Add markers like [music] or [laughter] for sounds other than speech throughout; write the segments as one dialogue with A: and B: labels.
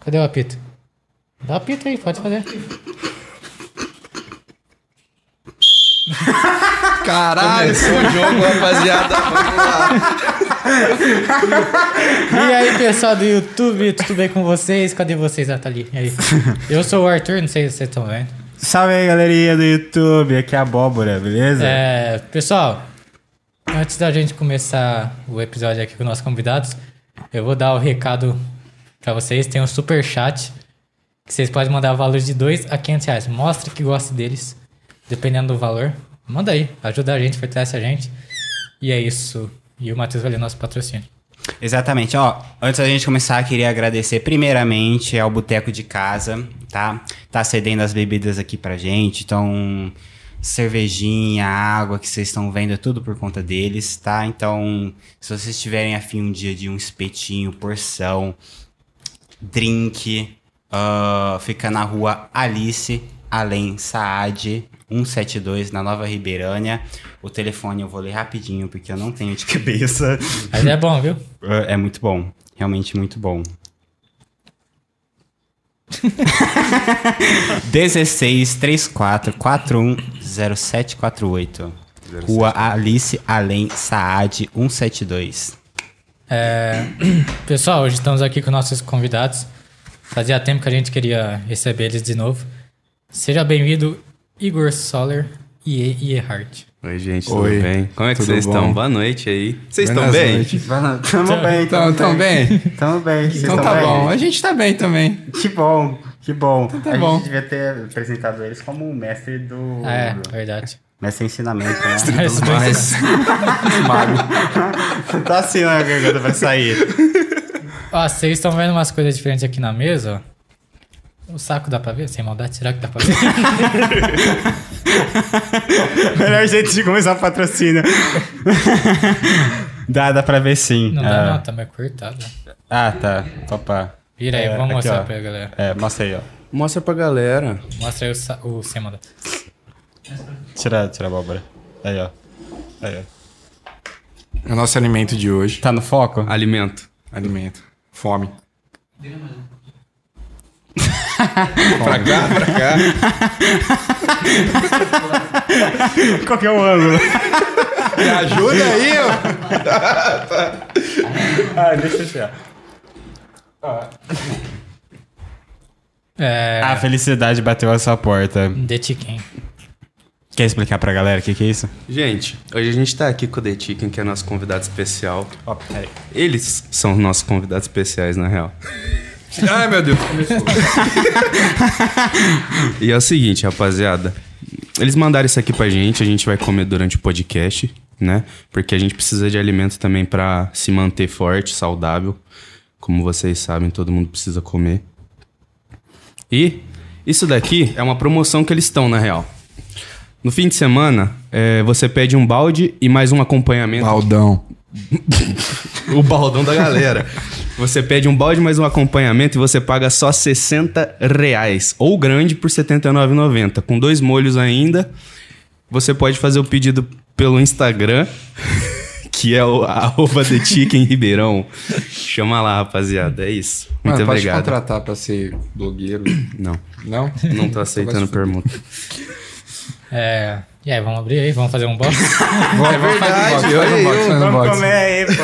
A: Cadê o apito? Dá o apito aí, pode fazer.
B: Caralho, esse é o jogo, rapaziada. Vamos lá.
A: E aí, pessoal do YouTube, tudo bem com vocês? Cadê vocês, Nathalie? E aí? Eu sou o Arthur, não sei se vocês estão vendo.
C: Salve aí, galerinha do YouTube. Aqui é a Abóbora, beleza?
A: É, pessoal, antes da gente começar o episódio aqui com nossos convidados, eu vou dar o recado pra vocês. Tem um super chat que vocês podem mandar valores de 2 a 500 reais. Mostre que gosta deles, dependendo do valor. Manda aí, ajuda a gente, fortalece a gente. E é isso. E o Matheus vai ler nosso patrocínio.
C: Exatamente, ó. Antes da gente começar, queria agradecer primeiramente ao Boteco de Casa, tá? Tá cedendo as bebidas aqui pra gente, então cervejinha, água que vocês estão vendo é tudo por conta deles, tá? Então, se vocês tiverem afim um dia de um espetinho, porção, drink, ah, fica na rua Alice Além Saad 172 na Nova Ribeirânia. O telefone eu vou ler rapidinho porque eu não tenho de [laughs] cabeça.
A: Mas é bom, viu?
C: É é muito bom. Realmente muito [laughs] bom. 16 34 41 0748. Rua Alice Além Saad 172.
A: É, Pessoal, hoje estamos aqui com nossos convidados. Fazia tempo que a gente queria receber eles de novo. Seja bem-vindo, Igor Soller e Earhart.
D: Oi, gente, tudo
E: Oi,
D: bem? Como é que
E: tudo
D: vocês
E: bom?
D: estão? Boa noite aí. Vocês
E: Buenas
D: estão bem?
E: noites.
C: Tamo bem,
E: Então, tão bem?
C: Tamo bem. Vocês
E: Então
C: tão
E: tá
C: bem?
E: bom. A gente tá bem também.
C: Que bom, que bom.
E: tá
C: a
E: bom.
C: gente devia ter apresentado eles como o mestre do.
A: Ah, é, verdade.
C: Mestre ensinamento, né?
A: Mas-
D: Mas,
C: [laughs] tá assim na garganta pra sair.
A: Ó, vocês estão vendo umas coisas diferentes aqui na mesa, ó. O saco dá pra ver? Sem maldade, será que dá pra ver?
C: Melhor jeito de começar o patrocínio. dá, dá pra ver sim.
A: Não
C: [laughs] ah.
A: dá não, tá meio cortado.
C: Ah, tá. Opa.
A: Vira aí,
C: É,
A: vamos
C: aqui,
A: mostrar
C: ó.
A: pra galera.
C: É, mostra aí, ó.
D: mostra pra galera.
A: Mostra aí o, sa- o sem maldade.
C: Tira, tira a abóbora. Aí, ó. Aí, ó.
E: É o nosso alimento de hoje.
C: Tá no foco?
D: Alimento.
E: Alimento. Fome.
D: Pra cá, pra cá.
C: Qual que é o ângulo?
D: Me ajuda aí, ó.
C: [laughs] ah, deixa eu tirar.
A: É.
C: A felicidade bateu a sua porta.
A: The Chicken.
C: Quer explicar pra galera o que, que é isso?
D: Gente, hoje a gente tá aqui com o The Chicken, que é nosso convidado especial.
C: Ó, peraí.
D: Eles são nossos convidados especiais, na real. [laughs] Ai, meu Deus, começou. [laughs] e é o seguinte, rapaziada. Eles mandaram isso aqui pra gente, a gente vai comer durante o podcast, né? Porque a gente precisa de alimento também pra se manter forte, saudável. Como vocês sabem, todo mundo precisa comer. E isso daqui é uma promoção que eles estão, na real. No fim de semana, eh, você pede um balde e mais um acompanhamento
E: Baldão.
D: o baldão da galera. Você pede um balde mais um acompanhamento e você paga só 60 reais. Ou grande por R$ 79,90. Com dois molhos ainda. Você pode fazer o pedido pelo Instagram, [laughs] que é o arroba The Chicken Ribeirão. Chama lá, rapaziada. É isso. Muito
E: Mano, pode te
D: obrigado.
E: contratar pra ser blogueiro.
D: Não,
E: [coughs] Não?
D: não tô aceitando permuta.
A: É. E aí, vamos abrir aí, vamos fazer um box.
E: Vamos, é verdade. Faz um box, faz um box, faz um box.
C: aí, pô.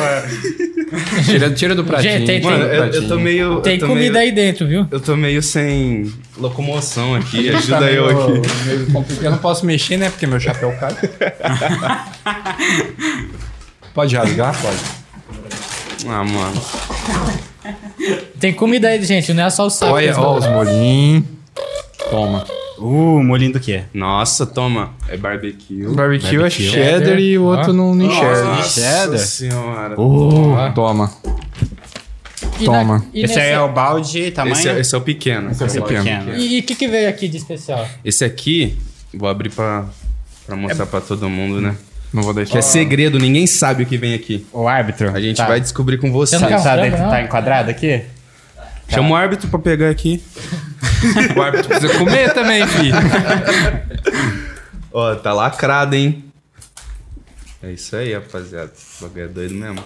E: Tira, tira do pratinho.
A: Gente, tem- tem-
E: Mano,
D: Mano, eu,
E: pratinho.
D: eu tô meio.
A: Tem
D: eu tô
A: comida
D: meio,
A: aí dentro, viu?
D: Eu tô meio sem locomoção
E: [laughs]
D: aqui. Ajuda
E: Tá
D: eu
E: meio-
D: aqui.
E: meio complicado. Eu não posso mexer, né? Porque meu chapéu [laughs] cai. pode rasgar? Pode.
D: Ah, mano.
A: Tem comida aí, gente, não é só o saco.
E: Olha,
A: eles
E: ó,
A: mandam.
E: os molinhos. Toma.
C: Uh, molinho do quê?
D: Nossa, toma. É barbecue.
E: Barbecue, é cheddar,
A: Cheddar.
E: e o outro
A: Ó.
E: não, não enxerga.
D: Nossa
C: Cheddar?
D: senhora.
A: Uh.
E: Oh, toma.
A: E
E: Toma.
A: e
C: Esse aí
A: nesse-
C: é o balde, tamanho?
D: Esse é, esse é o pequeno. Esse,
C: Esse é
E: pequeno.
A: E o que, que veio aqui de especial?
D: aqui, vou abrir pra, pra mostrar pra todo mundo, né?
E: Não vou
D: Que
F: Ah.
E: deixar.
D: é segredo, ninguém sabe o que vem aqui.
C: O árbitro.
D: A gente
C: tá.
D: vai descobrir com
A: Eu
D: vocês.
A: não quero-
C: Tá,
A: Frango,
C: dentro,
A: não?
C: tá enquadrado aqui?
D: Chama o árbitro pra pegar aqui. o árbitro precisa comer.
E: Comer também, filho.
D: Ó, tá lacrado, hein? É isso aí, rapaziada. O bagulho é doido mesmo.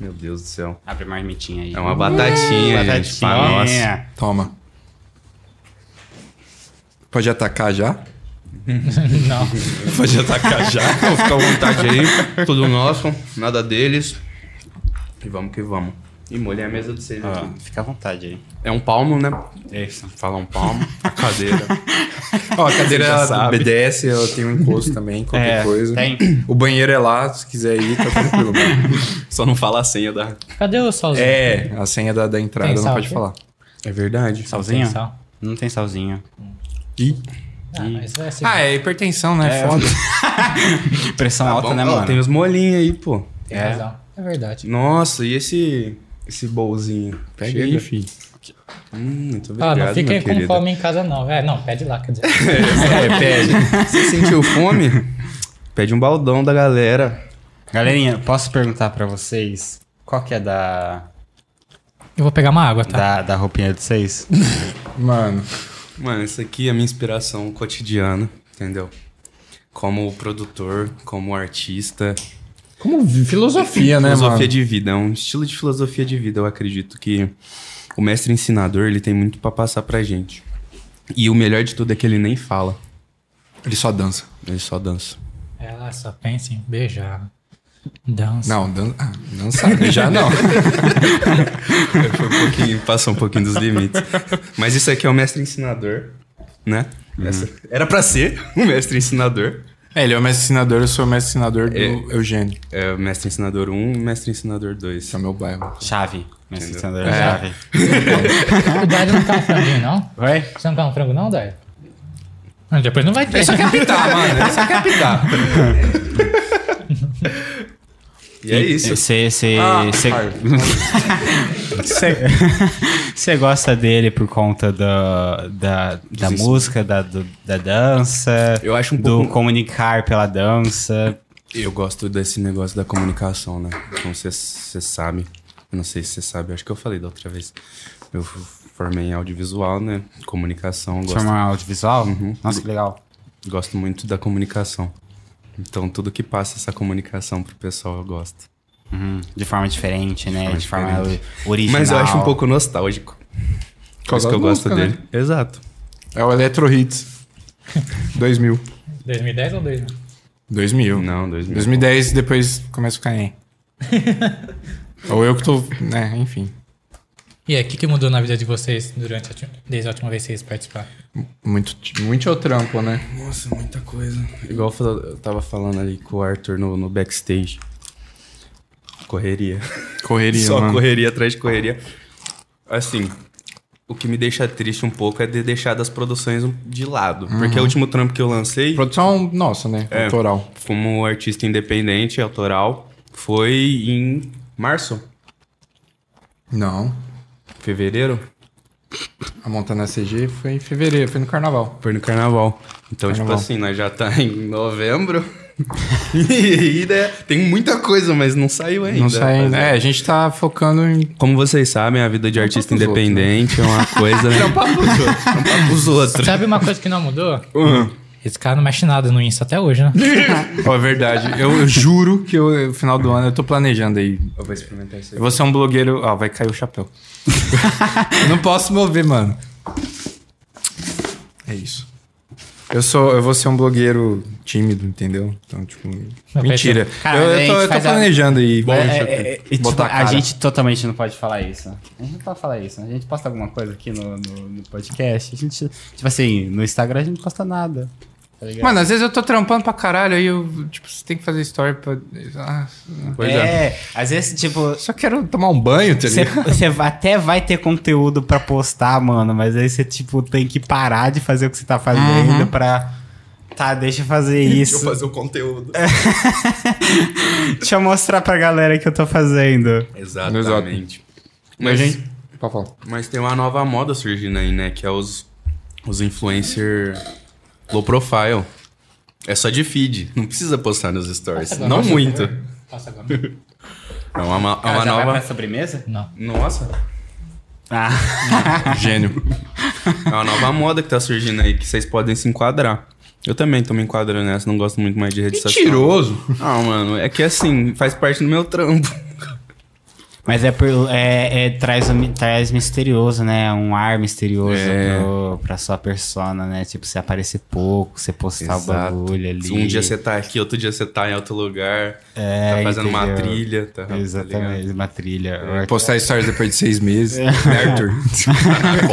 D: Meu Deus do céu.
C: Abre uma marmitinha aí.
D: É uma
C: Tá
D: batatinha, gente. Pra nós.
C: Batatinha.
F: Toma. Pode atacar já?
A: Não.
D: Pode atacar já. tá Vamos ficar à vontade aí. Tudo nosso, nada deles. E vamos que vamos. E molhei a mesa de vocês aqui.
C: Fica à vontade aí.
D: É um palmo, né?
C: Isso.
D: Fala um palmo. A [laughs] cadeira.
F: Ó, a cadeira
D: já
F: ela
D: sabe.
F: obedece, eu tenho um [laughs] encosto também, qualquer
C: É,
F: coisa.
C: tem.
F: O banheiro é lá, se quiser ir, tá tranquilo. mano.
D: Só não fala a senha da.
A: Cadê o salzinho?
F: [laughs] é, a senha da, da entrada
A: Tem
F: não
A: sal
F: pode
A: aqui?
F: falar.
D: É verdade.
A: Tem
C: Salzinho?
A: sal.
C: Não tem salzinho.
A: Ah, mas vai ser.
F: Ah, é hipertensão, né? Foda.
C: Pressão alta,
D: Tá Bom,
C: né,
D: ó,
C: mano?
D: Tem os molinhos aí, pô.
A: Tem razão. É verdade.
D: Nossa, e esse. Esse bolzinho? Pega
F: Chega.
D: aí, filho. Hum, muito
A: Ah,
D: obrigado,
A: não fiquem
D: meu
A: com
D: querido.
A: fome em casa, não. É, não, pede lá, quer dizer.
D: [laughs] É, [laughs] pede. Você sentiu fome? Pede um baldão da galera.
C: Galerinha, posso perguntar pra vocês qual que é da,
A: Eu vou pegar uma água, tá?
C: da, da roupinha de [laughs] vocês?
F: Mano,
D: Mano, isso aqui é a minha inspiração cotidiana, entendeu? Como produtor, como artista.
F: como vi- filosofia, né,
D: filosofia
F: mano?
D: de vida, é um estilo de filosofia de vida, eu acredito que o mestre ensinador, ele tem muito pra passar pra gente. E o melhor de tudo é que ele nem fala,
F: Ele só dança.
D: ele só dança.
A: Ela É só pensa em beijar. Dança.
F: Não, dan ah, dançar já [laughs] não.
D: Foi um pouquinho, [laughs] passou um pouquinho dos limites. Mas isso aqui é o mestre ensinador, né?
F: Uhum.
D: Essa- era pra ser o mestre ensinador.
F: É, ele é o mestre ensinador, eu sou o mestre ensinador do
D: É.
F: Eugênio,
D: É, o mestre ensinador 1 e mestre ensinador 2.
F: que é o meu bairro.
C: Chave. Minha sensação
F: É.
C: chave.
A: Cuidado, não tá um franguinho, não?
C: Oi?
A: Você não tá um frango, não, Dai? Ah, Depois não vai ter. [laughs]
D: [laughs]
F: Tá, mano, ele só quer pitar.
D: E é isso.
C: Você
F: Ah,
C: [laughs] gosta dele por conta da, da, da
D: Desist-
C: música, da, do- da dança,
D: Eu acho um
C: do
D: pouco-
C: comunicar pela dança.
D: Eu gosto desse negócio da comunicação, né? Como você sabe. Eu não sei se você sabe, eu acho que eu falei da outra vez. Eu f- formei em audiovisual, né? Comunicação, eu gosto, Uhum.
C: Transformar audiovisual? Nossa, que legal.
D: gosto muito da comunicação. Então tudo que passa essa comunicação pro pessoal eu gosto.
C: Uhum. De forma diferente, né? De forma,
D: diferente.
C: o- original.
D: Mas eu acho um pouco nostálgico. Por isso que eu gosto
F: né?
D: dele. Exato.
F: É o Electro [laughs] Hits. 2000.
A: 2010 ou 2000?
F: 2000.
D: Não, 2000.
F: 2010 depois começa a
D: [laughs]
F: ficar em. Ou eu que tô, né, enfim.
A: E aí, o que, que mudou na vida de vocês durante a ulti- desde a última vez que vocês participaram?
F: Muito, muito é o trampo, né?
D: Nossa, muita coisa. Igual eu fal- eu tava falando ali com o Arthur no, no backstage. Correria. [laughs]
F: Correria,
D: Só
F: mano.
D: correria atrás de correria. Assim, o que me deixa triste um pouco é de deixar das produções um- de lado.
F: Uhum.
D: Porque o último trampo que eu lancei,
F: Produção nossa, né?
D: É.
F: Autoral.
D: como artista independente, autoral, foi em março,
F: Não.
D: fevereiro.
F: A Montana CG foi em fevereiro, foi no carnaval.
D: Foi no carnaval. Então,
F: Carnaval.
D: tipo assim, nós já tá [laughs] em novembro. [laughs] e, né, tem muita coisa, mas não saiu ainda. né?
F: Não sai ainda.
D: Mas,
F: É, a gente tá focando em.
D: Como vocês sabem, a vida de artista
F: pros
D: independente é uma coisa. Né? Trampar pros outros. Trampar pros outros. [laughs]
A: Sabe uma coisa que não mudou?
D: Uhum.
A: Esse cara não mexe nada no Insta até hoje, né?
F: Ó, é verdade. Eu, eu juro que eu, no final do ano eu tô planejando aí.
D: Eu vou experimentar isso
F: Eu vou ser um blogueiro. Ó, vai cair
D: [laughs]
F: o chapéu. eu não posso mover, mano. É isso. Eu sou, eu vou ser um blogueiro tímido, entendeu? Então, tipo,
A: Não,
F: mentira.
C: Cara,
F: eu,
C: mas a
F: eu tô,
C: gente
F: eu tô
C: faz a-
F: planejando aí.
C: É,
F: Bom,
C: é, é, é, tipo,
F: botar a
C: a
F: cara.
C: gente totalmente não pode falar isso. A gente não pode falar isso. A gente posta alguma coisa aqui no, no- no podcast. A gente, tipo assim, no Instagram a gente não posta nada. Tá
D: É.
C: ligado?
F: Mano, às vezes eu tô trampando pra caralho, aí eu, tipo, você tem que fazer story pra. Ah,
D: Pois é.
C: é, às vezes, tipo,
F: só quero tomar um banho, tá ligado?
C: você até vai ter conteúdo pra postar, mano, mas aí você, tipo, tem que parar de fazer o que você tá fazendo
D: Uhum.
C: pra. Tá, deixa eu fazer
D: Deixa
C: isso.
D: eu fazer o conteúdo.
F: É.
C: Deixa eu mostrar pra galera que eu tô fazendo.
D: Exatamente. Mas,
F: Pode falar.
D: mas tem uma nova moda surgindo aí, né? Que é os, os influencer low profile. É só de feed. Não precisa postar nos
C: [laughs]
D: stories. Não muito.
A: Passa agora.
D: É uma, ma-
C: Ah,
D: é uma nova.
C: sobremesa?
A: Não.
D: Nossa.
C: Ah,
F: Gênio.
D: [laughs] É uma nova moda que tá surgindo aí, que vocês podem se enquadrar. Eu também tô me enquadrando nessa, não gosto muito mais de rede social.
F: Mentiroso.
C: Tá
D: Ah, mano, é que assim, faz parte do meu trampo.
C: Mas é por. É, é- traz, um- traz misterioso, né? Um ar misterioso
D: É.
C: pro, pra sua persona, né? Tipo, você aparecer pouco, você postar
D: Exato.
C: o bagulho ali.
D: Um dia você tá aqui, outro dia você tá em outro lugar.
C: É,
D: tá fazendo uma
C: entendeu?
D: trilha. Tá, tá ligado? É.
C: Exatamente, uma trilha.
E: Postar stories depois de seis meses.
D: Né,
E: [laughs]
D: Arthur?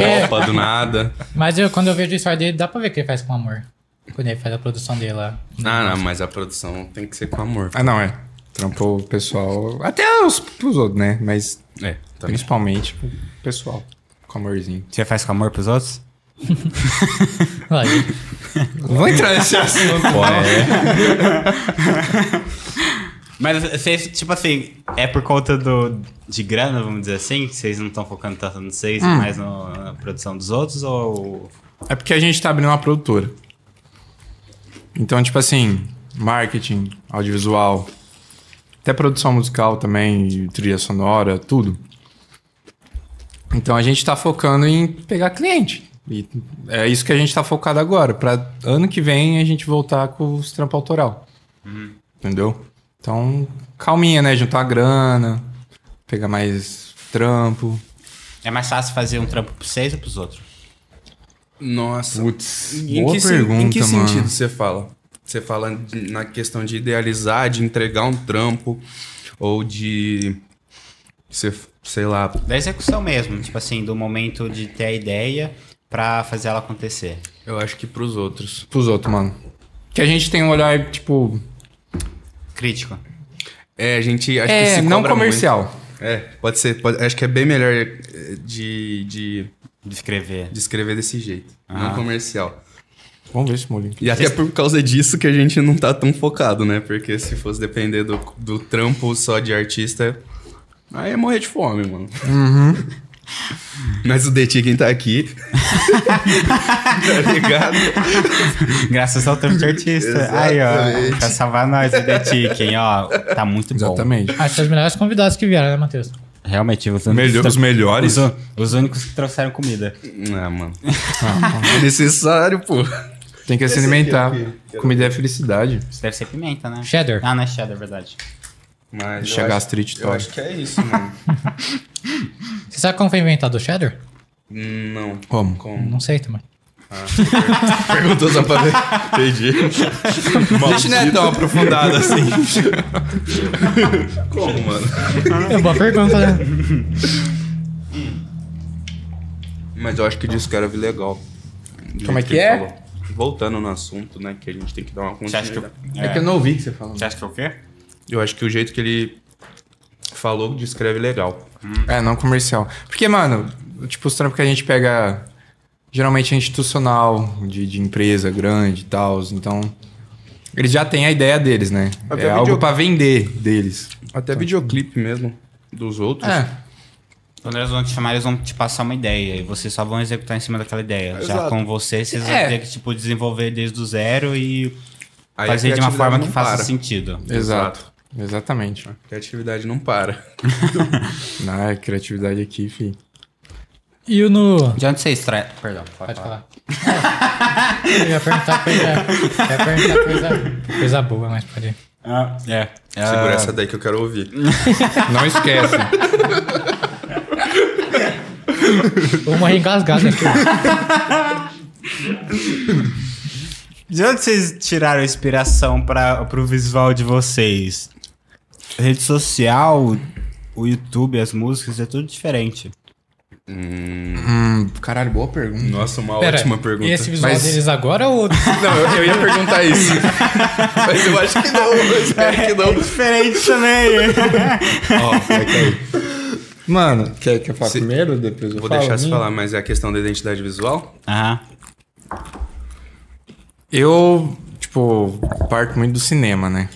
E: É.
D: Copa do nada.
A: Mas eu, quando eu vejo o story dele, dá pra ver que ele faz com amor. Quando ele faz a produção dele lá.
D: Ah, não, mas a produção tem que ser com amor.
E: Ah, não, é. Trampou o pessoal. Até os, os outros, né? Mas
D: É, também.
E: principalmente pro pessoal. Com amorzinho.
C: Você faz com amor pros outros?
A: Olha aí.
E: Não vou entrar nesse assunto.
C: Mas vocês, tipo assim, é por conta do, de grana, vamos dizer assim? que Vocês não estão focando tanto no vocês, mais no- na produção dos outros? Ou.
E: É porque a gente tá abrindo uma produtora. Então, tipo assim, marketing, audiovisual, até produção musical também, e trilha sonora, tudo. Então a gente tá focando em pegar cliente. E é isso que a gente tá focado agora. Pra ano que vem a gente voltar com os trampo autoral. Entendeu? Então, calminha, né? Juntar grana, pegar mais trampo.
C: É mais fácil fazer um trampo pros vocês ou pros outros?
D: Nossa.
E: Putz,
D: Em
E: boa
D: que, sen-
E: pergunta,
D: em que
E: mano.
D: sentido você fala? Você fala de- na questão de idealizar, de entregar um trampo, ou de. Você, sei lá.
C: Da execução mesmo, tipo assim, do momento de ter a ideia pra fazer ela acontecer.
D: Eu acho que pros outros.
E: pros outros, mano. Que a gente tem um olhar, tipo.
C: Crítico.
D: É, a gente acho que
E: é,
D: se
E: não
D: cobra
E: comercial.
D: muito. É, pode ser. pode- acho que é bem melhor eh, de, de,
C: De
E: [laughs]
C: escrever.
D: de escrever desse jeito.
E: Ah.
D: Não comercial.
E: Vamos ver esse molinho.
D: E até por causa disso que a gente não tá tão focado, né? Porque se fosse depender do, do trampo só de artista, aí ia morrer de fome, mano. [laughs] Mas o DT, quem tá aqui. [laughs] tá ligado?
C: Graças ao trampo de artista.
E: [laughs]
C: Aí, ó. Pra salvar nós do The Chicken, ó. Tá muito bom.
E: [laughs] Exatamente.
A: Acho que são os melhores convidados que vieram, né, Matheus?
C: Realmente, os
E: Melhor-
C: únicos-
E: os melhores?
C: Os, os únicos que trouxeram comida.
D: Ah, mano. É necessário, pô.
E: Tem que se alimentar. Comida é felicidade.
C: Isso deve ser pimenta, né?
A: Cheddar.
C: Ah, não é cheddar, é verdade.
D: Mas
E: Deixa a gastrite
D: Eu
E: toda.
D: acho que é isso, mano.
A: Você sabe como foi inventado o cheddar?
D: não.
E: Como?
D: Como?
A: Não sei também.
D: Perguntou só pra ver. Entendi. [laughs]
E: Deixa não é tão aprofundado assim.
D: Como, mano?
A: É boa pergunta, né?
D: Mas eu acho que Discovery legal.
E: Como é que é?
D: Voltando no assunto, né? Que a gente tem que dar uma
C: Você acha que eu,
D: continuidade.
E: É que eu não ouvi o que você falou.
C: Você acha que eu o quê?
D: Eu acho que o jeito que ele falou descreve legal.
E: É, não comercial. Porque, mano, tipo, os trampos que a gente pega. Geralmente é institucional, de, de empresa grande e tal. Então. Eles já têm a ideia deles, né?
D: Até
E: é algo
D: vídeo-
E: pra vender deles.
D: Até videoclipe mesmo dos outros.
E: É.
C: Quando eles vão te chamar, eles vão te passar uma ideia e vocês só vão executar em cima daquela ideia. Já
D: Exato.
C: com você, vocês
E: É.
C: vão ter que tipo, desenvolver desde o zero e
D: Aí a
C: fazer de uma
D: criatividade
C: forma
D: não
C: que faça assim.
D: para.
C: sentido.
E: Exato. Exatamente.
D: A criatividade não para.
E: Ah, criatividade aqui, fi.
A: E o no.
C: De onde vocês traem. Perdão, pode
A: Pode
C: falar.
A: falar. Eu ia perguntar coisa. ia perguntar coisa, coisa boa, mas pode. ir.
C: Ah, é.
D: Segura essa daí que eu quero ouvir.
E: Não esquece.
A: Vou morrer é engasgado né? aqui.
C: De onde vocês tiraram a inspiração para pro visual de vocês? Rede social, o YouTube, as músicas, é tudo diferente.
E: Hum, caralho, boa pergunta.
D: Nossa, uma
A: Pera,
D: ótima pergunta.
A: E esse visual
E: Mas-
A: deles agora é ou.
E: [laughs] Não, eu, eu ia
C: [laughs]
E: perguntar isso.
D: Mas eu acho que não, eu espero
C: É.
D: que não.
C: Diferente [laughs] também.
E: Mano, quer que eu fale
D: Se-
E: primeiro? Depois eu
D: Vou
E: falo
D: deixar você
E: minha?
D: falar, mas é a questão da identidade visual?
C: Aham.
E: Eu, tipo, parto muito do cinema, né?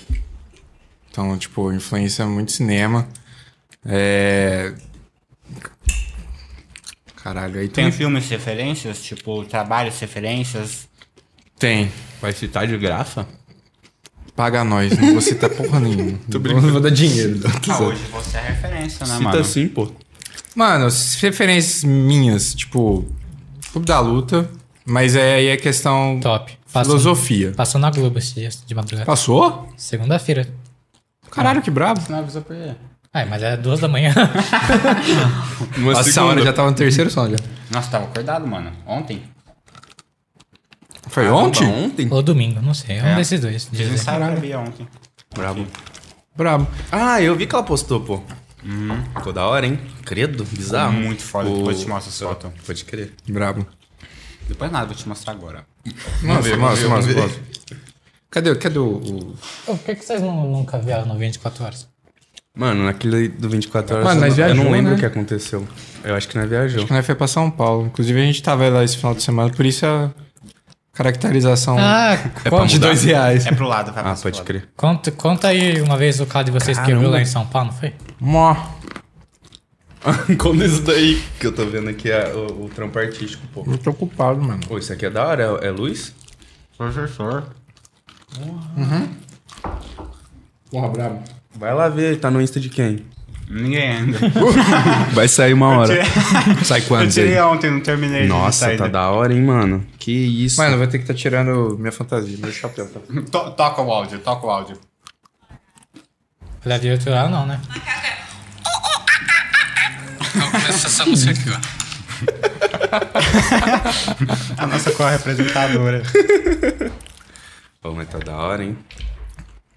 E: Então, tipo, influência muito cinema. É. Caralho, aí
C: Tem
E: tem.
C: filmes referências, tipo, trabalhos referências.
E: Tem.
D: Vai citar de graça?
E: Paga nós, não vou citar porra [laughs] nenhuma. Tô brincando. Não vou dar dinheiro.
D: Tá
C: Ah, hoje você é referência, né,
D: Cita
C: mano?
D: sim, pô.
E: Mano, as referências minhas, tipo, Clube da Luta, mas é aí é questão
A: Top. Passou,
E: filosofia.
A: passou na Globo esse dia de madrugada.
E: Passou?
A: Segunda-feira.
E: Caralho, que brabo.
C: Não avisou pra ele.
A: Ai, mas era duas da manhã. [laughs]
D: é
E: Uma Essa hora já tava no terceiro sono já.
C: Nossa, tava acordado, mano. Ontem.
D: tá
E: Foi
D: Ah,
B: Caramba,
E: ontem?
B: Ontem?
A: Ou domingo, não sei. É um
C: É.
A: desses dois. dias
C: Fiz um
A: aí.
C: sarabia ontem.
D: Brabo.
E: Brabo.
B: Ah, eu vi que ela postou, pô.
D: Ficou da hora, hein?
B: Credo, bizarro.
C: Tá Muito foda, depois
B: O-
C: eu te mostro essa foto.
B: Pode crer.
E: Brabo.
C: Depois nada, vou te mostrar agora.
E: Nossa, nossa,
B: vamos
E: nossa,
B: ver.
E: nossa. Cadê, cadê o, o-
A: Ô, Por que, que vocês não, nunca vieram no 24 horas?
D: Mano, naquele do 24 horas.
E: Mano,
D: eu
E: nós
D: não- eu
E: viajou,
D: não lembro
E: né?
D: o que aconteceu. Eu acho que nós viajou.
E: Nós foi pra São Paulo. Inclusive a gente tava lá esse final de semana, por isso a caracterização
A: Ah,
D: pra
E: de
D: mudar.
E: dois reais.
C: É pro lado, vai
D: Ah,
C: passar pro
D: pode
C: lado.
D: crer.
A: conta, conta aí uma vez o caso de vocês que viu lá em São Paulo, não foi?
E: Mó.
D: [laughs] Como isso daí que eu tô vendo aqui é o, o trampo artístico, pô.
E: Eu tô ocupado, mano.
D: Pô, isso aqui é da hora, é, é luz?
C: Professor.
E: Porra, brabo.
D: Vai lá ver, tá no Insta de quem?
C: Ninguém ainda. [laughs]
D: Vai sair uma hora. [laughs] Sai
C: Eu
D: quando?
C: tirei
D: Zé?
C: ontem, não terminei
D: Nossa,
C: de
D: tá
C: sair.
D: da hora, hein, mano? Que isso.
E: Mano, eu vou ter que estar tirando minha fantasia, meu chapéu. Tá?
C: To- Toca o áudio, toca o áudio.
A: Olhar de outro lado, não, né? Começa essa música aqui, ó.
C: A nossa [laughs] co-representadora.
D: Pô, mas tá da hora, hein?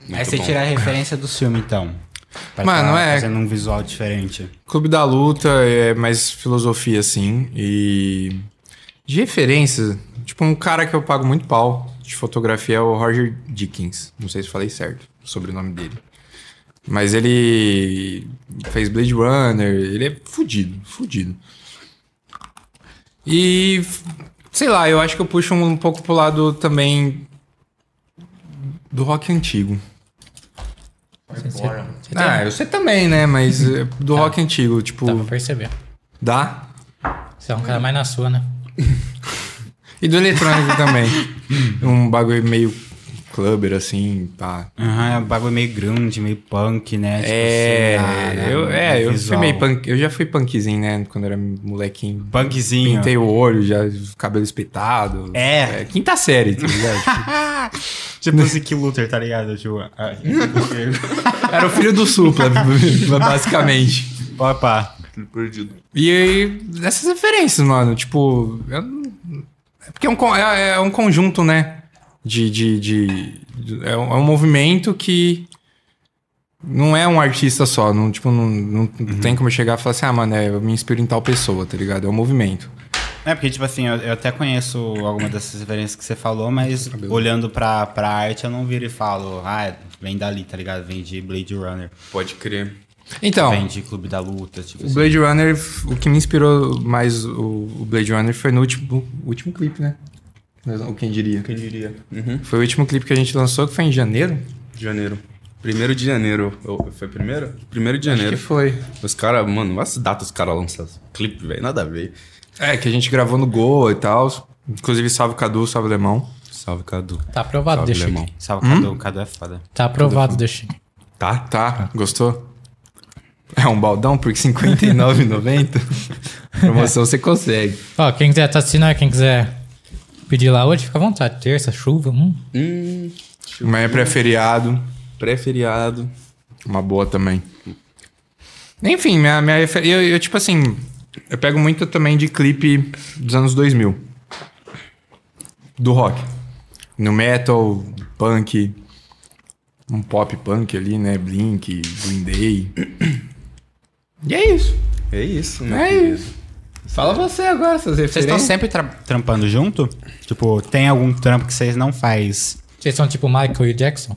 D: Muito
C: Aí você
D: bom.
C: tira a referência do filme, então. Pra
E: Mano,
C: tá
E: é-
C: Fazendo um visual diferente.
E: Clube da Luta é mais filosofia, assim, e... De referência, tipo, um cara que eu pago muito pau de fotografia é o Roger Dickens. Não sei se falei certo o sobrenome dele. Mas ele fez Blade Runner, ele é fudido, fudido. E, f- sei lá, eu acho que eu puxo um, pouco pro lado também do rock antigo.
A: Você Tá.
E: Ah, eu sei também,
A: [laughs]
E: né? Mas é, do rock antigo, tipo,
A: Dá pra perceber.
E: dá.
A: Você é um cara mais na sua, né?
E: E do eletrônico [laughs] também. Um bagulho meio clubber, assim, pá.
C: Aham, é um bagulho meio grande, meio punk, né? Tipo
E: É,
C: assim, ah, né?
E: eu,
C: Um
E: é, eu fui
C: visual.
E: meio punk. Eu já fui punkzinho, né? Quando era molequinho.
C: Punkzinho.
E: Pintei o olho, já cabelo espetado.
C: É.
E: quinta série, tá ligado?
C: Tipo o Zeke Luther, tá ligado? Tipo, [laughs] ah,
E: era o filho do Supla, [laughs] basicamente.
C: Opa.
E: E aí, essas referências, mano, tipo. eu não- é porque é um, con- é, é um conjunto, né? De. de, de- de- é, um, é um movimento que. Não é um artista só, não, tipo, não, não
D: Uhum.
E: tem como eu chegar e falar assim, ah, mano, é, eu me inspiro em tal pessoa, tá ligado? É um movimento.
C: É, porque, tipo assim, eu, eu até conheço alguma dessas referências que você falou, mas olhando pra, pra arte, eu não viro e falo, ah, vem dali, tá ligado? Vem de Blade Runner,
D: Pode crer.
E: Então,
C: vem de Clube da Luta, tipo
E: o
C: assim.
E: Blade Runner, o que me inspirou mais o, o Blade Runner foi no último, último clipe, né? Mas, O quem diria?
D: Quem diria?
E: Foi o último clipe que a gente lançou, que foi em janeiro?
D: Janeiro. Primeiro de janeiro. Eu- foi primeiro? Primeiro de
E: Acho que
D: janeiro.
E: foi.
D: Os caras, mano, as datas os caras lançam clipe, velho. Nada a ver.
E: É, que a gente gravou no Goa e tal. Inclusive, salve Cadu, salve Alemão.
D: Salve, Cadu.
A: Tá aprovado,
D: Salve,
A: deixa.
D: Lemão.
C: Salve, Cadu, Cadu é foda.
A: Tá aprovado, deixa.
D: Tá?
E: Tá, gostou? É um baldão por [laughs] R$ 59,90? Promoção você consegue.
A: Ó, quem quiser tá assistindo, quem quiser pedir lá hoje, fica à vontade. Terça, chuva, hum.
D: Hum,
E: Amanhã é pré-feriado,
D: pré-feriado.
E: uma boa também. Enfim, minha, minha refer- eu, eu, tipo assim, eu pego muito também de clipe dos anos 2000. Do rock. No metal, punk, um pop punk ali, né? Blink, Green Day. E é isso.
D: É isso, né?
E: É isso. Fala você agora, essas
C: Vocês estão
E: referências.
C: sempre tra- trampando junto? Tipo, tem algum trampo que vocês não faz?
A: Vocês são tipo Michael e Jackson?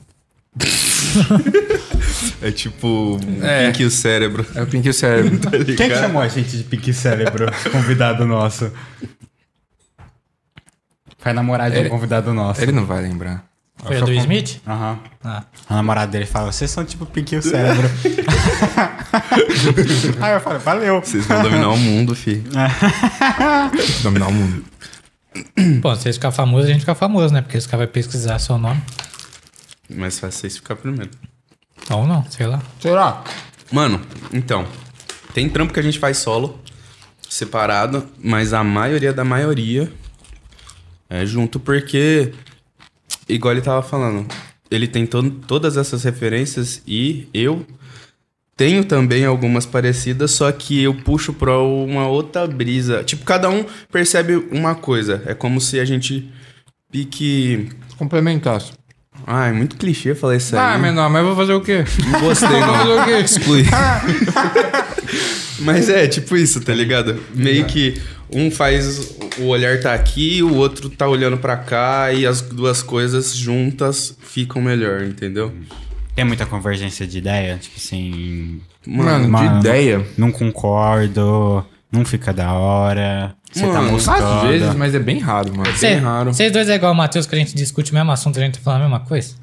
D: É tipo,
E: É.
D: é. que o cérebro.
E: É o Pink [laughs] Cérebro.
D: tá ligado?
C: Quem que chamou a gente de Pique Cérebro? [laughs] convidado nosso. Foi a namorada de um convidado nosso.
E: Ele não vai lembrar.
A: Foi a do Smith?
C: Aham.
A: Ah.
C: A namorada dele fala, vocês são tipo Pique [laughs] Cérebro. Aí eu falei, valeu.
D: Vocês vão dominar o mundo, fi.
E: Dominar o mundo.
A: Bom, se vocês ficar famoso, a gente fica famoso, né? Porque os caras vão pesquisar seu nome.
D: Mas faz vocês ficar primeiro.
A: Ou não, sei lá.
C: Será?
D: Mano, então. Tem trampo que a gente faz solo, separado, mas a maioria da maioria é junto, porque, igual ele tava falando, ele tem to- todas essas referências e eu Tenho também algumas parecidas, só que eu puxo pra uma outra brisa. Tipo, cada um percebe uma coisa. É como se a gente pique.
E: Complementasse.
D: Ai, muito clichê falar isso aí.
E: Ah,
D: né?
E: menor, mas eu vou fazer o quê?
D: Não gostei,
E: Vou fazer
D: não.
E: o quê?
D: Exclui. Mas é, tipo isso, tá ligado? Meio que um faz o olhar tá aqui, o outro tá olhando pra cá e as duas coisas juntas ficam melhor, entendeu?
C: Tem muita convergência de ideia, tipo assim.
E: Mano,
C: Mano.
E: de ideia.
C: Não concordo, não fica da hora. Você tá
D: Mano, às
E: Às
C: mostrando.
E: vezes, mas é bem raro, mano.
A: Cê-
E: Bem raro.
A: Vocês dois é igual o Matheus, que a gente discute o mesmo assunto, a gente tá falando a mesma coisa?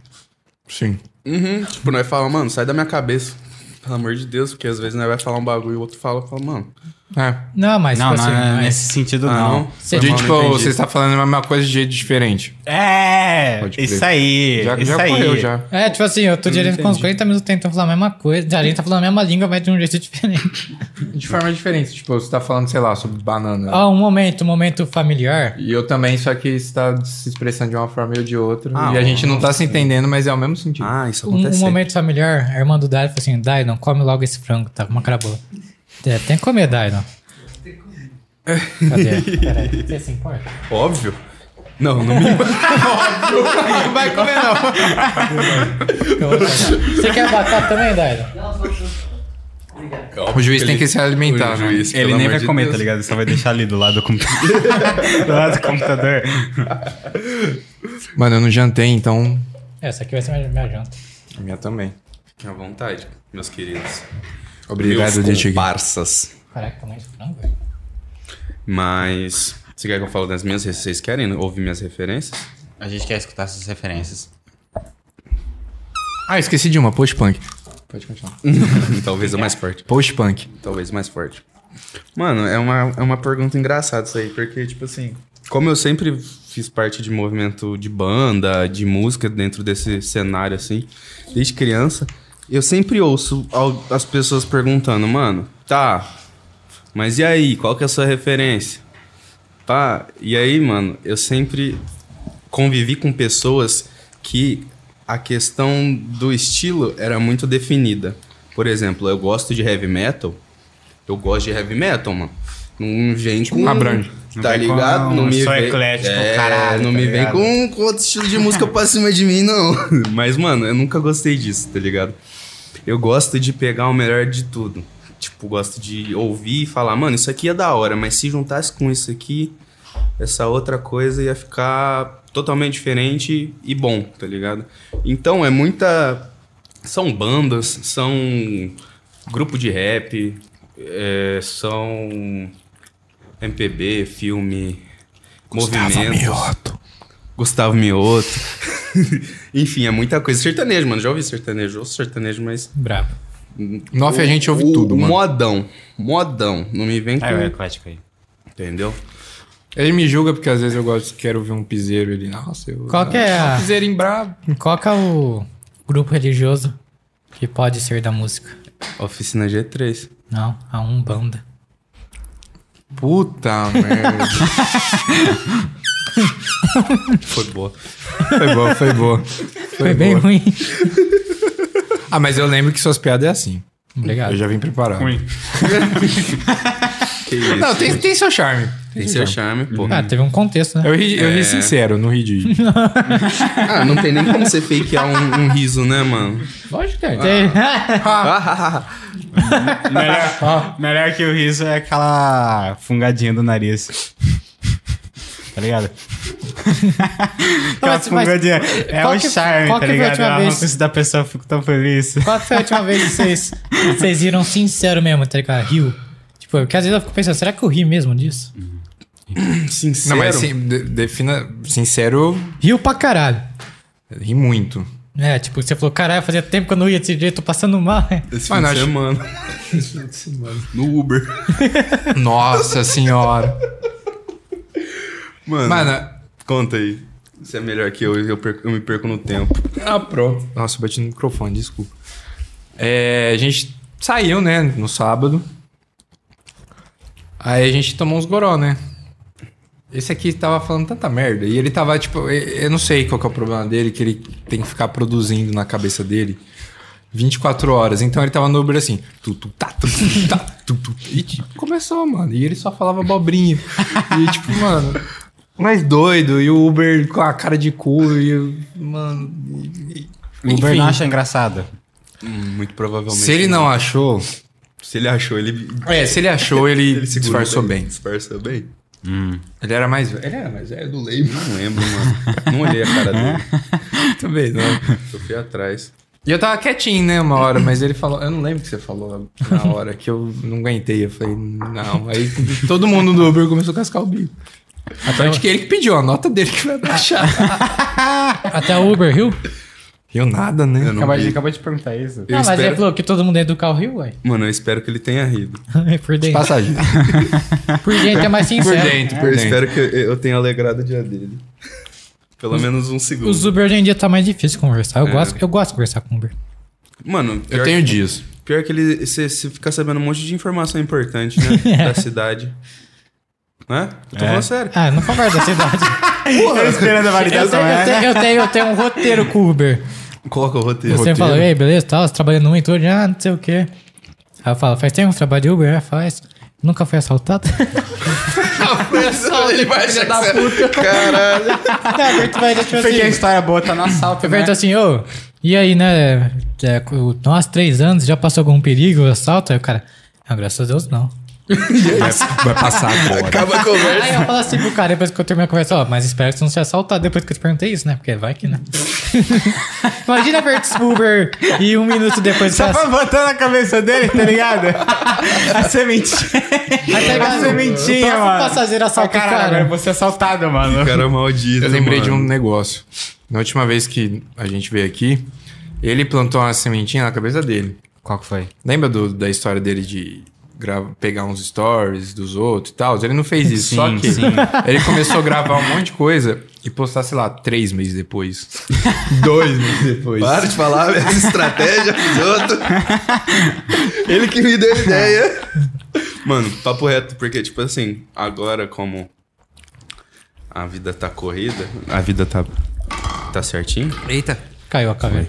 E: Sim.
D: Uhum. Tipo, nós falamos, mano, sai da minha cabeça. Pelo amor de Deus, porque às vezes nós vai falar um bagulho e o outro fala, fala, mano.
E: É.
A: Não, mas
C: Não,
A: tipo
C: não, é
A: assim,
C: não,
A: mas-
C: nesse sentido
D: Ah,
C: não.
D: não?
A: Cê-
E: de,
D: mal,
E: tipo,
D: não entendi.
E: você está falando a mesma coisa de jeito diferente.
C: É!
E: Pode crer.
C: Isso aí!
E: Já,
C: isso
E: já
C: aí.
E: ocorreu, já.
A: É, tipo assim,
D: Hum,
A: eu tô direito com uns 40 minutos tentando falar a mesma coisa, a gente tá falando a mesma língua, mas de um jeito [laughs] diferente.
E: De forma diferente. Tipo, você tá falando, sei lá, sobre banana.
A: Ó, um momento, um momento familiar.
E: E eu também, só que está se expressando de uma forma e eu de outra.
D: Ah,
E: e a gente não
D: nossa.
E: tá se entendendo, mas é o mesmo sentido.
D: Ah, isso
A: Um, um
D: acontece.
A: momento familiar, a irmã do Dai falou assim, Dai, não come logo esse frango, tá com uma cara boa. É, tem que comer, Dai, não. Cadê? Peraí, você se importa?
D: Óbvio. Não, não me
E: Não vai comer, não.
A: Eu vou pegar. Você quer batata também, Dairon?
E: O juiz tem que se alimentar,
D: O
E: né?
D: juiz,
C: Ele
D: pelo
C: nem
D: amor
C: vai
D: de
C: comer,
D: Deus.
C: tá ligado? Só vai deixar ali do lado do computador. [laughs] do lado do computador.
E: Mano, eu não jantei, então.
A: Essa aqui vai ser minha, minha janta.
E: A minha também.
D: Fiquem à vontade, meus queridos.
E: Obrigado,
D: meus
E: Dietig.
D: comparsas.
A: Caraca, tamanho de frango, velho.
D: Mas. Você quer que eu fale das minhas? referências? Vocês querem ouvir minhas referências? [laughs]
C: A gente quer escutar essas referências.
E: Ah, esqueci de uma, post-punk. Pode continuar.
D: Talvez a mais forte.
E: Post-punk.
D: Talvez mais forte. Mano, é uma, é uma pergunta engraçada isso aí, porque, tipo assim, como eu sempre fiz parte de movimento de banda, de música dentro desse cenário, assim, desde criança, eu sempre ouço al- as pessoas perguntando, mano, tá, mas e aí, qual que é a sua referência? Pá, e aí, mano, eu sempre convivi com pessoas que a questão do estilo era muito definida. Por exemplo, eu gosto de heavy metal. Eu gosto de heavy metal, mano. Não vem com.
E: abrange.
C: Não
D: Tá
C: vem com
D: ligado? não me
C: só
D: vem.
C: eclético,
D: é,
C: caralho,
D: Não
C: tá
D: me vem
C: ligado?
D: com, com outro estilo de música pra cima de mim, não. [laughs] Mas, mano, eu nunca gostei disso, tá ligado? Eu gosto de pegar o melhor de tudo. Tipo, gosto de ouvir e falar, mano, isso aqui é da hora, mas se juntasse com isso aqui, essa outra coisa ia ficar totalmente diferente e bom, tá ligado? Então é muita. São bandas, são grupo de rap, é, são MPB, filme, movimento. Gustavo Mioto. [laughs] Enfim, é muita coisa. Sertanejo, mano. Já ouvi sertanejo. Ouço sertanejo, mas.
A: Brabo.
E: Nossa, a gente ouve
D: o- o
E: tudo, mano.
D: Modão. Modão. Não me vem com.
C: Ah, é o eclético aí.
D: Entendeu?
E: Ele me julga porque às vezes eu gosto, quero ouvir um piseiro ali. Nossa, eu.
A: Qual que é a-
E: Um piseirinho brabo.
A: Qual que é o grupo religioso que pode ser da música?
D: Oficina G3.
A: Não, a Umbanda.
E: Puta merda. [laughs]
D: Foi boa.
E: foi boa, foi boa.
A: Foi, bem ruim.
E: Ah, mas eu lembro que suas piadas é assim.
A: Obrigado.
E: Eu já vim preparado.
D: Que isso.
E: Ah, Não, então. tem, tem seu charme.
D: Tem seu charme, pô.
A: Ah, teve um contexto, né?
E: Eu ri, eu ri É. [laughs] sincero, não ri de.
D: Ah, não tem nem como você fakear um, um riso, né, mano?
A: Lógico que é. [laughs] Tem- [laughs] Ah.
C: Melhor, melhor que o riso é aquela fungadinha do nariz. Tá ligado? Aquela
A: mas- mas-
C: fungadinha. é
A: qual
C: o
A: que-
C: charme,
A: qual
C: tá
A: que foi a
C: ligado?
A: última
C: Ela não
A: vez?
C: precisa da pessoa, eu fico tão feliz.
A: Qual que foi a última vez que vocês, vocês riram sincero mesmo, tá ligado? Riu. Tipo, porque às vezes eu fico pensando, será que eu ri mesmo disso?
D: Sincero.
E: Não, mas sim, de- defina. Sincero,
A: Riu pra caralho.
E: eu ri muito.
A: É, tipo, você falou, caralho, fazia tempo que eu não ia desse jeito, tô passando mal. [laughs]
D: Esse
E: Ah,
D: fim
E: não,
D: de
E: acho- [laughs]
D: semana. No Uber.
E: Nossa [laughs] senhora.
D: Mano,
E: Mano,
D: conta aí. Você é melhor que eu, eu, perco- eu me perco no tempo.
E: ah, pronto. Nossa, eu bati no microfone, desculpa. É, a gente saiu, né, no sábado. Aí a gente tomou uns goró, né? Esse aqui tava falando tanta merda. E ele tava, tipo, e- eu não sei qual que é o problema dele, que ele tem que ficar produzindo na cabeça dele. 24 horas. Então ele tava no Uber assim. Tu, tu, tá, tu, tu, tá, tu, tu. E tipo, começou, mano. E ele só falava abobrinha. E tipo, mano. [laughs] Mais doido. E o Uber com a cara de cu. E, o- mano. e- e-
C: O Uber
E: enfim.
C: não acha engraçado.
D: Muito provavelmente.
E: Se ele não achou.
D: Se ele achou, ele.
E: É, se ele achou, ele,
D: segurou
E: disfarçou bem.
D: Disfarçou bem?
E: Ele era mais velho. Ele era mais velho do Leibo.
D: Não lembro, mano. não olhei a cara dele.
E: [laughs] Também, né?
D: Eu fui atrás.
E: E eu tava quietinho, né, uma hora, mas ele falou. Eu não lembro o que você falou na hora, que eu não aguentei. Eu falei, não. Aí todo mundo do Uber começou a cascar o bico.
A: Até,
E: Acho que ele que pediu a nota dele que vai baixar.
A: até o Uber Rio?
E: Eu nada, né?
D: Eu não vi.
C: acabou de perguntar isso.
D: Eu
A: ah, mas ele
D: espero...
A: falou que todo mundo é do carro Rio, ué. [laughs]
D: Mano, eu espero que ele tenha rido.
A: Por dentro.
E: Passagem.
A: [laughs] Por dentro é mais
E: Por
A: sincero.
E: dentro, por
D: Eu
E: dentro.
D: espero que eu- eu tenha alegrado o dia dele. Pelo menos um segundo.
A: Os Uber hoje em dia tá mais difícil conversar. Eu, gosto, eu gosto de conversar com Uber.
D: Mano, pior,
E: Eu tenho dias.
D: pior que ele. Você fica sabendo um monte de informação importante,
E: [laughs]
D: né? da cidade. Né? Eu
E: É.
D: tô falando sério.
A: Ah, não conversa [laughs] da cidade.
C: Eu esperando
A: eu,
C: a É validação. né?
A: tenho, eu, tenho, eu, tenho, eu tenho um roteiro com o Uber.
D: Coloca o roteiro.
A: Você fala, ei, beleza, tá, você trabalhando muito hoje, ah, não sei o quê. Aí eu falo, faz tempo que você trabalha de Uber? Ah, faz. Nunca fui assaltado?
E: Ele vai já dar
D: Caralho.
A: [laughs] não, Alberto vai, tipo
C: Porque a
A: assim...
C: história boa tá no assalto, né?
A: Alberto assim, ô, e aí, né, é, co- nós três anos, já passou algum perigo, assalto? Aí o cara, ah, graças a Deus, não.
E: É, Vai passar agora. [laughs]
D: Acaba a conversa.
A: Aí eu falo assim pro cara, depois que eu terminar a conversa, ó, mas espero que você não seja assaltado depois que eu te perguntei isso, né? Porque vai que, né? [laughs] Imagina Alberto Spuber e um minuto depois...
C: Só
A: você
C: pra botar na cabeça dele, tá ligado? [laughs] a sementinha.
A: Até
C: a sementinha, mano.
A: passageiro assalta o
C: Caralho,
A: cara. né?
C: agora você é assaltado, mano.
D: Cara é maldito.
E: Eu lembrei de um
D: mano.
E: negócio. Na última vez que a gente veio aqui, ele plantou uma sementinha na cabeça dele.
C: Qual que foi?
E: Lembra do- da história dele de grava- pegar uns stories dos outros e tal? Ele não fez isso, só
C: Sim,
E: que
C: sim.
E: ele começou a gravar um monte de coisa e postar, sei lá, três meses depois. Dois meses depois.
B: Para de falar essa estratégia pros
E: [laughs]
B: outros. Ele que me deu a ideia.
D: Mano, papo reto, porque, tipo assim, agora como a vida tá corrida, a vida tá, tá certinho,
E: Eita.
A: Caiu a caveira.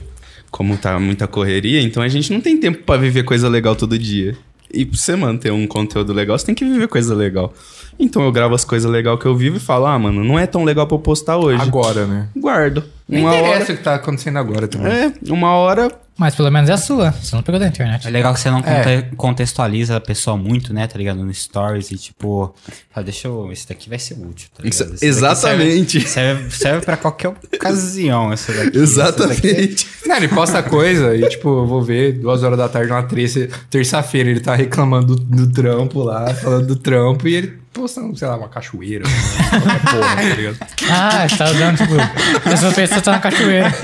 D: como tá muita correria, então a gente não tem tempo pra viver coisa legal todo dia. E pra você manter um conteúdo legal, você tem que viver coisa legal. Então eu gravo as coisas legais que eu vivo e falo, ah, mano, não é tão legal pra eu postar hoje.
E: Agora, né?
D: Guardo.
E: Não
D: uma
E: interessa
D: hora.
E: o que tá acontecendo agora também.
D: É, uma hora.
A: Mas pelo menos é a sua. Você não pegou da internet.
C: É legal que você não
E: É.
C: conte- contextualiza a pessoa muito, né? Tá ligado? No stories e tipo, ah, deixa eu. Esse daqui vai ser útil, tá ligado? Esse
D: Exatamente. [laughs]
C: daqui Serve, serve pra qualquer ocasião, essa daqui. Essa
D: Exatamente.
E: Não, ele posta coisa e, tipo, eu vou ver duas horas da tarde, uma terça- terça-feira, ele tá reclamando do, do trampo lá, falando do trampo, e ele postando, sei lá, uma cachoeira. né? Qualquer porra, tá [laughs] ligado?
A: Ah, você tá usando, tipo... Essa pessoa tá na cachoeira.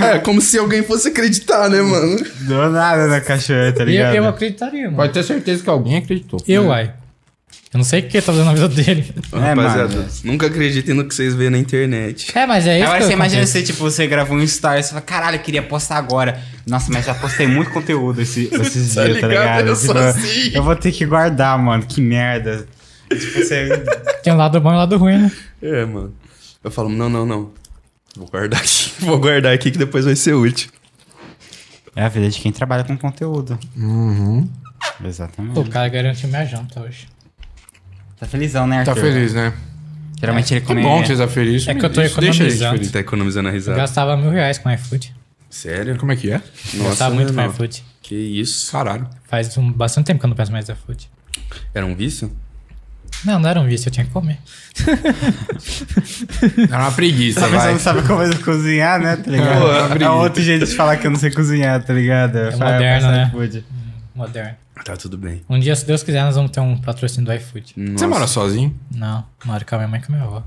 D: É, como se alguém fosse acreditar, né, mano?
C: daqui- Do nada na cachoeira, tá
A: E é eu,
C: ligado?
A: eu acreditaria, mano.
E: Pode ter certeza que alguém acreditou.
A: Eu, uai. Eu não sei o que tá fazendo na vida dele.
C: É,
D: Rapaziada,
C: mano.
D: nunca acreditem no que vocês veem na internet.
A: É, mas é isso
C: Agora
A: que
C: você
A: eu
C: imagina
A: acontece.
C: você, tipo, você gravou um story, você fala, caralho, eu queria postar agora. Nossa, mas já postei muito conteúdo esse- esses dias, tá
D: ligado?
C: ligado?
D: Eu sou
C: Tipo,
D: assim.
C: eu vou ter que guardar, mano, que merda. Tipo,
D: [laughs]
C: você
A: Tem um lado bom e um lado ruim, né?
D: É, mano. Eu falo, não, não, não. Vou guardar aqui. [laughs] Vou guardar aqui que depois vai ser útil.
C: É a vida de quem trabalha com conteúdo. Uhum. Exatamente.
A: Pô, o cara garantiu minha janta hoje.
C: Tá felizão, né, Arthur?
E: Tá feliz, né?
C: Geralmente ele
E: Que
C: come...
E: bom que você tá feliz.
A: É que eu tô
E: Isso deixa ele
A: economizando.
E: feliz.
D: Tá economizando a
A: Eu
D: risada.
A: gastava mil reais com iFood.
D: Sério?
E: Como é que é?
C: né,
A: gastava muito com
D: irmão.
A: iFood.
D: Que isso?
E: Caralho.
A: Faz um, bastante tempo que eu não peço mais iFood.
D: Era um vício?
A: Não, não era um vício, eu tinha que comer.
E: Era É uma preguiça,
C: Essa pessoa
E: vai.
C: não sabe como é cozinhar, né, tá ligado?
E: Pô, abri.
C: é outro jeito de falar que eu não sei cozinhar, tá ligado? É
A: moderno, né?
C: Food.
A: Moderno.
D: Tá tudo bem.
A: Um dia, se Deus quiser, nós vamos ter um patrocínio do iFood.
E: Você mora sozinho?
A: Não, moro com a minha mãe e com a minha avó.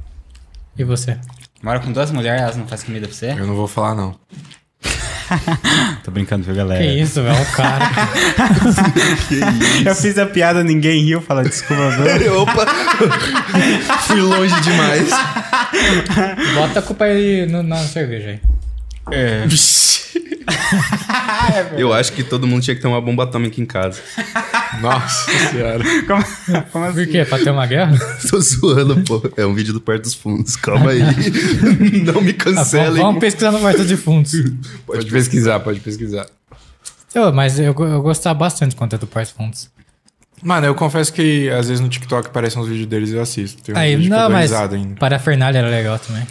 A: E você?
C: Mora com duas mulheres, elas não fazem comida pra você?
E: Eu não vou falar, [laughs] não.
C: Tô brincando, viu,
E: É.
C: galera?
A: Que isso, velho, o cara.
C: Eu fiz a piada, ninguém riu, fala desculpa, [laughs] viu?
B: Opa. Fui longe demais.
A: [laughs] Bota a culpa aí no- na cerveja aí.
C: É.
D: Eu acho que todo mundo tinha que ter uma bomba atômica em casa.
E: Nossa senhora.
C: Como, como assim?
A: Por quê? Pra ter uma
E: [laughs]
A: guerra?
B: Tô zoando, pô. É um vídeo do Perto dos Fundos. Calma
D: [laughs]
B: aí. Não me
A: Ah, vamos,
B: cancelem.
E: é [laughs]
A: vamos pesquisar no Porta de Fundos.
E: Pode pesquisar, pode pesquisar.
A: Eu, mas eu, go- eu gostava bastante do conteúdo do Porto Fundos.
E: Mano, eu confesso que às vezes no TikTok aparecem uns vídeos deles e eu assisto. Tem um uns
A: Aí,
E: vídeos que eu
A: não,
E: dou
A: mas
E: risada ainda.
A: parafernália era legal também.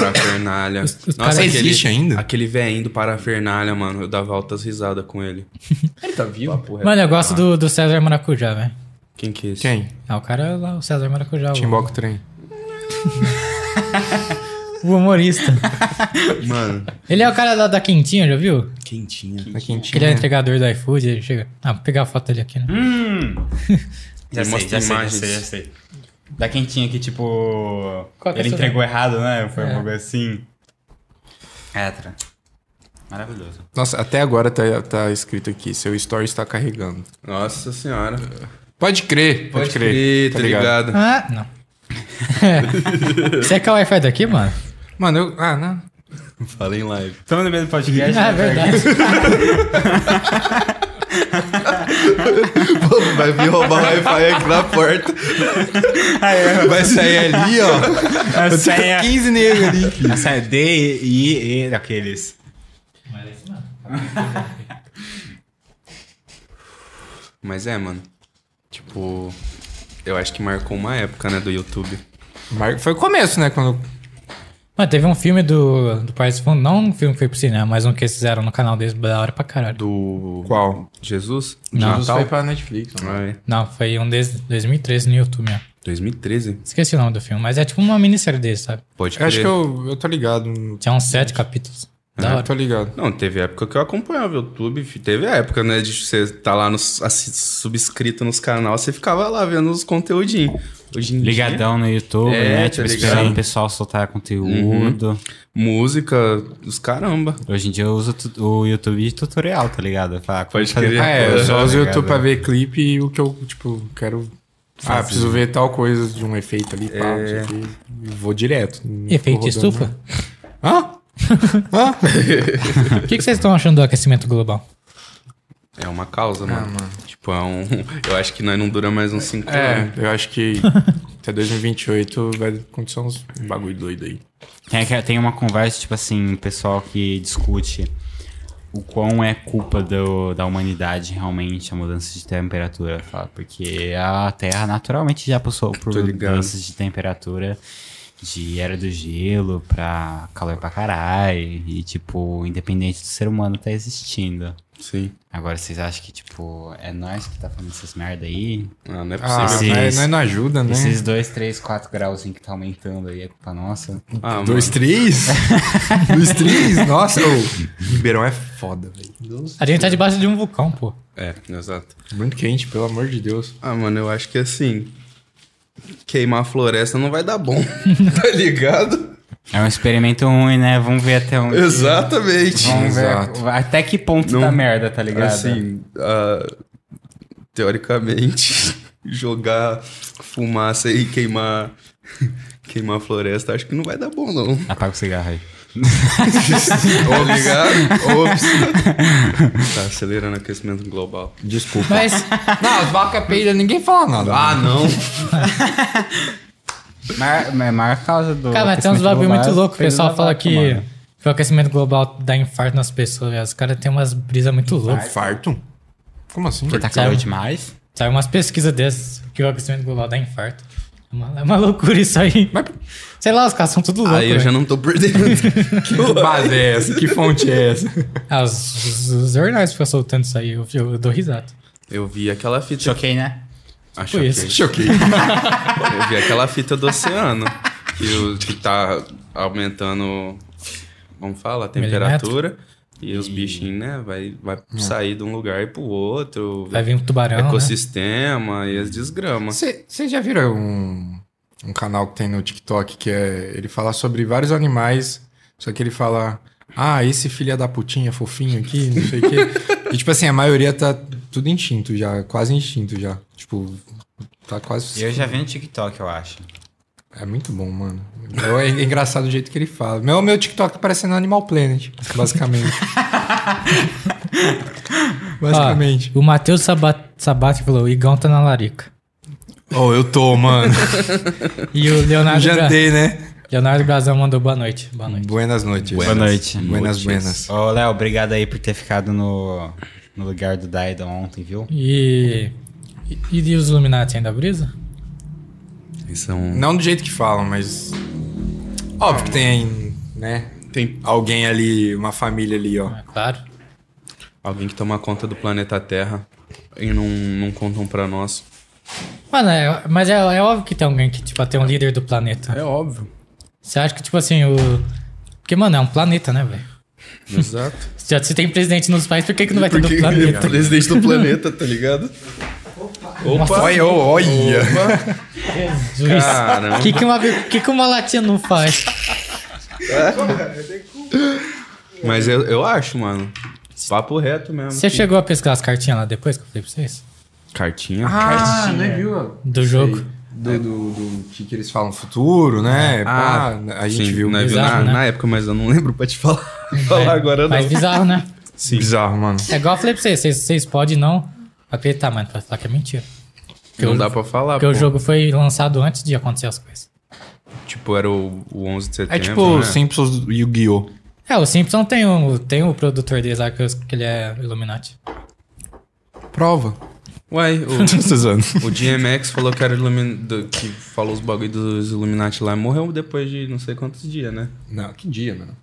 D: Parafernália.
A: caras-
E: Existe ainda?
D: Aquele velhinho do Parafernália, mano. Eu dava altas risadas com ele. ele tá vivo?
A: Mano, eu
E: Ah.
A: gosto do, do César Maracujá, velho.
D: Quem que é esse?
E: Quem?
A: Ah, o cara lá, o César Maracujá, o,
E: Timboca o trem.
A: o
E: [laughs]
A: humorista.
D: Mano.
A: Ele é o cara lá da Quintinha, já viu?
D: Quentinha.
C: Tá
E: Na
A: Que ele é
E: quentinha.
A: entregador do iFood, ele chega. Ah, vou pegar a foto dele aqui, né?
E: Hum?
C: Já
D: Me
C: sei,
D: mostra
C: já sei, já
D: imagens.
C: sei, já sei. Da quentinha que, tipo.
A: Qual que é
C: ele
A: essa
C: entregou errado, né? Foi
A: É.
C: um bagulho assim. É, tra. Maravilhoso.
E: Nossa, até agora tá, tá escrito aqui, seu story está carregando.
D: Nossa senhora.
E: Pode crer, pode, crer.
D: tá ligado?
A: Ah, não. [laughs] Você é que é o Wi-Fi daqui, mano?
E: Mano, eu... Ah, não.
D: Falei em live.
C: Estamos no mesmo [laughs] podcast.
A: Ah, é
C: né,
A: verdade.
B: O povo vai vir roubar o Wi-Fi aqui na porta.
C: cara? Ah, é.
B: Vai sair ali, ó.
C: A senha.
B: 15 negros ali.
C: A senha D, I, E, daqueles.
D: Mas é, mano. Tipo, eu acho que marcou uma época, né, do YouTube.
E: Mar- Foi o começo, né? Quando...
A: Mano, teve um filme do, do Paris Fundo, não um filme que foi pro cinema, mas um que eles fizeram no canal deles da hora pra caralho.
D: Do.
E: Qual?
D: Jesus?
A: Não.
E: Jesus foi pra Netflix. né? mano.
D: Ai,
A: Não, foi um deles, 2013 no YouTube mesmo.
D: 2013?
A: Esqueci o nome do filme, mas é tipo uma minissérie deles, sabe?
D: Pode
E: Eu
D: crer.
E: acho que eu, eu tô ligado.
A: Tinha uns sete capítulos. Da
E: Eu
A: hora.
E: tô ligado.
D: Não, teve época que eu acompanhava o YouTube. fi- Teve época, né, de você tá lá nos, assi- subscrito nos canais, você ficava lá vendo os conteúdinhos. Hoje em dia,
C: Ligadão no YouTube,
D: É,
C: né?
D: tá
C: Tipo,
D: ligado.
C: esperando o pessoal soltar conteúdo.
D: música dos caramba.
C: Hoje em dia eu uso tu- o YouTube de tutorial, tá ligado? Pra como
D: Pode
C: fazer
D: crer.
E: Ah,
C: tal
E: é, eu
C: coisa,
E: só
C: tá
E: uso o
C: ligado?
E: YouTube pra ver clipe e o que eu, tipo, quero. Ah, preciso ver tal coisa de um efeito ali, pá, não sei o quê. E Vou direto. Não
A: Efeito
E: fico rodando,
A: estufa?
E: não. Hã?
A: [laughs] O que, que vocês estão achando do aquecimento global?
D: É uma
E: Ah,
D: causa, mano. Tipo, é um. [laughs] Eu acho que nós não dura mais uns 5 anos.
E: É, eu acho que até 2028 vai acontecer uns bagulho doido aí.
C: Tem, aquela- É tem uma conversa, tipo assim, pessoal que discute o quão é culpa do- da humanidade realmente a mudança de temperatura, fala, porque a Terra naturalmente já passou por
D: Tô ligado.
C: mudanças de temperatura de era do gelo pra calor pra caralho, e tipo, independente do ser humano tá existindo.
D: Sim.
C: Agora vocês acham que, tipo, é nós que tá falando essas merda aí?
D: Ah, não é
E: Ah,
D: possível.
E: não é-
C: esses-
E: não é na ajuda, né?
C: Esses 2, 3, 4 graus que tá aumentando aí é culpa nossa.
D: Ah, mano.
E: Dois, três? Dois, três? Nossa, ô, Ribeirão é foda, velho.
A: A gente tá debaixo de um vulcão, pô.
D: É, exato.
E: Muito quente, pelo amor de Deus.
D: Ah, mano, eu acho que assim. Queimar a floresta não vai dar bom. [laughs] tá ligado?
C: É um experimento ruim, né? Vamos ver até onde.
D: Exatamente.
C: Vamos ver
E: Exato.
C: até que ponto
D: Não-
C: da merda, tá ligado?
D: Assim, ah, teoricamente, [laughs] jogar fumaça e queimar. [laughs] Queimar a floresta, acho que não vai dar bom, não.
C: Apaga o cigarro aí.
D: Ou ligado? Ops.
E: [laughs]
D: Tá acelerando o aquecimento global.
E: Desculpa.
A: Mas,
E: Não, as vacas peidam, ninguém fala nada.
D: Ah,
E: [laughs]
D: não.
C: Mar, mas a maior causa do.
A: cara, mas tem uns
C: aquecimento
A: bagulho
C: global
A: muito
C: é
A: louco. O
C: peso
A: pessoal
C: da
A: fala
C: vaca,
A: que,
C: mano.
A: que o aquecimento global dá infarto nas pessoas. velho. Os caras têm umas brisas muito loucas.
E: Infarto? Como assim?
C: Porque tá
A: Sério?
C: calor demais.
A: Sai umas pesquisas dessas que o aquecimento global dá infarto. É uma, é uma loucura isso aí. Sei lá, os caras são tudo loucos. né?
D: Aí eu já não tô perdendo.
E: né? [laughs] Que base é essa? Que fonte é essa?
A: Ah, os, os- os jornais ficam soltando isso aí, eu, eu dou risada.
D: Eu vi aquela fita.
C: Choquei, né?
D: Ah,
A: Foi isso.
D: choquei.
A: [laughs]
E: Choquei.
D: Eu vi aquela fita do oceano. Que, o, que tá aumentando, vamos falar, a temperatura. E os bichinhos, né? Vai, vai sair de um lugar pro outro.
A: Hum. Vai vir um tubarão, né?
D: ecossistema e as desgramas.
E: Vocês já viram um, um canal que tem no TikTok que é. Ele fala sobre vários animais, só que ele fala. Ah, esse filho da putinha fofinho aqui, não sei o quê. E tipo assim, a maioria tá tudo instinto já, quase instinto já. Tipo, tá quase.
C: Eu já vi no TikTok, eu acho.
E: É muito bom, mano. Eu- É engraçado o jeito que ele fala. Meu, meu TikTok tá parecendo Animal Planet, basicamente. basicamente.
A: Ó, o Matheus Sabat, Sabati falou, o Igão tá na larica.
E: Oh, eu tô, mano.
A: E o Leonardo, Bra...
E: Jantei, né?
A: Leonardo Brazão mandou boa noite. Boa noite.
E: Buenas noites.
C: Boa noite.
E: Buenas, buenas.
C: Ô, Léo, obrigado aí por ter ficado no, no lugar do Daido ontem, viu?
A: E. E, e os Illuminati ainda brisa?
D: Isso é um...
E: Não do jeito que falam, mas. Óbvio que tem, né? Tem alguém ali, uma família ali, ó.
A: É claro.
D: Alguém que toma conta do planeta Terra e não, não contam pra nós.
A: Mano, é- mas é, é óbvio que tem alguém que, tipo, tem um líder do planeta.
E: É óbvio.
A: Você acha que, tipo assim, o. Porque, mano, é um planeta, né, velho?
D: Exato.
A: Se já- se tem presidente nos países, por que, que não vai ter do
B: Porque ele é
A: planeta?
B: presidente do planeta, tá ligado?
E: Olha, olha.
A: Jesus.
D: Caramba.
A: O que, que, uma- que, que uma latinha não faz?
D: Mas eu, eu acho, mano. Papo reto mesmo.
A: Você chegou a pesquisar as cartinhas lá depois que eu falei pra vocês?
D: Cartinha?
E: Ah, né, viu?
A: Do jogo.
E: Do, do, do que, que eles falam, futuro, né? Pá, a gente
D: Sim,
E: viu.
D: né,
A: Bizarro,
D: na,
A: né?
D: na época, mas eu não [laughs] lembro pra te falar, falar agora não.
A: Mas bizarro, né?
E: Sim. Bizarro, mano.
A: É igual eu falei pra vocês, vocês, vocês podem não acreditar, mano, pra falar que é mentira.
D: não dá pra falar,
A: Porque
D: pô.
A: o jogo foi lançado antes de acontecer as coisas.
D: Tipo, era o, o 11 de
E: É
D: setembro,
E: tipo
D: né?
E: Simpsons do Yu-Gi-Oh!
A: É, o Simpson tem um, tem um produtor deles lá que, eu- que ele é Illuminati.
E: Prova.
D: Uai, o,
E: Esses anos.
D: o DMX falou que era ilumi- do- que falou os bagulho dos Illuminati lá e morreu depois de não sei quantos dias, né?
E: Não, que dia, mano.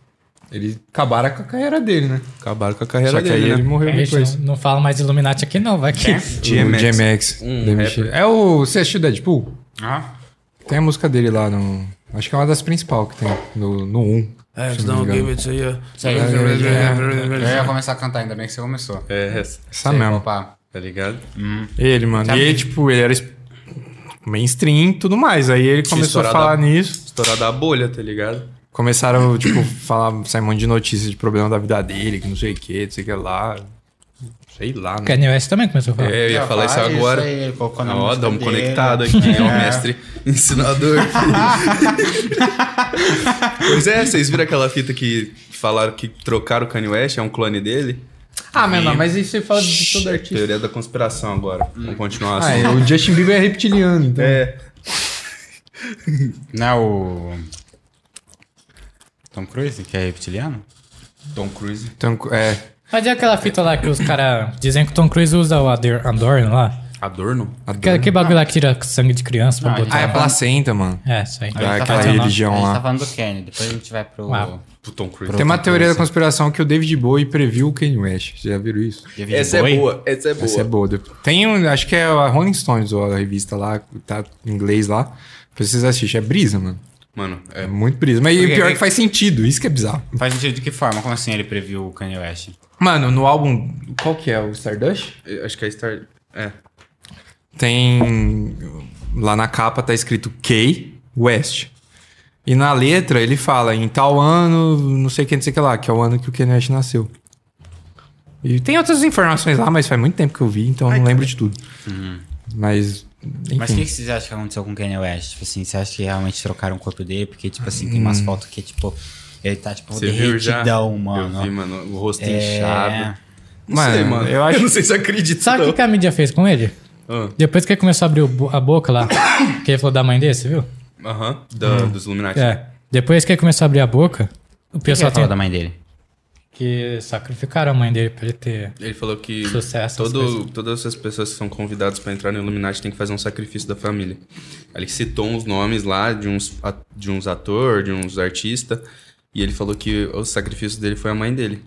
E: Ele acabaram com a carreira dele, né?
D: Acabaram com a carreira
E: Só que
D: dele,
E: aí
D: né?
E: ele morreu
A: A gente
E: depois.
A: não, não fala mais de Illuminati aqui não, vai que...
C: É.
E: O
D: DMX.
E: DMX.
D: Um
E: DMX.
D: rapper.
E: É o. Você assistiu Deadpool?
C: Ah.
E: Tem a música dele lá no. Acho que é uma das principais que tem no, no 1. se não me engano.
C: Eu ia começar a cantar, ainda bem que você começou.
D: É, essa,
E: Essa mesmo.
C: Opa.
D: tá ligado?
E: Ele, mano.
C: Sabe
E: E ele,
C: que-
E: tipo, ele era es- mainstream e tudo mais. Aí ele começou a
D: estourado
E: falar
D: a-
E: nisso.
D: Estourada a bolha, tá ligado?
E: Começaram, tipo, falar, sair um monte de notícias de problema da vida dele, que não sei o que, não sei o que lá. Sei lá,
A: [laughs]
E: né?
A: Kanye West também começou a falar.
D: É, eu ia falar isso
C: faz
D: agora.
C: aí, ele colocou na
D: Ó,
C: música
D: damos
C: dele.
D: conectado aqui, é. o
C: É.
D: mestre ensinador. pois é, vocês viram aquela fita que falaram que trocaram o Kanye West, é um clone dele?
E: Ah, meu irmão, mas isso você fala de todo artista.
D: Teoria da conspiração agora. Vamos continuar
E: Ah,
D: assim.
E: é, o Justin Bieber é reptiliano, então.
D: É,
C: Não é o. Tom Cruise, que é reptiliano?
D: Tom Cruise.
E: Então, é,
A: Mas é aquela fita lá que os caras dizem que o Tom Cruise usa o Ador- Andorno lá?
D: Adorno?
A: Que, que bagulho lá que tira sangue de criança pra
C: Uhum. Ah,
A: botar?
E: ah, é
A: lá?
E: placenta, mano.
A: É, isso aí.
E: Ah,
C: A gente
E: aquela
C: falando-
E: religião
C: a gente
E: lá.
C: tá falando do Kenny, depois a gente vai pro.
A: Ah.
D: Pro Tom Cruise.
E: Tem uma teoria da conspiração que o David Bowie previu o Kanye West. Vocês já viram isso?
C: David
D: Essa é
C: Bowie.
D: boa, essa é boa.
E: Essa é boa. Tem um, acho que é a Rolling Stones, ou a revista lá, tá em inglês lá. Pra vocês assistirem, é brisa, mano.
D: Mano, é
E: É muito brisa. Mas e o
C: Porque
E: pior é
C: ele-
E: que faz sentido, isso que é bizarro.
C: Faz sentido de que forma? Como assim ele previu o Kanye West?
E: Mano, no álbum, qual que é? O Stardust?
D: eu Acho que é Star. É.
E: tem. Lá na capa tá escrito K West. E na letra ele fala em tal ano, não sei o que, não sei o que lá, que é o ano que o Kanye West nasceu. E tem outras informações lá, mas faz muito tempo que eu vi, então eu não lembro de tudo.
D: Uhum.
E: Mas. Enfim.
C: Mas o que, que vocês acham que aconteceu com o Kanye West? Tipo assim, você acha que realmente trocaram o corpo dele? Porque, tipo assim, tem
D: Hum.
C: umas fotos que, tipo, ele tá, tipo,
D: Você viu já?
C: derretidão,
D: Eu vi,
C: mano.
D: mano. O rosto
C: É...
D: inchado. Não
E: Mano,
D: sei, mano.
E: eu acho-
D: não sei se [laughs] eu acredito.
A: Sabe o que,
D: não.
A: que a mídia fez com ele?
D: Ah,
A: Depois que ele começou a abrir o bo- a boca
C: [coughs]
A: lá, que ele falou da mãe dele, você viu?
D: Aham. da- Dos Illuminati.
A: É. Depois que ele começou a abrir a boca, o
C: O que
A: pessoal
C: ele
A: tem
C: falou da mãe dele?
A: que sacrificaram a mãe dele pra ele ter.
D: Ele falou que
A: Sucesso, essas
D: todo, todas as pessoas que são convidadas pra entrar no Illuminati tem que fazer um sacrifício da família. Aí Ele citou uns nomes lá de uns, a- de uns ator, de uns artistas, e ele falou que o sacrifício dele foi a mãe dele.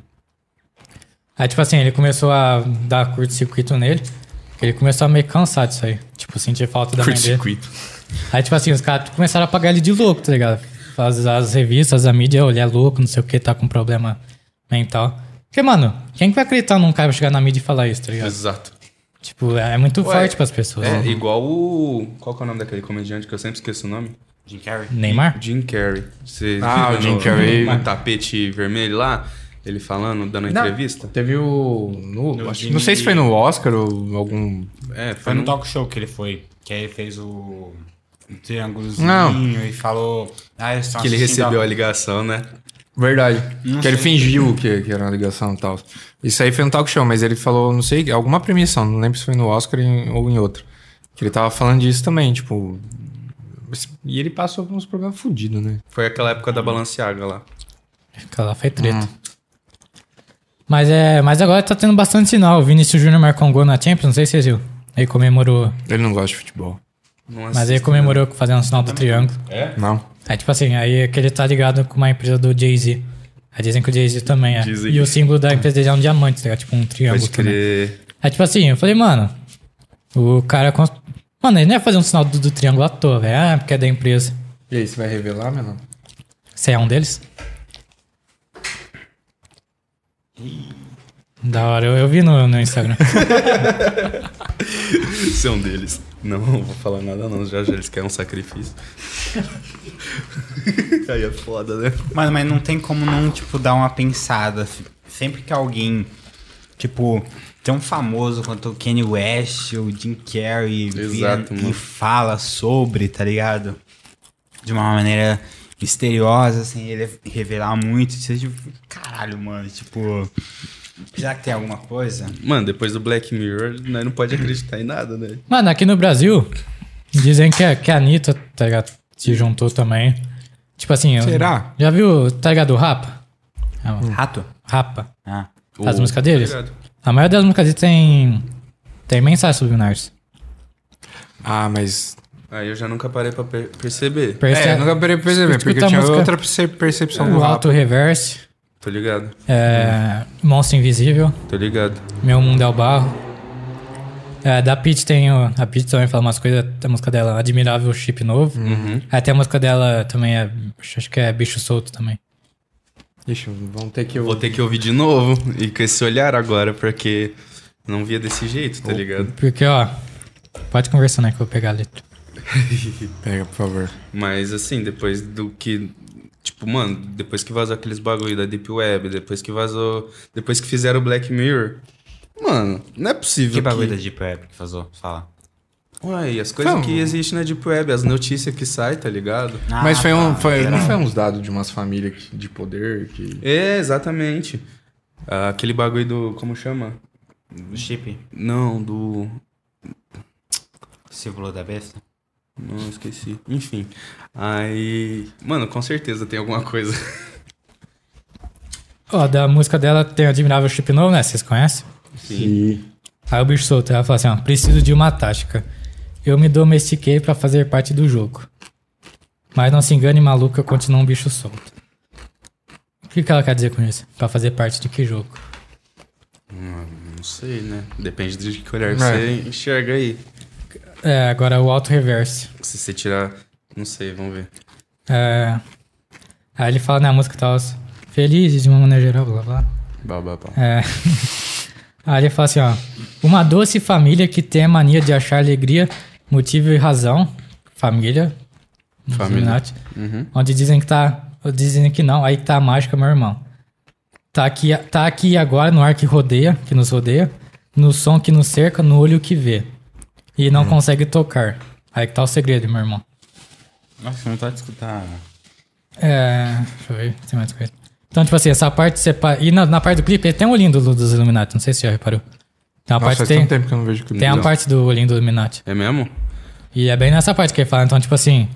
A: Aí, tipo assim, ele começou a dar curto-circuito nele, que ele começou a meio cansar disso aí. Tipo, sentir falta da mãe dele. Aí, tipo assim, os caras começaram a pagar ele de louco, tá ligado? As, as revistas, a mídia, "Ô, ele é louco, não sei o que, tá com problema mental. Porque, mano, quem que vai acreditar num cara chegar na mídia e falar isso, tá ligado?
D: Exato.
A: Tipo, é muito forte pras pessoas. né?
D: É igual o. Qual que é o nome daquele comediante que eu sempre esqueço o nome?
C: Jim Carrey?
A: Neymar?
D: Jim Carrey. Você
E: Ah,
D: viu
E: o Jim
D: no-
E: Carrey.
D: No tapete vermelho lá, ele falando, dando entrevista?
E: [laughs] Teve o. no-
C: No
E: acho-
C: Jimmy-
E: não sei se foi no Oscar ou algum.
D: É,
C: Foi
D: foi
C: no
D: um
C: talk show que ele foi, que aí ele fez o o triângulozinho
E: Não.
C: e falou... Ah, eles estão
D: que ele
C: assistindo
D: recebeu
C: a-
D: a ligação, né?
E: Verdade.
C: Não
E: que ele
C: sei.
E: fingiu que, que era uma ligação e tal. Isso aí foi no talk show, mas ele falou, não sei, alguma premiação, não lembro se foi no Oscar em- ou em outro. Que ele tava falando disso também, tipo. E ele passou por uns problemas fodidos, né?
D: Foi aquela época da Balenciaga lá.
A: Aquela lá foi treta. Mas, é, mas agora tá tendo bastante sinal. O Vinícius Júnior marcou um gol na Champions, não sei se vocês viram. Ele comemorou.
E: Ele não gosta de futebol.
A: Mas ele comemorou fazendo um sinal do triângulo.
E: Não.
A: É tipo assim, aí é que ele tá ligado com uma empresa do Jay-Z. Aí dizem que o Jay-Z também é.
D: Dizem.
A: E o símbolo da empresa dele é um diamante, tá ligado? Tipo um triângulo.
D: Pode
A: Também.
D: crer.
A: Aí tipo assim, eu falei, mano, o cara. cons- Mano, ele não ia fazer um sinal do, do triângulo à toa, velho. Ah, porque é da empresa.
E: E aí, você vai revelar, meu não?
A: Você é um deles? Da hora, eu, eu vi no, no Instagram.
D: Você é um deles. Não, não vou falar nada não. Já, já eles querem um sacrifício. Aí é foda, né?
C: Mano, mas não tem como não, tipo, dar uma pensada. Sempre que alguém, tipo, tem um famoso quanto o Kanye West, o Jim Carrey,
D: Exato,
C: vira,
D: mano.
C: e fala sobre, tá ligado? De uma maneira misteriosa, assim, ele revelar muito. Você, tipo, caralho, mano, tipo, já que tem alguma coisa?
D: Mano, depois do Black Mirror, nós não pode acreditar em nada, né?
A: Mano, aqui no Brasil, dizem que a, que a Anitta, tá ligado? Se juntou também. Tipo assim. eu-
E: Será?
A: já viu, tá ligado? O Rapa? Ah, mano,
C: Rato?
A: Rapa.
C: Ah.
A: As
D: O-
A: músicas deles?
D: Obrigado.
A: A maioria das músicas deles tem. Tem mensagem subliminares.
E: Ah, mas.
D: Aí eu já nunca parei pra per- perceber.
A: Perce-
E: É, eu nunca parei pra perceber, porque
A: escuta a
E: eu tinha
A: música-
E: outra perce- percepção do
A: o
E: rato.
A: Auto Reverse.
D: Tô ligado,
A: é, Monstro Invisível.
D: tô ligado.
A: Meu Mundo é o Barro. É, da Peach tem o, A Peach também fala umas coisas. A música dela, Admirável Chip Novo. Até a música dela também é. Acho que é Bicho Solto também.
E: Ixi, vão ter que.
D: Vou ter que ouvir de novo e com esse olhar agora, porque não via desse jeito, tá ligado?
A: Porque, ó. Pode conversar, né? Que eu vou pegar a letra.
E: Pega, por favor.
D: Mas assim, depois do que. Tipo, mano, depois que vazou aqueles bagulho da Deep Web, depois que vazou. Depois que fizeram o Black Mirror. Mano, não é possível.
C: Que bagulho da
D: que...
C: Deep Web que fazou? Fala.
D: Uai, as coisas
E: Não.
A: Então.
D: que existem na Deep Web, as notícias que saem, tá ligado?
E: mas foi um.
C: tá,
E: Foi, não
C: geral.
E: foi uns dados de umas famílias que- de poder que.
D: É, exatamente. Ah, aquele bagulho do. Como chama?
C: O chip,
D: Não, do.
C: símbolo da besta.
D: Não, esqueci. Enfim. Aí. Mano, com certeza tem alguma coisa.
A: Ó, da música dela tem Admirável Chip Novo, né? Vocês conhecem?
E: E...
A: Aí o bicho solto, ela fala assim, ó, preciso de uma tática. Eu me domestiquei pra fazer parte do jogo. Mas não se engane, maluco, eu continuo um bicho solto. O que, que ela quer dizer com isso? Pra fazer parte de que jogo?
D: Não sei, né? Depende de que olhar
E: É.
D: você enxerga aí.
A: É, agora o auto-reverse.
D: Se você tirar. Não sei, vamos ver.
A: É, aí ele fala na música e tal, felizes de uma maneira geral, blá blá.
D: Bá, bá, bá.
A: É. [laughs] Aí ele fala assim, ó. Uma doce família que tem a mania de achar alegria, motivo e razão. Família. dos
D: Família.
A: Illuminati, Onde dizem que tá. Dizem que não, aí que tá a mágica, meu irmão. Tá aqui, tá aqui agora no ar que rodeia, que nos rodeia, no som que nos cerca, no olho que vê. E não consegue tocar. Aí que tá o segredo, meu irmão.
C: Nossa, não tá de escutar.
A: É. Deixa eu ver, tem mais coisa. Então, tipo assim, essa parte separa. E na, na parte do clipe, tem um lindo dos Illuminati, não sei se você já reparou. Tem uma
E: Nossa,
A: parte
E: faz
A: que tem,
E: tanto tempo que eu não vejo clipe.
A: tem a
E: Não.
A: parte do olhinho do Illuminati.
D: É mesmo?
A: E é bem nessa parte que ele fala, então, tipo assim.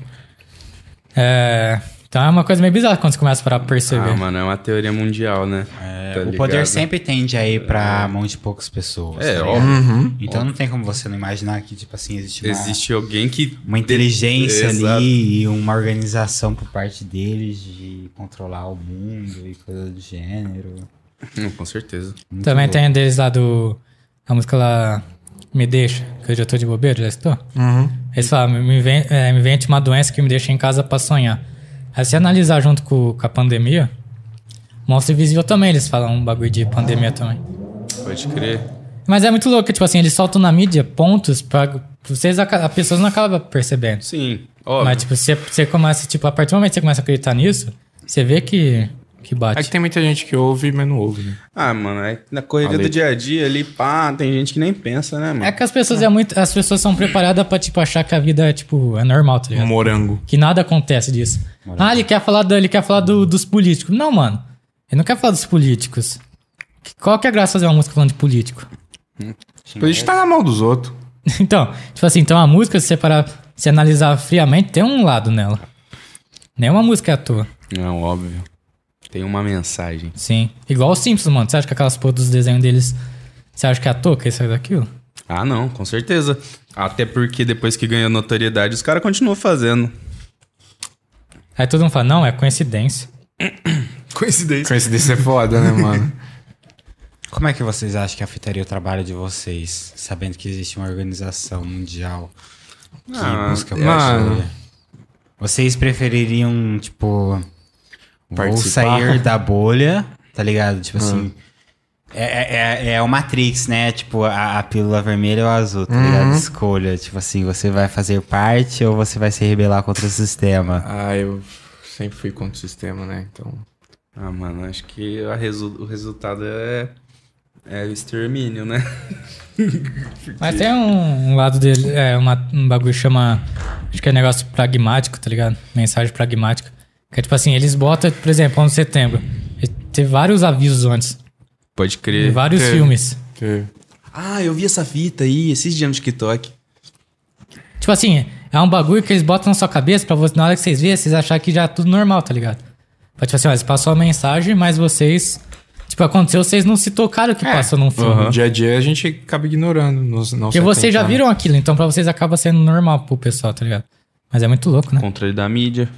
A: É. Então é uma coisa meio bizarra quando você começa a parar pra perceber.
D: Ah, mano, é uma teoria mundial, né?
C: É,
D: Tá
C: o
D: ligado?
C: poder sempre tende a ir pra mão de poucas pessoas.
D: É,
C: tá
D: ó.
C: ligado? Então não tem como você não imaginar que, tipo assim, existe uma,
D: Existe alguém que.
C: uma inteligência
D: Exato.
C: ali e uma organização por parte deles de controlar o mundo e coisa do gênero.
D: Hum, com certeza.
A: Também tem deles lá do. A música lá. Me deixa, que eu já tô de bobeira, já estou.
E: Uhum.
A: Eles falam, me, inven- é, me invente uma doença que me deixa em casa pra sonhar. Aí se analisar junto com, com a pandemia, Monstro Invisível também, eles falam um bagulho de pandemia também.
D: Pode crer.
A: Mas é muito louco, que, tipo assim, eles soltam na mídia pontos pra. Vocês, aca- as pessoas não acabam percebendo.
D: Sim. Ó,
A: Mas, tipo, você, você começa, tipo, a partir do momento que você começa a acreditar nisso, você vê que, que bate.
E: É que tem muita gente que ouve, mas não ouve, né?
D: Ah, mano, é na correria
E: Falei.
D: do dia a dia ali, pá, tem gente que nem pensa, né, mano?
A: É que as pessoas é muito. As pessoas são preparadas pra, tipo, achar que a vida é, tipo, é normal, tá
E: Um
A: ligado?
E: morango.
A: Que nada acontece disso. Ah, ele quer falar, do, ele quer falar do- dos políticos. Não, mano. Ele não quer falar dos políticos. Que- Qual que é a graça de fazer uma música falando de político? [laughs]
E: A gente tá na mão dos outros.
A: Então, tipo assim, então a música, se você parar, se analisar friamente, tem um lado nela. Nenhuma música é à toa.
D: Não, óbvio. Tem uma mensagem.
A: Sim. Igual os Simpsons, mano. Você acha que aquelas porra dos desenhos deles. Você acha que é à toa que isso é daquilo?
D: Ah, não, com certeza. Até porque depois que ganhou notoriedade, os caras continuam fazendo.
A: Aí todo mundo fala, não, é coincidência.
D: Coincidência.
E: Coincidência é foda, né, mano? [laughs]
C: Como é que vocês acham que afetaria o trabalho de vocês, sabendo que existe uma organização mundial que
D: Ah,
C: busca
E: mano.
C: parceria? Vocês prefeririam, tipo, ou
E: Participar? [laughs] Ah.
C: sair da bolha, tá ligado? Tipo assim. É, é, é- é o Matrix, né? Tipo, a, a pílula vermelha ou a azul, tá ligado?
E: Uhum.
C: Escolha. Tipo assim, você vai fazer parte ou você vai se rebelar contra o sistema.
E: Ah, eu sempre fui contra o sistema, né? Então.
D: Ah, mano, acho que a resu- o resultado é. É o extermínio, né?
A: Mas tem um, um lado dele, é uma- um bagulho que chama. Acho que é negócio pragmático, tá ligado? Mensagem pragmática. Que é tipo assim, eles botam, por exemplo, 11 de setembro. Teve vários avisos antes,
D: Pode
A: de
D: crer.
A: vários
E: teve.
A: filmes.
E: Que...
D: Ah, eu vi essa fita aí, esses dias no TikTok.
A: Tipo assim, é um bagulho que eles botam na sua cabeça pra você, na hora que vocês verem, vocês acharem que já é tudo normal, tá ligado? Pra tipo assim, ó, eles passou a mensagem, mas vocês. Tipo, aconteceu, vocês não se tocaram que passou num filme.
E: assim, No dia a dia a gente acaba ignorando. Não, não
A: Porque
E: se
A: vocês já
E: atentando.
A: viram aquilo, então pra vocês acaba sendo normal pro pessoal, tá ligado? Mas é muito louco, né?
D: Controle da mídia.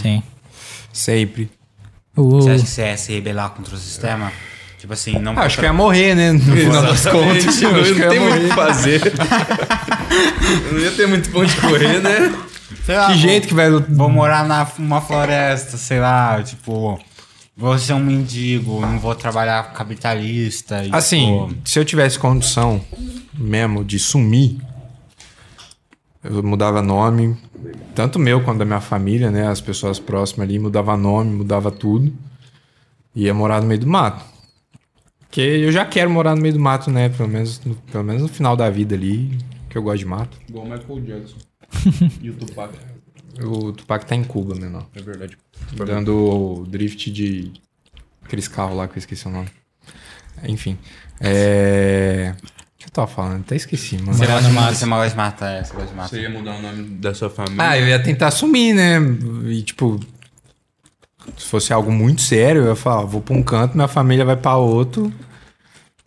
A: Sim. Uh.
E: Sempre.
A: O...
C: Você acha que você ia se rebelar contra o sistema? Tipo assim, não
E: Ah, acho que ia morrer, né? No final das contas. Acho
D: não
E: que ia
D: tem muito o que
E: morrer.
D: fazer. não ia ter muito ponto de correr, né?
C: Sei lá,
E: Que
C: vou-
E: jeito que vai.
C: Vou morar na uma floresta, sei lá, tipo. Vou ser um mendigo, não vou trabalhar com capitalista. e,
E: Assim,
C: tipo,
E: se eu tivesse condição mesmo de sumir, eu mudava nome, tanto meu quanto da minha família, né? As pessoas próximas ali, mudava nome, mudava tudo. E ia morar no meio do mato. Porque eu já quero morar no meio do mato, né? Pelo menos no, pelo menos no final da vida ali, que eu gosto de mato.
D: [laughs] Igual Michael Jackson. [laughs] e o Tupac.
E: O Tupac tá em Cuba, menor.
D: É verdade.
E: Dando drift de. Aqueles carros lá que eu esqueci o nome. Enfim. É. O que eu tava falando? Até esqueci, mano.
A: Será
C: você
A: no
C: mata,
A: mato?
C: você gosta de matar, é, você gosta de matar.
D: Você ia mudar o nome da sua família.
E: Ah, eu ia tentar sumir, né? E tipo. Se fosse algo muito sério, eu ia falar, vou pra um canto, minha família vai pra outro.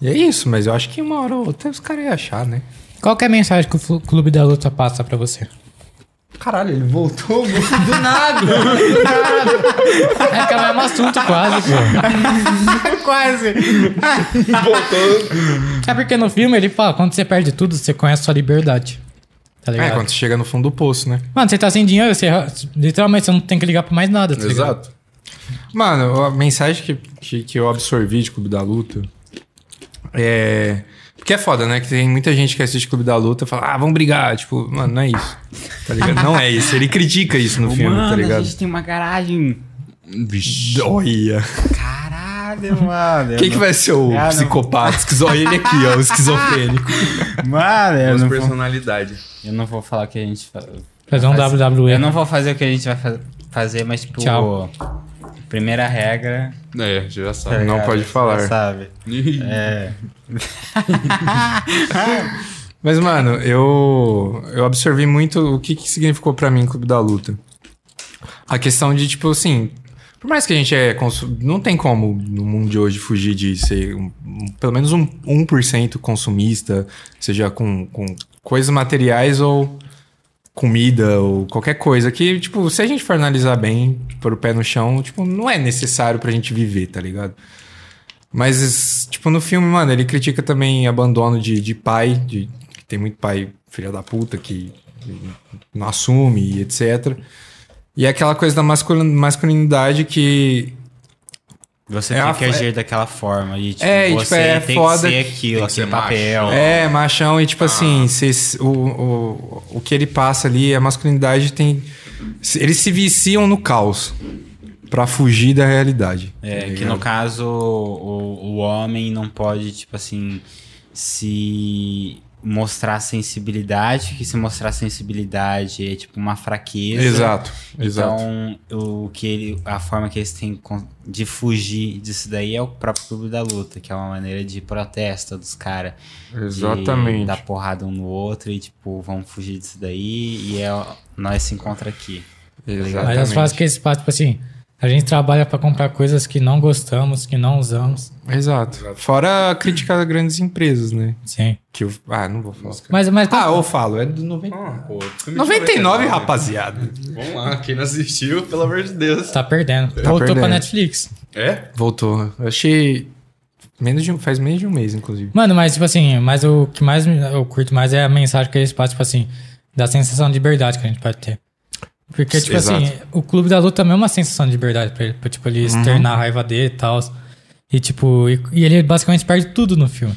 E: E é isso, mas eu acho que uma hora ou outra os caras iam achar, né?
A: Qual que é a mensagem que o Flu- Clube da Luta passa pra [laughs] você?
E: Caralho, ele voltou.
A: Do nada! é que é o mesmo assunto quase, pô.
C: Quase!
A: É porque no filme ele fala, quando você perde tudo, você conhece sua liberdade. Tá
E: É,
A: ligado?
E: quando você chega no fundo do poço, né?
A: Mano, você tá sem dinheiro, você literalmente você não tem que ligar pra mais nada, tá ligado?
E: Exato. Mano, a mensagem que, que, que eu absorvi de Clube da Luta é. Porque é foda, né? Que tem muita gente que assiste Clube da Luta e fala, ah, vamos brigar. Tipo, mano, não é isso. Tá ligado? Não é isso. Ele critica
C: [laughs]
E: isso no filme,
C: Mano,
E: tá
C: a
E: ligado?
C: gente tem uma garagem.
E: Olha. [laughs]
C: Caralho, mano. eu
E: Quem que
C: não-
E: vai ser o
C: Ah, não.
E: psicopata? Esquizo... Olha ele aqui,
C: [laughs]
E: ó, o esquizofrênico.
C: Mano, eu É, não, vou,
D: personalidades.
C: eu não vou falar o que a gente. fa-
A: Fazer um
C: faz-
A: WWE.
C: Eu não vou fazer o que a gente vai fa- fazer, mas tipo.
A: Tchau.
C: Primeira regra.
D: É, já
C: tá
D: sabe.
E: Não
C: ligado?
E: pode
C: Você
E: falar.
C: Sabe? É.
E: Mas, mano, eu, eu absorvi muito o que, que significou pra mim Clube da Luta. A questão de, tipo, assim. Por mais que a gente é. consu- Não tem como, no mundo de hoje, fugir de ser um- um- pelo menos um 1% consumista, seja com, com coisas materiais ou comida ou qualquer coisa. Que, tipo, se a gente for analisar bem, pôr o pé no chão, tipo, não é necessário pra gente viver, tá ligado? Mas, tipo, no filme, mano, ele critica também abandono de, de pai, de, que tem muito pai filha da puta que não assume e etc. E é aquela coisa da masculin- masculinidade que
C: Você
E: É
C: tem
E: uma
C: que
E: fo-
C: agir daquela forma. E, tipo,
E: É, e, tipo,
C: você
E: é
C: tem que
E: foda que-
C: ser Ah. aquilo,
D: tem que ser
C: aquele papel.
E: É, machão, e tipo assim, se- o, o, o que ele passa ali, a masculinidade tem. se- Eles se viciam no caos pra fugir da realidade.
C: É,
E: tá
C: que
E: ligado?
C: no caso o, o homem não pode, tipo assim, se mostrar sensibilidade, que se mostrar sensibilidade é tipo uma fraqueza.
E: Exato, exato.
C: Então, o que ele, a forma que eles têm con- de fugir disso daí é o próprio clube da luta, que é uma maneira de protesto dos caras.
E: Exatamente.
C: Dar porrada um no outro e, tipo, vamos fugir disso daí e é, ó, nós se encontra aqui.
A: Mas as frases que eles passam, tipo assim, A gente trabalha pra comprar coisas que não gostamos, que não usamos.
E: Exato. Fora criticar grandes empresas, né?
A: Sim.
E: Que eu- Ah, não vou falar.
A: Mas, Ah, mas
E: Ah, eu falo, é do 90...
D: Pô, filme de
A: né?
E: 99, rapaziada.
D: Vamos lá, quem não assistiu, pelo amor de Deus.
A: tá perdendo. Voltou pra
E: perdendo.
A: Netflix.
D: É?
E: Voltou. Eu achei. Menos de um, faz menos de um mês, inclusive.
A: Mano, mas tipo assim, mas o que mais me- eu curto mais é a mensagem que eles passam, tipo assim, da sensação de liberdade que a gente pode ter. Porque, tipo
E: Exato. Uhum.
A: assim, o clube da luta também é uma sensação de liberdade pra ele, pra, tipo, ele externar a raiva dele e tal. E, tipo, e, e ele basicamente perde tudo no filme.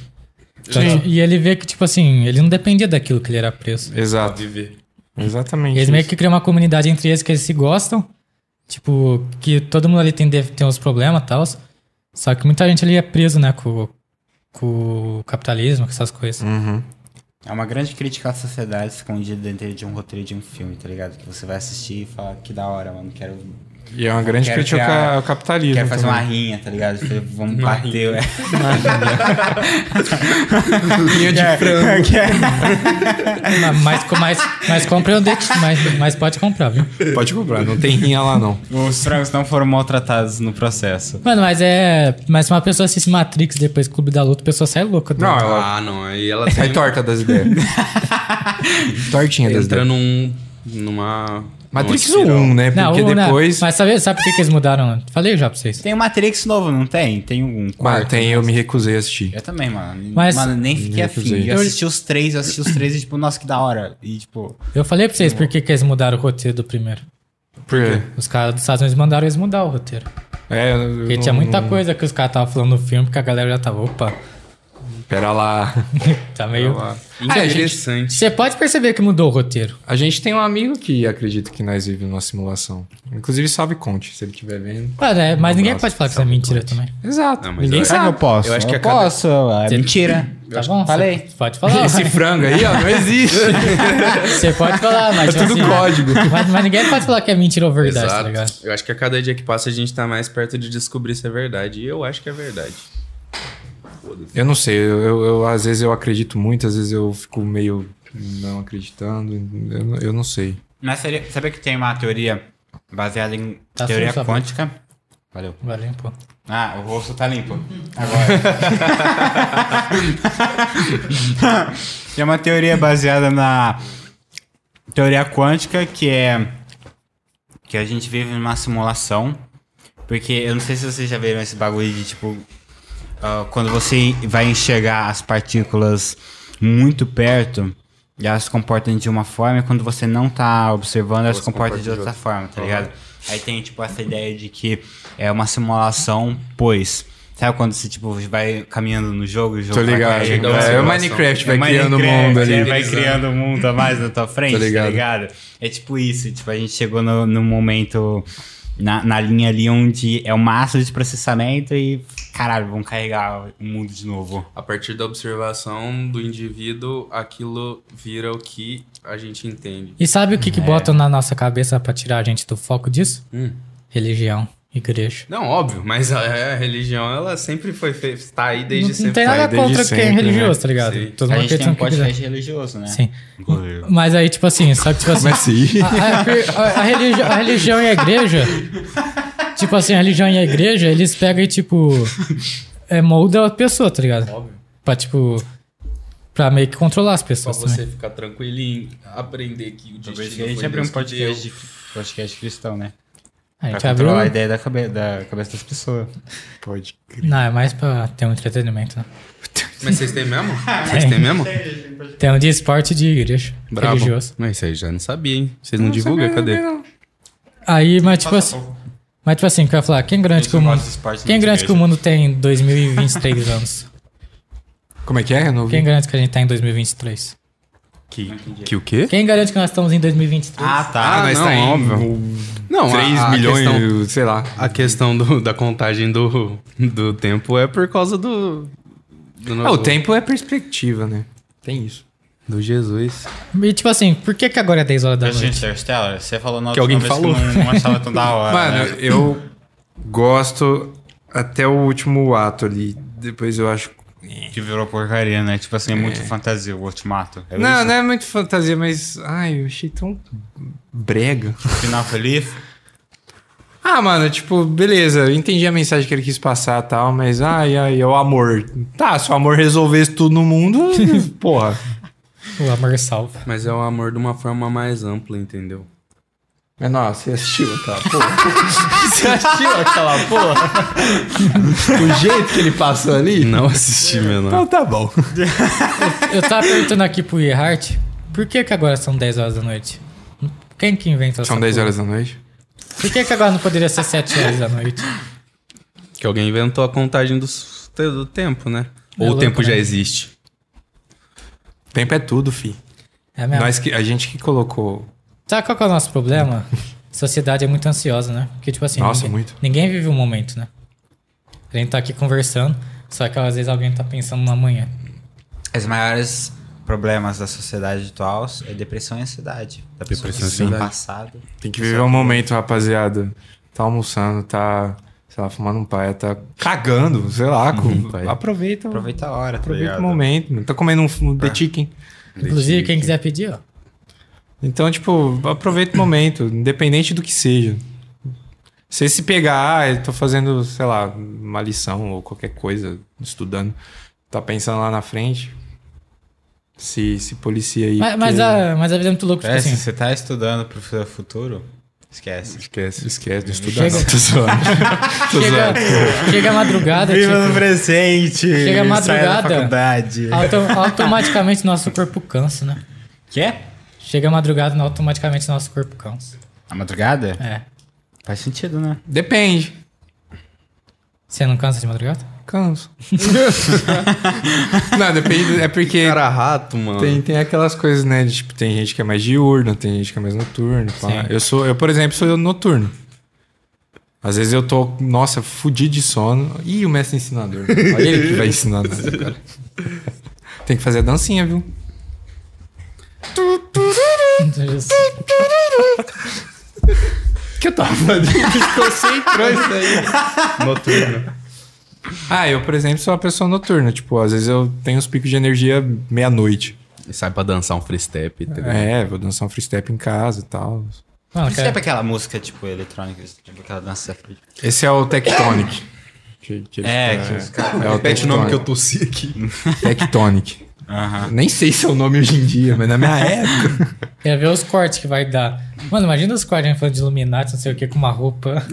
A: Então,
E: Sim.
A: tipo, e ele vê que, tipo assim, ele não dependia daquilo que ele era preso.
E: Exato.
D: Viver.
E: Exatamente.
A: E eles
E: isso.
A: meio que criam uma comunidade entre eles que eles se gostam. Tipo, que todo mundo ali tem, def- tem uns problemas e tal. Só que muita gente ali é preso, né, com, o- com o capitalismo, com essas coisas.
E: Uhum.
C: É uma grande crítica à sociedade escondida dentro de um roteiro de um filme, tá ligado? Que você vai assistir e fala que da hora, mano, quero,
E: E é uma grande
C: Quero
E: crítica
C: criar-
E: ao capitalismo. então.
C: quero fazer uma
E: também.
C: rinha, tá ligado? Você- Vamos bater, ué. [laughs]
E: rinha de
C: É,
E: frango.
A: Ma- Mas, co- mas, mas compra eu deixo, mas, mas pode comprar, viu?
E: Pode comprar, não tem rinha lá, não.
C: Os frangos não foram maltratados no processo.
A: Mano, mas é. Mas se uma pessoa assiste Matrix depois Clube da Luta, a pessoa é sai louca. do-
E: Não, ela
D: Ah, não, aí ela
E: sai
D: tá
E: torta das ideias. Tortinha das
D: [laughs] entra
E: ideias.
D: num, numa...
E: Matrix
D: numa espiral.
E: 1, né?
A: Não,
E: Porque
A: o- não,
E: depois.
A: Mas sabe, sabe por que, que eles mudaram? Falei já pra vocês.
C: Tem o Matrix novo, não tem? Tem um quarto.
E: Mano, tem, eu me recusei a assistir.
C: Eu também, mano.
A: Mas-
C: Mano, nem fiquei afim.
E: recusei.
C: Eu assisti os três, eu assisti os três e tipo, nossa, que da hora. E tipo,
A: Eu falei pra vocês por que, que eles mudaram o roteiro do primeiro.
E: Por quê?
A: Os caras dos Estados Unidos mandaram eles mudar o roteiro.
E: É, eu
A: Porque
E: não-
A: tinha muita coisa que os caras estavam falando no filme que a galera já tava, opa, [laughs]
E: Pera lá.
A: tá meio.
E: Ah, eles-
D: Interessante.
A: Você pode perceber que mudou o roteiro.
E: A gente tem um amigo que acredita que nós vivemos numa simulação. Inclusive, salve Conte, se ele estiver vendo.
A: Mano, é,
E: Um
A: mas ninguém
D: abraço,
A: pode falar que isso é
D: sabe,
A: mentira
D: pode.
A: também.
E: Exato.
D: Não, mas
E: Ninguém
D: eu-
E: sabe.
C: eu posso.
D: eu acho que a
C: eu
D: cada-
C: posso. É mentira.
A: Tá bom?
C: Falei.
A: Você Pode falar.
E: [laughs] Esse frango aí, ó, não existe.
A: Você pode falar, mas.
E: É tudo
A: tipo
E: código.
A: [laughs] Mas, mas ninguém pode falar que é mentira ou verdade, tá
D: Exato.
A: ligado?
D: eu acho que a cada dia que passa a gente tá mais perto de descobrir se é verdade. E eu acho que é verdade.
E: [laughs] Eu não sei, eu, eu- eu- às vezes eu acredito muito, às vezes eu fico meio não acreditando, eu, não- eu não sei.
C: Mas seria, sabe que tem uma teoria baseada em
A: Tá
C: teoria
A: sem sabor.
C: quântica? Valeu.
A: Valeu, pô.
C: Ah, o rosto tá limpo. Agora. [laughs] Tem uma teoria baseada na teoria quântica que é que a gente vive numa simulação. Porque eu não sei se vocês já viram esse bagulho de tipo. ah, quando você vai enxergar as partículas muito perto, elas se comportam de uma forma, e quando você não tá observando, elas se comportam de outra forma, tá ligado? Aí tem, tipo, essa ideia de que é uma simulação, pois. Sabe quando você, tipo, vai caminhando no jogo e o jogo
E: Tô
C: Então vai
E: ligado.
C: carregando
E: É,
C: você?
E: é o Minecraft, vai
C: É
E: criando o
C: Minecraft,
E: mundo ali.
C: é, vai criando o mundo a mais na tua frente,
E: Tô
C: tá ligado?
E: ligado.
C: É tipo isso, tipo, a gente chegou no, no momento, na, na linha ali onde é o máximo de processamento e, caralho, vamos carregar o mundo de novo.
D: A partir da observação do indivíduo, aquilo vira o que a gente entende.
A: E sabe o que, que botam na nossa cabeça pra tirar a gente do foco disso?
D: Hum.
A: Religião, igreja.
D: Não, óbvio, mas a, a religião, ela sempre foi feita. Tá aí desde
A: não
D: sempre.
A: tem
E: Aí
A: nada
E: desde
A: contra quem é
E: sempre, né?
A: religioso, tá ligado?
D: Sim.
A: Todo
C: a
A: mundo
C: gente
A: acredita
C: tem um
A: no que quiser.
C: podcast religioso, né?
A: Sim. Mas aí, tipo assim, só que tipo assim.
E: Mas sim.
A: A, a- a religi- a religião e a igreja. tipo assim, a religião e a igreja, eles pegam e, tipo. É, molda a pessoa, tá ligado?
D: Óbvio.
A: Pra, tipo. Pra meio que controlar as
D: Pra
A: pessoas.
D: você
A: também.
D: ficar tranquilo e aprender que o
C: Talvez
D: destino
C: a gente
D: foi
C: abriu um
D: Deus que deu.
C: podcast, de, podcast cristão, né?
A: A
C: Pra
A: gente abriu.
C: controlar a ideia da, cabe, da cabeça das pessoas.
E: Pode crer.
A: Não, é mais pra ter um entretenimento, né?
D: Mas vocês têm
C: [laughs]
D: mesmo? Vocês têm mesmo?
A: Tem um de esporte e de igreja.
D: Bravo.
A: Religioso.
D: Mas isso aí já não sabia, hein? Vocês não, divulgam? Cadê?
A: Aí, mas tipo assim. Mas tipo assim, que eu ia falar, quem grande que o mundo. Quem é grande que o mundo tem em 2023 anos?
E: Como é que é, novo?
A: Quem garante que a gente tá em 2023?
D: Que, que o quê?
A: Quem garante que nós estamos em 2023?
C: Ah, tá.
D: Ah,
E: nós
D: não,
E: tá em
D: óbvio. Não,
E: 3
D: a- a
E: milhões,
D: questão-
E: sei lá.
D: A questão do- da contagem do, do tempo é por causa do. do
E: Ah, o
D: novo-
E: tempo é perspectiva, né? Tem isso.
D: Do Jesus.
A: E tipo assim, por que, que agora é 10 horas da noite?
C: Gente, Interstellar, você falou na
D: Que alguém
C: última vez
D: falou.
C: que eu não, não achava tão da hora.
E: Mano,
C: né?
E: eu gosto até o último ato ali. Depois eu acho.
C: que virou porcaria, né? Tipo assim, é muito fantasia o ultimato. É
E: não,
C: isso?
E: não é muito fantasia, mas. Ai, eu achei tão brega.
C: Final feliz.
E: Ah, mano, tipo, beleza, eu entendi a mensagem que ele quis passar e tal, mas ai, ai, é o amor. Tá, se o amor resolvesse tudo no mundo, [laughs] porra.
A: O amor salva.
D: Mas é o amor de uma forma mais ampla, entendeu?
E: Mas É nossa, você assistiu aquela [laughs] porra? você assistiu aquela porra? o jeito que ele passou ali?
D: Não assisti, meu não.
E: Então tá bom.
A: Eu tava perguntando aqui pro Gerhardt, por que que agora são 10 horas da noite? Quem que inventa
E: São
A: essa
E: 10
A: porra?
E: horas da noite?
A: Por que que agora não poderia ser 7 horas da noite?
D: Que alguém inventou a contagem dos- te- do, tempo, né?
A: É
D: Ou o
A: louco,
D: tempo já
A: né?
D: existe.
E: Tempo é tudo, fi.
A: É mesmo?
E: Nós que, a gente que colocou.
A: Sabe qual que é o nosso problema? Sociedade é muito ansiosa, né? Porque, tipo assim,
E: Nossa,
A: ninguém,
E: muito.
A: ninguém vive o momento, né? A gente tá aqui conversando, só que às vezes alguém tá pensando no amanhã.
C: Os maiores problemas da sociedade atual é depressão e ansiedade. Da pessoa
D: Depressão e
C: que vive no
D: ansiedade.
C: passado.
E: Tem que viver o momento, rapaziada. Tá almoçando, tá, sei lá, fumando um paia, tá cagando, sei lá. com-
D: paia.
E: Uhum. aproveita, aproveita,
C: Aproveita a hora, tá
E: o
C: ligado?
A: tipo
E: momento. mano. Tá comendo um, um The Chicken.
A: Inclusive, quem quiser pedir, ó.
E: Então, tipo, aproveita o momento, independente do que seja. Você se pegar, ah, eu tô fazendo, sei lá, uma lição ou qualquer coisa, estudando, tá pensando lá na frente, se, se policia aí.
A: Mas, mas,
E: porque-
A: a, mas a vida é muito louca, tipo
C: É, se
A: assim.
C: você tá estudando pro seu futuro, esquece.
E: Esquece, esquece de estudar.
A: Chega.
E: Não, tô zoando. tô
A: Chega,
E: zoando.
A: chega a madrugada, tipo,
C: presente!
A: Chega a saia da madrugada.
C: faculdade.
A: auto- automaticamente nosso corpo cansa, né?
C: Quê?
A: Chega a madrugada, automaticamente nosso corpo cansa.
C: A madrugada?
A: É.
C: Faz sentido, né?
E: Depende.
A: Você não cansa de madrugada?
E: Canso. não, depende. É porque
D: Cara rato, mano.
E: tem, tem aquelas coisas, né? de, tipo, tem gente que é mais diurno, tem gente que é mais noturno. pá.
A: Sim.
E: Eu sou, eu, por exemplo, sou noturno. Às vezes eu tô, nossa, fudido de sono. Ih, o mestre ensinador. Olha ele que vai ensinar nós agora. Tem que fazer a dancinha, viu? Que eu tava
D: Concentrou isso aí. Noturno.
E: Ah, eu, por exemplo, sou uma pessoa noturna. Tipo, às vezes eu tenho uns picos de energia meia-noite.
D: E sai pra dançar um free step, tá ligado?
E: É, vou dançar um free step em casa e tal.
A: Não,
C: Você
A: cara,
C: lembra aquela música, tipo, eletrônica? Você lembra aquela dança da frente?
E: Esse é o Tectonic. Que- que-
C: É, que os caras...
E: É o
D: Repete o
E: Tectonic.
D: nome que eu tossi aqui.
E: Tectonic.
C: Aham.
E: Nem sei se é o nome hoje em dia, mas na minha época.
A: quer ver os cortes que vai dar. Mano, imagina os cortes a gente falando de Illuminati, não sei o que, com uma roupa.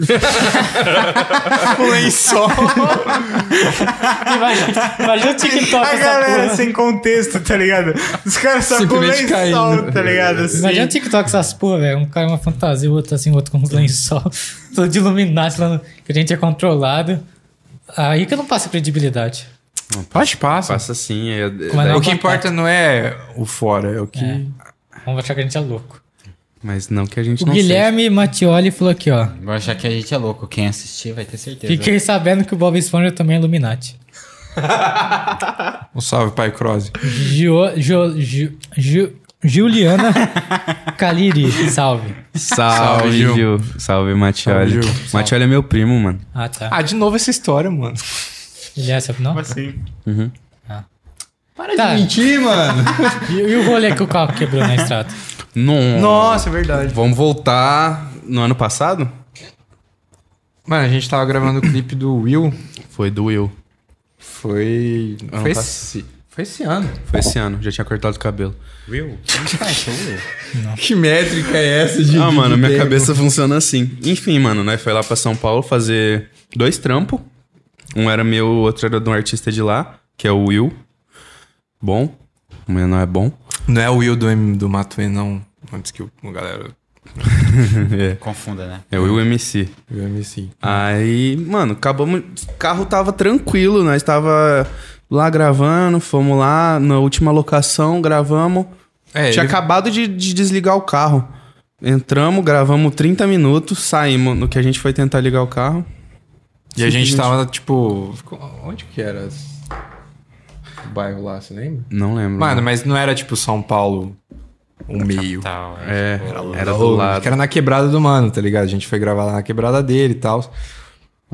E: Um lençol.
A: Imagina, imagina o TikTok
C: [laughs] A
A: essa
C: galera assim,
A: porra.
C: sem contexto, tá ligado? Os caras só com
E: Simplesmente
C: lençol,
E: caindo.
C: tá ligado? Assim.
A: Imagina o TikTok essas porra, velho. Um cara uma fantasia, o outro assim, o outro com uns lençol. [laughs] Todo de Illuminati falando que a gente é controlado. Aí que eu não passo credibilidade.
E: Passa, passa.
D: Passa assim, é, é,
A: Como é
D: daí-
A: não?
E: O que importa não é o fora, é o que.
A: Vamos achar que a gente é louco.
D: mas não que a gente
A: O
D: não
A: Guilherme Mattioli falou aqui, ó.
C: Vou achar que a gente é louco. Quem assistir vai ter certeza.
A: Fiquei sabendo que o Bob Esponja também é Illuminati.
E: Um salve, pai Croze.
A: Gio, Gio- Gio- Gio-
C: [laughs]
A: Juliana Caliri, salve.
D: seja. Salve,
E: Salve, Gil.
D: Gil. Salve, Matioli.
E: Salve, Gil.
D: Matioli é meu primo, mano.
A: Ah, tá.
E: Ah, de novo essa história, mano.
A: Ele é seu, não?
C: assim?
E: Uhum.
A: Para tá. de mentir, mano. [laughs] e, e o rolê que o carro quebrou na estrada?
D: Nossa.
E: é verdade.
D: Vamos voltar no ano passado?
E: Mano, a gente tava gravando o clipe do Will.
D: Foi do Will.
E: Foi.
D: Ano
E: Foi esse, [laughs] foi esse ano.
D: Foi esse ano, já tinha cortado o cabelo.
C: Will? Como tá isso, Will?
E: Que métrica é essa, gente?
D: Ah, mano, minha cabeça funciona assim. Enfim, mano, né? Foi lá pra São Paulo fazer dois trampos. Um era meu, o outro era de um artista de lá, que é o Will. Bom. O meu não é bom.
E: Não é o Will do, M- do Matuê, não. Antes que o o galera.
D: é.
C: Confunda, né?
D: é o Will MC.
E: O MC.
D: Aí, mano, acabamos. O carro tava tranquilo, nós tava lá gravando, fomos lá na última locação, gravamos.
E: É,
D: Tinha
E: ele-
D: acabado de, de desligar o carro. Entramos, gravamos 30 minutos, saímos no que a gente foi tentar ligar o carro.
E: E a gente
D: Simplesmente-
E: tava, tipo. ficou- Onde que era as- o bairro lá, você lembra?
D: Não lembro.
E: Mano, mas não era tipo São Paulo, o meio.
C: Tá,
D: É, era do
E: Ou-
D: lado.
E: Que era na quebrada do mano, tá ligado? A gente foi gravar lá na quebrada dele e tal.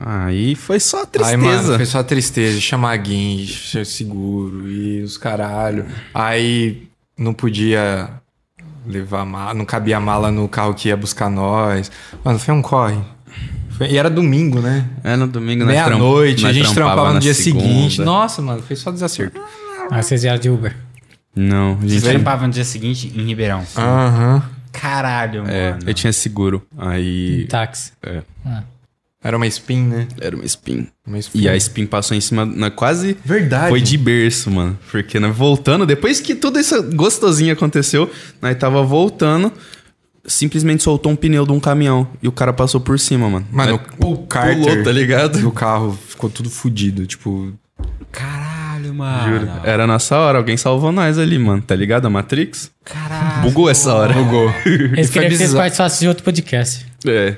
D: Aí foi só
E: Aí,
D: tristeza.
E: mano, foi só tristeza. Chamaguinho, seguro e os caralho. Aí não podia levar mala, não cabia mala no carro que ia buscar nós. Mano, foi um corre. Foi E era domingo, né?
D: É, no domingo nós tramp-
E: Meia-noite, a
D: nós
E: gente trampava
D: na
E: no dia
D: segunda.
E: seguinte. Nossa, mano, fez só desacerto.
A: Ah, vocês vieram de Uber.
D: Não, a
C: Vocês
D: gente.
C: trampavam no dia seguinte em Ribeirão.
E: Ah. Aham.
C: Caralho, mano.
D: É, eu tinha seguro. Aí.
A: Táxi.
D: é,
E: Era uma spin, né?
D: era uma spin.
E: Uma spin.
D: E a spin passou em cima. Na, quase.
E: Verdade.
D: Foi de berço, mano. Porque nós voltando, depois que tudo isso gostosinho aconteceu, nós tava voltando, simplesmente soltou um pneu de um caminhão e o cara passou por cima, mano.
E: Mano,
D: Nós
E: o Carter
D: É, pulou, tá ligado?
E: do carro ficou tudo fudido. Tipo,
C: Caralho, mano.
D: Juro. Era nessa hora, alguém salvou nós ali, mano. Tá ligado? A Matrix?
C: Caralho.
D: Bugou essa hora. Bugou.
A: Eles
E: foi
A: queriam que vocês
E: bizarro.
A: participassem de outro podcast.
D: [laughs] é.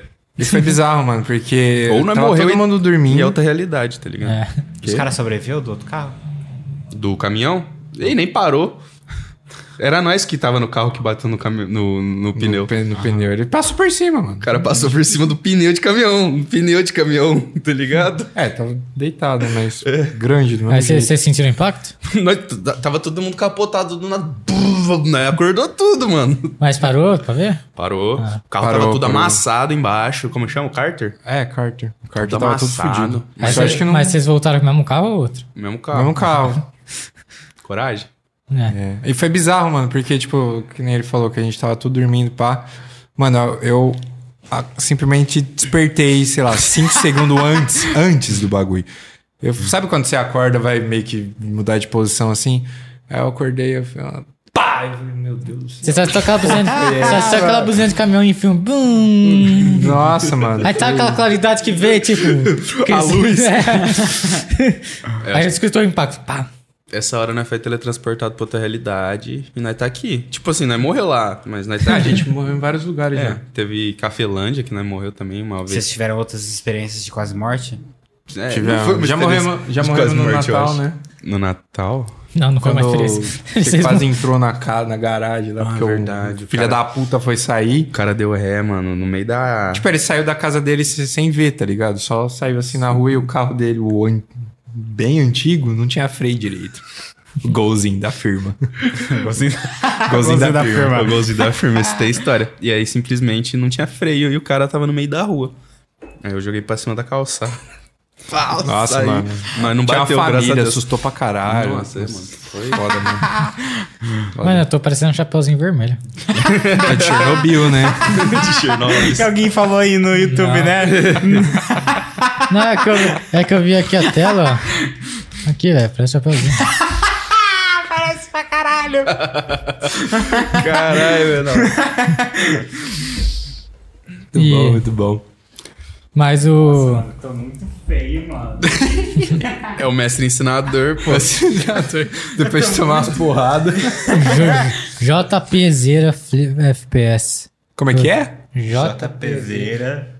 D: [laughs]
E: isso foi bizarro, mano, porque
D: Ou não
E: É, tava
D: morreu
E: todo
D: e-
E: mundo
D: E é
E: dormindo.
D: outra realidade, tá ligado?
A: É.
C: Os caras sobreviveu do outro carro?
D: Do caminhão? Ele nem parou. Era nós que tava no carro que bateu no, cami- no, no pneu.
E: No, pe- no pneu. Ele passou por cima, mano.
D: O cara passou por cima do pneu de caminhão. Um pneu de caminhão, [laughs] tá ligado?
E: É, tava deitado, mas grande, não é?
A: Aí vocês vocês sentiram impacto?
D: Nós t- tava todo mundo capotado do nada. Bum, né? Acordou tudo, mano.
A: Mas parou pra ver?
D: Parou. o carro
E: Parou,
D: tava tudo
E: parou.
D: amassado embaixo. Como chama? O Carter?
E: É, Carter. O Carter
D: Tudo
E: tava todo
D: amassado. é-
E: fudido.
A: Mas,
E: Mas eu acho que não.
A: mas vocês voltaram com o mesmo carro ou outro?
D: O Mesmo carro.
E: Mesmo carro.
D: Coragem?
A: É.
E: É. E foi bizarro, mano, porque, tipo, que nem ele falou que a gente tava tudo dormindo, pá. Mano, eu eu, ah, simplesmente despertei, sei
D: [laughs]
E: lá, 5 segundos antes, antes do bagulho. Eu,
D: Uhum.
E: sabe quando você acorda, vai meio que mudar de posição assim? Aí eu acordei, eu falei, ah, pá! Eu falei, meu Deus do céu.
A: Você só toca aquela
E: [laughs]
A: buzina de,
E: É.
A: você só toca aquela buzina de caminhão em filme. Bum!
D: [laughs]
E: Nossa, mano.
A: Aí tá aquela claridade que vê,
E: [laughs]
A: tipo.
D: A
A: [laughs]
D: luz.
A: É.
E: É.
A: Aí eu escutou o impacto. Pá.
D: Essa hora nós foi teletransportado pra outra realidade e nós tá aqui. Tipo assim, nós morreu lá, mas nós tá
E: A
D: aqui. [laughs]
E: gente morreu em vários lugares né?
D: É,
E: já.
D: teve Cafelândia, que nós morreu também uma
C: Vocês
D: vez.
C: tiveram outras experiências de quase morte?
D: É,
E: Tivemos.
D: não foi uma
E: já
D: experiência
E: morremos, já
D: de quase
E: morremos no
D: morte, eu
E: Natal,
D: acho.
E: né?
D: No Natal?
A: Não, não foi
E: Quando
A: mais feliz. [laughs]
E: você quase entrou na, ca- na garagem lá, porque
D: verdade,
E: o filho
D: cara.
E: da puta foi sair.
D: O cara deu ré, mano, no meio da.
E: Tipo, ele saiu da casa dele se- sem ver, tá ligado? Só saiu assim na rua e o carro dele, o an- bem antigo, não tinha freio direito. O golzinho
D: [laughs]
E: da firma.
D: golzinho,
C: Golzinho
D: da,
C: da
D: firma.
C: firma.
D: O golzinho da firma, esse
E: [laughs]
D: tem história. E aí simplesmente não tinha freio e o cara tava no meio da rua. Aí eu joguei pra cima da calçada.
E: Nossa,
D: aí,
E: mano.
D: Mas não
E: Tinha
D: bateu,
E: uma
D: graças a
E: família,
D: Deus.
E: assustou pra caralho.
D: Nossa, é, mano.
E: Foi foda, mano.
A: Mano, eu tô parecendo um chapeuzinho
E: [laughs]
A: vermelho.
E: É de
D: [laughs]
E: Chernobyl, né?
D: De Chernobyl.
C: alguém falou aí no YouTube, né?
A: Não, é que eu, é que eu vi aqui a tela, ó. Aqui, velho, parece um chapeuzinho.
C: [laughs] Parece pra caralho.
E: [laughs]
D: Caralho, velho. não.
E: Muito
A: E-
E: bom, muito bom.
A: Mas o.
C: Tô muito feio, mano.
D: É o mestre ensinador,
E: [laughs]
D: pô.
E: Depois de tomar uma porrada.
A: JP Zera Fli- FPS.
E: Como é que é?
A: J
C: Peseira.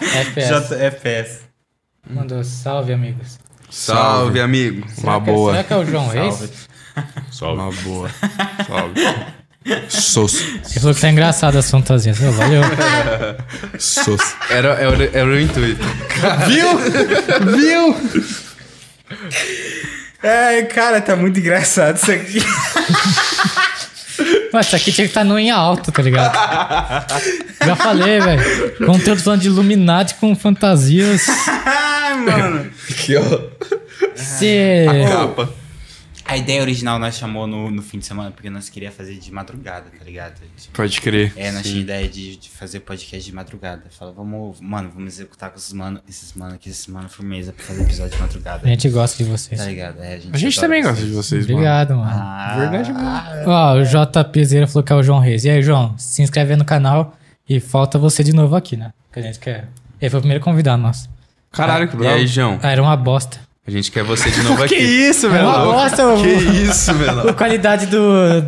A: FPS.
C: JFS.
A: Mandou salve, amigos.
D: Salve, amigo.
E: Uma
A: Será que-
E: boa.
A: Será que é o João Reis?
D: Salve. Uma boa. Salve.
E: Sos.
A: Ele falou que tá engraçado as fantasias. Ô, valeu.
E: Sos.
D: Era, era, era o intuito.
E: Viu?
C: Ai, cara, tá muito engraçado isso aqui.
A: Mas isso aqui tinha que estar no em alto, tá ligado? Já falei, velho. Conteúdo falando de Illuminati com fantasias.
C: Ai, mano.
D: Aqui, ó.
A: Cê...
D: Capa.
C: A ideia original nós chamou no, no fim de semana porque nós queria fazer de madrugada, tá ligado?
E: Pode crer.
C: É, nós tinha ideia de, de fazer podcast de madrugada. Fala, vamos, mano, vamos executar com esses mano, esses mano aqui, esses mano firmeza pra fazer episódio de
A: A
C: madrugada.
A: gente gosta de vocês.
C: Tá ligado? É, a gente,
E: A gente
C: adora
E: também
C: vocês.
E: gosta de vocês, mano.
A: Obrigado, mano.
C: Ah,
E: Verdade mesmo.
A: Ó, o JP Zera falou que é o João Reis. E aí, João, se inscreve aí no canal e falta você de novo aqui, né? Que a gente quer. Ele foi o primeiro convidado nosso.
E: Caralho, que
D: E aí,
E: bravo.
D: João?
A: Ah, era uma bosta.
D: A gente quer você
E: [laughs]
D: de novo aqui.
E: isso,
A: Era É uma bosta, mano.
D: Que isso,
A: [laughs]
D: velho.
A: A qualidade do,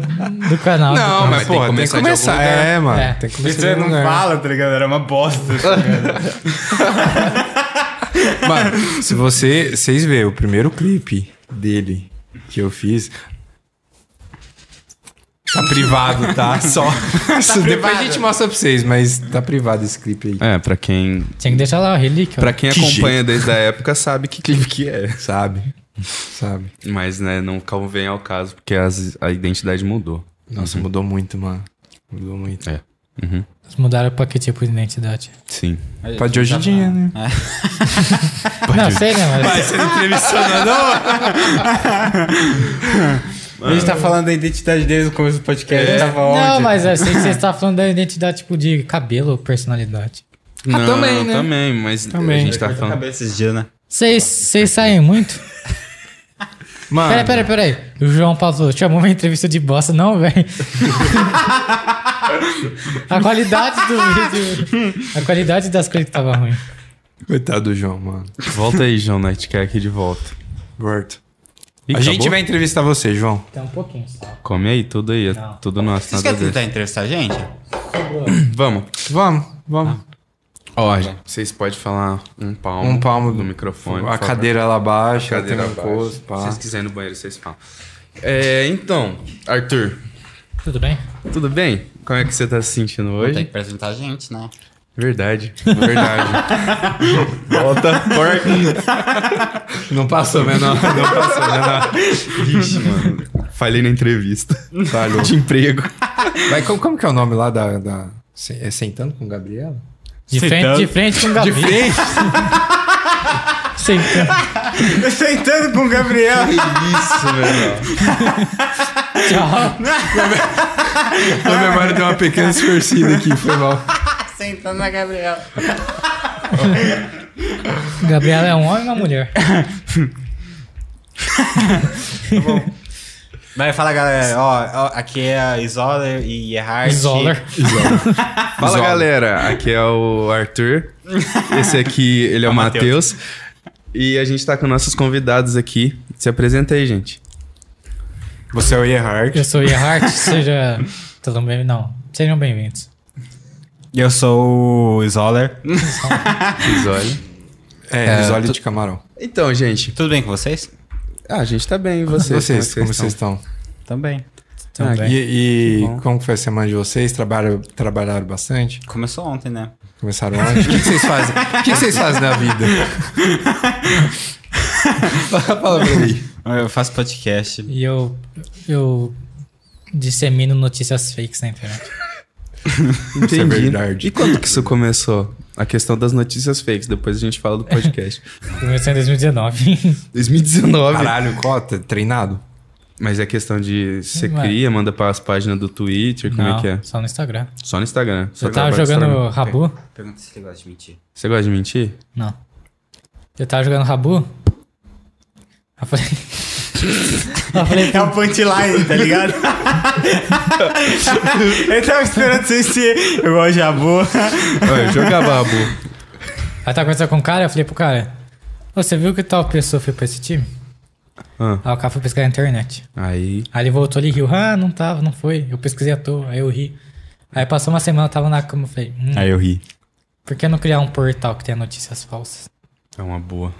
A: do canal.
E: Não,
D: mas
E: mas,
D: tem que
E: pô, tem que
D: começar de
E: começar.
D: algum lugar.
E: É, mano.
A: É.
E: Tem que começar. de
C: Você
E: algum
C: não
E: lugar.
C: fala, tá ligado? Era uma bosta.
D: [laughs]
E: Mano, se você, vocês verem o primeiro clipe dele que eu fiz. Tá privado,
D: [laughs]
E: tá? Só. Isso Depois a gente mostra pra vocês, mas tá privado esse clipe aí.
D: É, pra quem.
A: Tinha que deixar lá, relíquia.
D: Pra quem
E: Que
D: acompanha desde a época sabe que clipe que é.
E: Sabe? Sabe?
D: Mas, né, não convém ao caso, porque as- a identidade mudou.
E: Nossa, mudou muito, mano. Mudou muito.
D: É.
A: Eles mudaram pra que tipo de identidade?
D: Sim.
E: Pra
D: então tá
E: de hoje em dia, né?
A: Não, sei, né? Mas...
C: Você não entrevistando, não? A gente tá falando da identidade deles no começo do
A: É.
C: podcast. Tava
A: Não,
C: onde?
A: mas eu sei que você está falando da identidade, tipo, de cabelo ou personalidade.
D: Não,
E: também, né?
D: Também, mas
E: Também.
D: a gente tá
C: Cortou a
D: falando.
C: cabeça esses dias, né?
A: Vocês vocês saem muito?
E: Mano,
A: Peraí, peraí, peraí. O João Paulo chamou uma entrevista de bosta, não, [laughs] velho. a qualidade do vídeo. A qualidade das coisas que tava ruim.
E: coitado do João, mano.
D: Volta aí, João né, Nightcare aqui de volta.
E: Gordo.
D: Ih,
E: A gente
D: acabou?
E: vai entrevistar você, João.
A: Tá um pouquinho só.
D: Come aí, tudo aí. é
A: Não.
D: Tudo nosso.
C: Vocês
D: Nada
C: querem tentar
D: desse.
C: entrevistar a gente?
D: Vamos.
E: Vamos, vamos.
D: Ó, vocês podem falar um palmo.
E: Um palmo
D: do
E: do-
D: microfone.
E: a
D: por favor.
E: cadeira lá um abaixo, a
D: Cadeira
E: cadeira
D: abaixo.
E: abaixo.
D: Se vocês quiserem ir no banheiro, vocês falam. É, então, Arthur,
A: Tudo bem?
D: tudo bem? Como é que você tá se sentindo
C: Tem
D: hoje?
C: que apresentar a gente, né?
D: Verdade. [laughs]
E: Verdade.
D: Volta a porta.
E: [laughs] Não passou, menor. Não passou, menor.
D: Vixe, né? mano. Falei na entrevista.
E: Tá louco.
D: De emprego.
E: Mas como, como que é o nome lá da. da- se- É sentando com Gabriela?
A: De frente, de frente com o Gabi. De frente? Sim,
C: Sentando com o Gabriel.
D: Isso, velho.
A: [laughs] tchau.
E: Minha memória deu uma pequena distorcida aqui, foi mal.
C: Sentando na Gabriel.
A: Gabriela é um homem ou uma
D: [laughs]
A: mulher?
C: Vai, fala galera, ó, ó, aqui é a Isoler e é Erhard.
A: Zoller.
D: Fala, galera. Aqui é o Arthur. Esse aqui, ele é o Matheus. E a gente tá com nossos convidados aqui. Se apresenta aí, gente.
E: Você é o Erhard.
A: Eu sou o Hart, seja. Tudo bem? Não. Sejam bem-vindos.
C: Eu sou o Isoler.
D: Isole.
E: É,
D: É,
E: risole
D: tu-
E: de camarão.
D: Então, gente.
C: Tudo bem com vocês?
D: Ah, a gente tá bem. E é vocês?
E: Vocês, como vocês
D: estão?
E: estão?
C: Também.
D: Ah,
A: Tudo bem.
E: E, e
D: Que bom.
E: como que foi a semana de vocês? Trabalharam, trabalharam bastante?
C: Começou ontem, né?
E: Começaram ontem? O que, que vocês fazem? O que, que vocês fazem na vida? fala, fala pra mim.
C: Eu faço podcast.
A: E eu. Eu. Dissemino notícias fakes na internet.
E: é
D: Entendi.
E: verdade.
D: E quando que isso começou? A questão das notícias fakes. Depois a gente fala do
E: [laughs]
D: podcast.
A: Começou em 2019.
D: 2019.
E: Caralho, cota, treinado.
D: Mas é questão de você
A: Ué.
D: cria, manda para as páginas do Twitter, como
A: Não,
D: é que é?
A: Só no Instagram.
D: Só no Instagram. Só
A: Eu tava
D: trabalha no
A: jogando
D: Instagram.
A: Rabu?
C: Pergunta se ele gosta de mentir.
D: Você gosta de mentir?
A: Não. Eu tava jogando Rabu? Eu falei. eu falei,
C: É o punchline, tá [laughs] ligado? eu tava esperando vocês se eu gosto de abu.
D: Olha, eu jogava Rabu.
A: Aí tava conversando com o cara, eu falei pro cara, "Ô, você viu que tal pessoa foi pra esse time?
D: Ah,
A: Aí o cara foi pesquisar na internet.
D: aí.
A: Aí ele voltou ali e riu, ah, não tava, não foi. Eu pesquisei à toa, aí eu ri. Aí passou uma semana, eu tava na cama, eu falei, hum,
C: Aí eu ri.
A: por que não criar um portal que tenha notícias falsas?
D: É uma boa.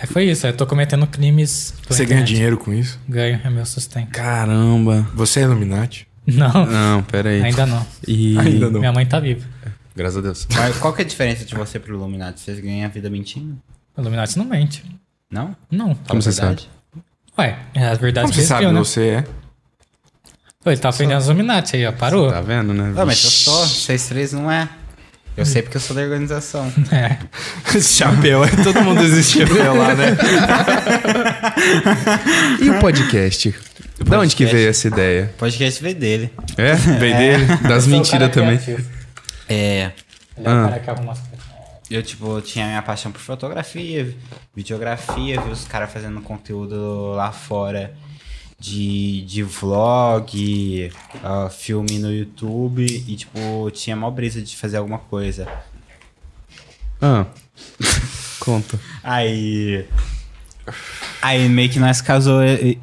A: Aí foi isso, aí eu tô cometendo crimes. pela
E: Você ganha
A: internet.
E: dinheiro com isso?
A: Ganho, é meu sustento. [laughs]
D: Caramba.
E: Você é Illuminati?
A: Não,
D: Não, pera aí.
A: ainda não.
D: E...
E: Ainda não.
A: Minha mãe tá viva.
D: Graças a Deus.
C: Mas qual que é a diferença de você pro Illuminati? Vocês ganham a vida mentindo?
A: O Illuminati não mente.
C: Não?
A: Não.
D: Como você sabe?
A: Ué, é a verdade
E: Como
A: que
E: você
A: eles
E: sabe
A: criam, né?
E: você é?
A: Pô, ele tá aprendendo os Illuminati aí, ó, parou.
D: Tá vendo, né?
C: Ah, mas eu sou. Vocês três não é. Eu sei porque eu sou da organização.
A: É.
E: [laughs] Esse chapéu, aí todo mundo existe chapéu lá, né?
D: E o podcast? Da onde que
C: podcast?
D: veio essa ideia?
C: O podcast veio dele.
D: É? Veio dele? Das mentiras também.
C: É.
A: Ele é o cara que arruma as coisas.
C: Eu, tipo, tinha minha paixão por fotografia, videografia, vi os caras fazendo conteúdo lá fora de, de vlog, ah, filme no YouTube e, tipo, tinha mó brisa de fazer alguma coisa.
D: Ah. Conta.
C: Aí. Aí meio que nós casou. e- e-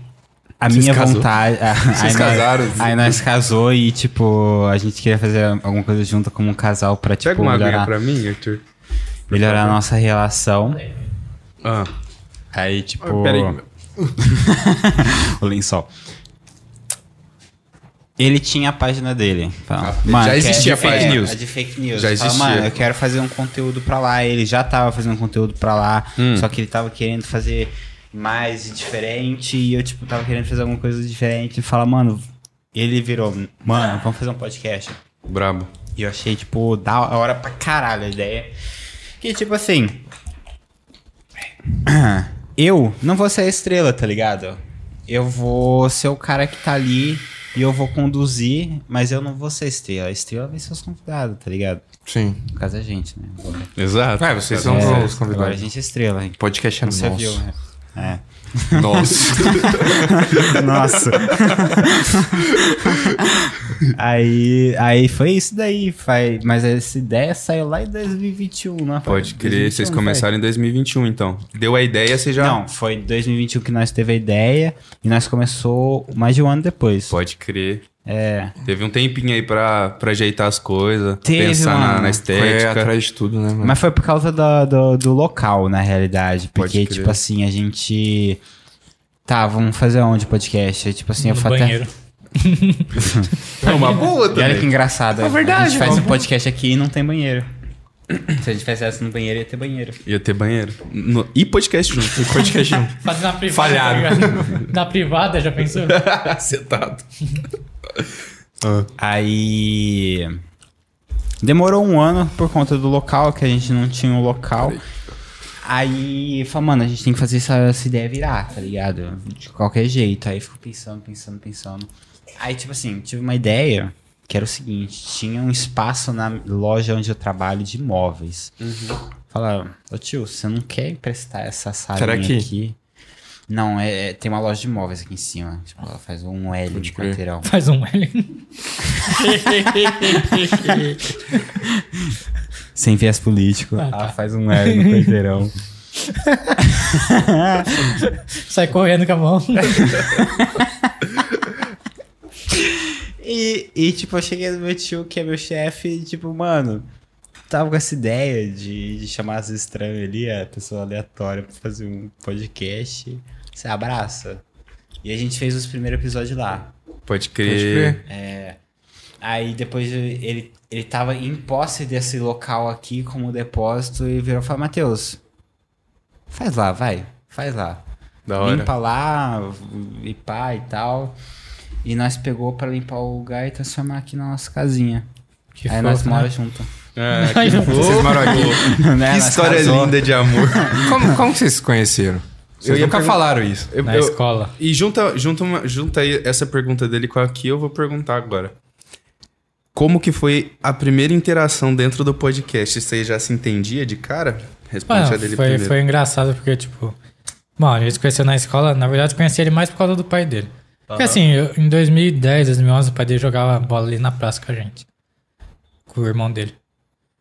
C: A
D: Vocês
C: minha
D: casou?
C: vontade. a- aí
E: Vocês casaram?
C: Nós, aí nós casou e, tipo, a gente queria fazer alguma coisa junto como um casal pra, tipo,
D: Pega uma aguinha
C: melhorar,
D: pra mim, Arthur.
C: melhorar a nossa relação.
D: Ah.
C: Aí, tipo.
D: Peraí.
C: [laughs] o lençol. Ele tinha a página dele. Fala,
D: já
C: "Mano, eu
D: existia
C: quero-
D: a página.
C: É, A de fake news.
D: Já
C: Fala,
D: existia.
C: Mano, eu quero fazer um conteúdo pra lá. Ele já tava fazendo conteúdo pra lá.
D: Hum.
C: Só que ele tava querendo fazer mais e diferente. E eu, tipo, tava querendo fazer alguma coisa diferente. E fala, mano. Ele virou, mano, vamos fazer um podcast.
D: Brabo.
C: E eu achei, tipo, da hora pra caralho a ideia. Que, tipo assim. [clears throat] Eu não vou ser a estrela, tá ligado? Eu vou ser o cara que tá ali e eu vou conduzir, mas eu não vou ser a estrela. A estrela vai ser os convidados, tá ligado?
E: Sim.
C: No caso, a gente, né? Agora,
D: Exato.
E: É, vocês são
C: É,
E: os
C: agora a
E: convidados.
C: gente é estrela, hein?
E: Podcast é
C: Não você
E: nosso.
C: viu, né? É. [laughs]
E: Nossa.
C: Nossa. aí, aí foi isso daí. Foi, mas essa ideia saiu lá em 2021, né? Foi
D: Pode crer,
C: 2021,
D: vocês
C: não
D: começaram em 2021, então. Deu a ideia, vocês
C: foi?
D: já.
C: Não, foi em 2021 que nós teve a ideia e nós começou mais de um ano depois.
D: Pode crer.
C: É.
D: Teve um tempinho aí pra, pra ajeitar as coisas,
C: Teve,
D: pensar na,
C: mano.
D: na
E: Foi
D: estética.
E: atrás de tudo, né, mano?
C: Mas foi por causa do, do, do local, na realidade.
D: Pode
C: Porque,
D: crer.
C: tipo assim, a gente. Tá, vamos fazer onde o podcast? Aí, Tipo assim, eu
A: no [laughs]
C: falei.
A: banheiro.
B: É uma boa
C: E olha que
B: também.
C: engraçado.
E: É verdade,
C: A gente faz
E: vamos.
C: um podcast aqui e não tem banheiro. Se a gente fizesse no banheiro, ia ter banheiro.
D: Ia ter banheiro. No- E podcast junto.
E: Podcast
A: Fazer na privada.
E: Falhado.
A: tá ligado? na privada, já [laughs] pensou?
D: [laughs] Sentado.
C: Aí. Demorou um ano por conta do local, que a gente não tinha um local. Aí falou, mano, a gente tem que fazer essa, essa ideia virar, tá ligado? De qualquer jeito. Aí ficou pensando, pensando, pensando. Aí, tipo assim, tive uma ideia que era o seguinte: tinha um espaço na loja onde eu trabalho de imóveis.
E: Uhum.
C: Falaram, ô tio, você não quer emprestar essa
E: Será
C: salinha
E: que-
C: aqui? Não, é, é- tem uma loja de imóveis aqui em cima. Tipo, ela faz um L de
E: crer.
C: quarteirão.
A: Faz um L.
C: Sem viés político.
A: Ah,
C: Ah,
A: tá.
C: faz um L no quarteirão.
A: Sai correndo com a mão.
C: [laughs] e, e, tipo, eu cheguei no meu tio, que é meu chefe, e, tipo, mano, tava com essa ideia de, de chamar as estranhas ali, a pessoa aleatória, pra fazer um podcast. Você abraça. E a gente fez os primeiros episódios lá.
D: Pode
E: Pode
D: crer.
E: crer.
C: Aí depois ele, ele tava em posse desse local aqui como depósito e virou e falou, Matheus, faz lá, vai, faz lá.
D: Da hora.
C: Limpa lá e pá e tal. E nós pegou pra limpar o lugar e transformar aqui na nossa casinha.
A: Que
C: Aí
A: fofo,
C: nós
A: né?
C: moramos junto. [laughs]
D: É,
A: Ai,
D: que
A: não.
D: fofo.
E: Vocês moram aqui.
C: Né?
D: Que
C: Nós
D: história
C: casou.
D: linda de amor.
E: Como, como que vocês se conheceram? Vocês
D: Eu ia
E: nunca
D: pergun-
E: falaram isso.
D: Eu-
A: Na
D: eu-
A: escola.
D: E junta, junta, uma- junta aí essa pergunta dele com a que eu vou perguntar agora. Como que foi a primeira interação dentro do podcast? Você já se entendia de cara? Responde
A: Mano,
D: a dele
A: Ah, foi,
D: primeiro.
A: foi engraçado porque, tipo. Mano, ele se conheceu na escola. Na verdade, eu conheci ele mais por causa do pai dele. Porque assim, eu- em 2010, 2011, o pai dele jogava bola ali na praça com a gente. Com o irmão dele.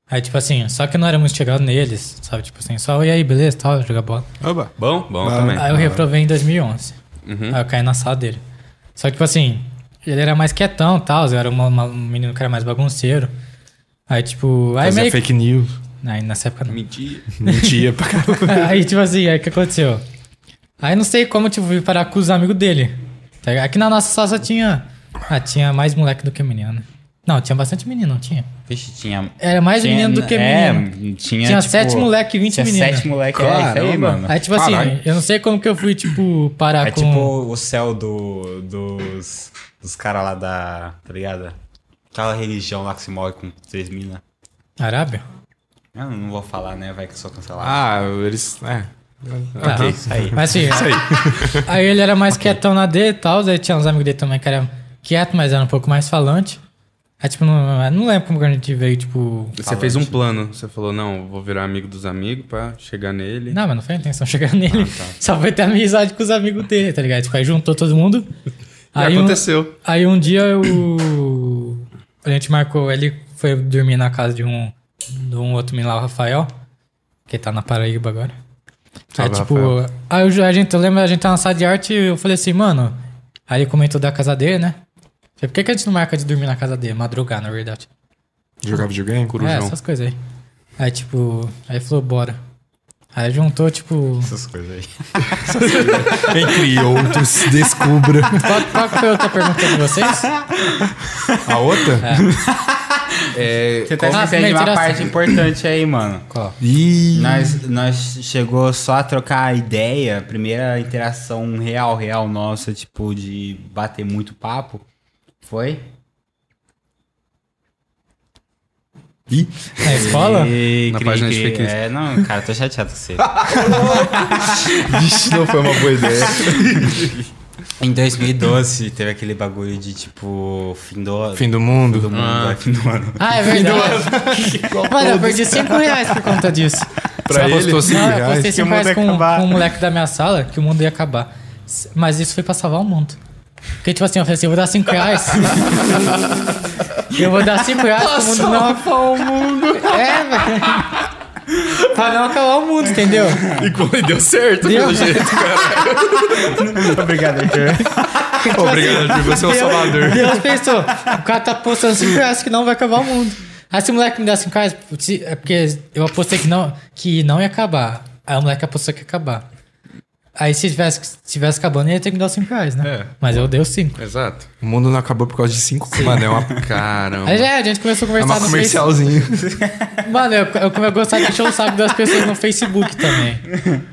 A: Aí, tipo assim, só que eu não era muito chegado neles, sabe? Tipo assim, só e aí, beleza, tal, jogar bola.
E: Oba.
D: Bom? Bom também.
A: Aí Ah, eu reprovei em 2011.
D: Uhum.
A: Aí eu caí na sala dele. Só que, tipo assim, ele era mais quietão e tal. Eu era uma- uma- um menino que era mais bagunceiro. Aí, tipo... Aí,
E: Fazia
A: meio... que-
E: fake news.
A: aí nessa época não.
D: Mentira.
E: Mentia pra caramba.
A: [laughs] aí, tipo assim, aí o que aconteceu? Aí não sei como, tipo, fui parar com os amigos dele. tá ligado? Aqui na nossa sala só tinha. Ah, tinha mais moleque do que menino, né? Não, tinha bastante menino, não tinha?
C: Vixe, tinha...
A: Era mais
C: tinha-
A: menino do que
C: é,
A: menino.
C: tinha,
A: Tinha
C: tipo,
A: sete moleque e vinte
C: tinha
A: menina.
C: sete moleque, é isso aí,
E: Caramba.
C: mano.
A: Aí, tipo assim,
E: Caralho.
A: eu não sei como que eu fui, tipo, parar
C: É
A: com.
C: tipo o céu do, dos, dos caras lá da. Tá ligado? Aquela religião lá que se morre com três mina.
A: Arábia?
C: Eu não vou falar, né? Vai que eu sou cancelado.
E: Ah, eles. É.
A: Tá.
E: Ok.
C: Isso aí.
A: Mas assim, aí. ele era mais quietão na dele e tal. Aí tinha uns amigos dele também que era quieto, mas era um pouco mais falante. Aí, tipo, não, eu não lembro como que a gente veio, tipo.
D: Você fez um plano. Você falou, não, vou virar amigo dos amigos pra chegar nele.
A: Não, mas não foi a intenção chegar nele. Só foi ter amizade com os amigos dele, tá ligado? Tipo, aí juntou todo mundo.
D: E
A: Aí um,
D: aconteceu.
A: aí um dia eu. A gente marcou, ele foi dormir na casa de um, de um outro menino lá, o Rafael, que tá na Paraíba agora. aí,
E: Salve,
A: tipo,
E: Rafael.
A: aí eu, a gente, eu lembro, a gente tá na sala de arte e eu falei assim, mano. Aí ele comentou da casa dele, né? Eu Falei, por que, que a gente não marca de dormir na casa dele? Madrugar, na verdade.
E: Jogar videogame?
A: É, essas coisas aí. Aí, tipo, aí falou, bora. Aí juntou, tipo,
C: Essas coisas
A: [laughs]
C: aí.
E: Entre outros, descubra.
A: Qual, qual que foi a outra pergunta de vocês?
E: A outra? [laughs]
D: É,
C: Você tá
A: Como-
C: esquecendo de
A: Ah,
C: uma
A: mentira,
C: parte
A: sim.
C: importante aí, mano.
A: Qual?
E: Ih.
C: Nós, nós chegou só a trocar a ideia, a primeira interação real, real nossa, tipo, de bater muito papo. Foi?
E: Ih,
A: Na escola?
C: E,
D: Na página de fake news.
C: É, não, cara, tô chateado com você.
B: Vixe, não foi uma boa ideia.
D: [laughs]
C: Em 2012 teve aquele bagulho de tipo fim do
E: fim do mundo.
C: do mundo, é, fim do ano.
A: Ah, é verdade.
C: [laughs]
A: Mano, eu perdi 5 reais por conta disso.
E: Pra Você apostou 5
A: Não, eu
E: reais?
A: postei 5
C: o mundo
A: reais
C: ia
A: com, com
C: acabar.
A: um moleque da minha sala que o mundo ia acabar. S- Mas isso foi pra salvar o mundo. Porque, tipo assim, eu falei assim, eu vou dar 5
C: [laughs]
A: reais. eu vou dar 5 reais pro mundo não acabar o mundo. É, velho. Pra não acabar o mundo, entendeu?
B: E deu certo,
A: Deu.
B: pelo jeito.
A: [laughs]
C: Obrigado, Arthur.
A: Tipo
B: Obrigado,
A: assim,
B: Arthur. Você é o salvador.
A: Deus pensou, o cara tá apostando 5 reais que não vai acabar o mundo. Aí se o moleque me der 5 reais, putz, é porque eu apostei que não, que não ia acabar. Aí o moleque apostou que ia acabar. Aí se tivesse, tivesse acabando, ele ia ter que me dar 5 reais, né?
B: É.
A: Mas eu dei os 5.
B: Exato.
E: O mundo não acabou por causa de 5 Mano, é uma,
B: Caramba.
A: Aí já é, a gente começou a
E: é
A: conversar
E: uma
A: no
E: comercialzinho.
A: Facebook. Mano, eu, eu, como eu gostava de encher o saco das pessoas no Facebook também.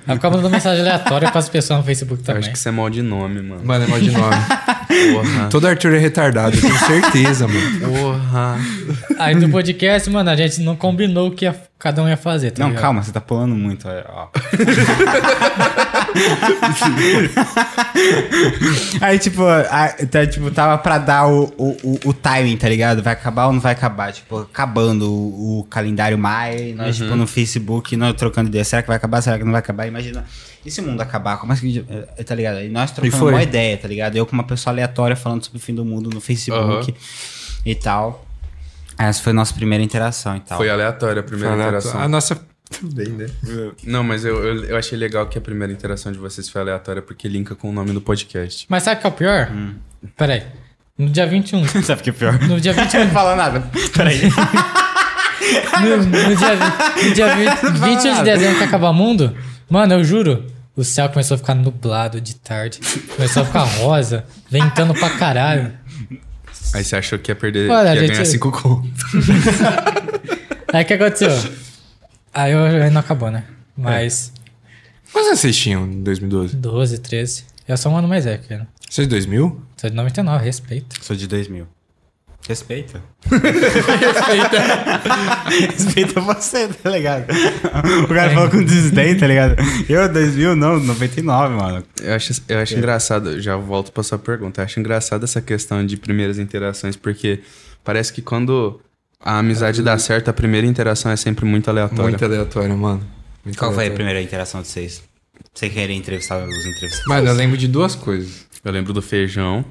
A: Eu ficava mandando mensagem aleatória pras pessoas no Facebook
D: Eu
A: também.
D: acho que você é mal de nome, mano.
E: Mano, é mal de nome.
D: Porra.
E: Todo Arthur é retardado, eu tenho certeza, mano.
D: Porra.
A: Aí no podcast, mano, a gente não combinou o que ia- cada um ia fazer, tá
C: Não,
A: ligado?
C: calma, você tá pulando muito. ó. [laughs] Aí, tipo, a- tá, tipo, tava pra dar o, o, o- o timing, tá ligado? Vai acabar ou não vai acabar? Tipo, acabando o, o calendário mais, nós, tipo, no Facebook, nós trocando ideia. Será que vai acabar? Será que não vai acabar? Imagina, e se o mundo acabar? Como é que. eh, Tá ligado? Aí nós trocando
E: foi.
C: uma ideia, tá ligado? Eu com uma pessoa aleatória falando sobre o fim do mundo no Facebook e tal. Essa foi a nossa primeira interação e tal.
D: Foi Ah, aleatória a primeira interação.
E: A nossa. Também, né?
D: Não, mas eu, eu, eu achei legal que a primeira interação de vocês foi aleatória porque linka com o nome do podcast.
A: Mas sabe o que é o pior? Peraí. No dia 21.
C: [laughs] Sabe o que é pior?
A: No dia 21.
E: [laughs]
C: Não fala nada. Peraí.
A: No, no dia, no dia
E: [laughs]
A: 20, 21 de dezembro que acaba o mundo, mano, eu juro, o céu começou a ficar nublado de tarde. Começou a ficar rosa, ventando pra caralho.
D: Aí você achou que ia perder,
A: Olha,
D: que ia
A: gente,
D: ganhar
A: eu-
E: [laughs]
D: 5 conto.
A: Aí o que aconteceu? Aí eu, aí não acabou, né? Mas
E: Quantos anos vocês tinham em 2012?
A: 12, 13. Eu sou um ano mais velho, que eu, né?
E: Vocês 2000?
A: Sou de 99, respeito.
C: Sou de 2000. Respeita. Respeita. Respeita você, tá ligado? O cara falou com desdém, tá ligado? Eu, 2000, não, 99, mano.
D: Eu acho, eu
E: É.
D: acho engraçado, eu já volto pra sua pergunta. Eu acho engraçado essa questão de primeiras interações, porque parece que quando a amizade dá certo, a primeira interação é sempre muito aleatória.
E: Muito aleatório, mano. Muito
C: Qual foi a
E: aleatório.
C: primeira interação de vocês? Você queria entrevistar os entrevistados?
E: Mano, eu lembro de duas coisas.
D: Eu lembro do feijão.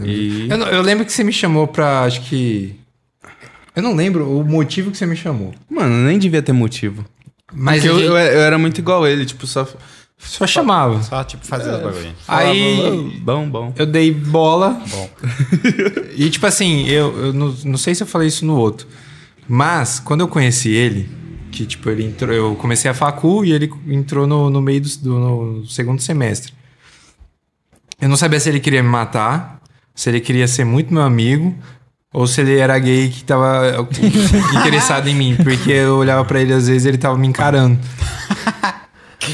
D: E.
E: Eu, não- eu lembro que você me chamou pra, acho que... Eu não lembro o motivo que você me chamou.
D: Mano, nem devia ter motivo.
E: Mas
D: Porque eu,
E: a gente
D: eu, eu era muito igual ele, tipo, só.
E: só chamava.
C: Só, tipo, fazer os bagulhinhos.
E: Aí
D: Bom, bom.
E: eu dei bola.
C: Bom.
E: [laughs] e tipo assim, eu, eu não, não sei se eu falei isso no outro. Mas quando eu conheci ele, que tipo, ele entrou. Eu comecei a facu e ele entrou no, no meio do, do- no segundo semestre. Eu não sabia se ele queria me matar, se ele queria ser muito meu amigo. Ou se ele era gay que tava interessado em mim, porque eu olhava pra ele às vezes ele tava me encarando.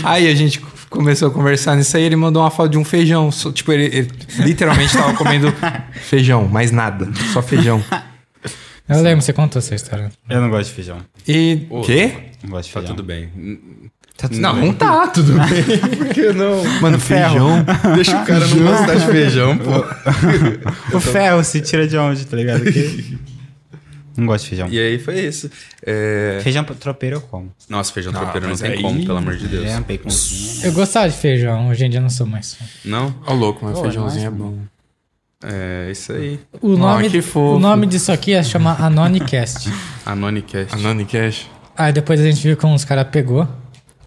E: Aí a gente começou a conversar nisso aí, ele mandou uma foto de um feijão. só- tipo, ele, ele literalmente tava [laughs] comendo feijão, mais nada, só feijão.
A: Eu lembro, você contou essa história.
C: Eu não gosto de feijão.
E: E. O quê?
C: Não gosto de
D: Tá
C: feijão.
D: tudo [laughs] bem.
E: Tá tudo não, não tá tudo bem. [laughs] Mano, feijão.
D: Deixa o
E: [laughs]
D: cara não gostar de feijão, pô.
C: O ferro se tira de onde, tá ligado? Que- não gosto de feijão.
D: E aí foi isso. É,
C: Feijão tropeiro eu como.
D: Nossa, feijão
E: Ah,
D: tropeiro não
E: mas
D: tem
E: aí-
D: como, pelo amor de Deus.
C: É, um baconzinho.
A: Eu gostava de feijão, hoje em dia eu não sou mais. fã.
D: Não?
E: Ó, louco, mas
C: Pô,
E: feijãozinho é bom.
D: É isso aí.
A: O nome,
E: Ah, que fofo.
A: o nome disso aqui é chamar Anonicast.
D: Anonicast.
E: Anani Cash.
A: Aí depois a gente viu como os caras pegou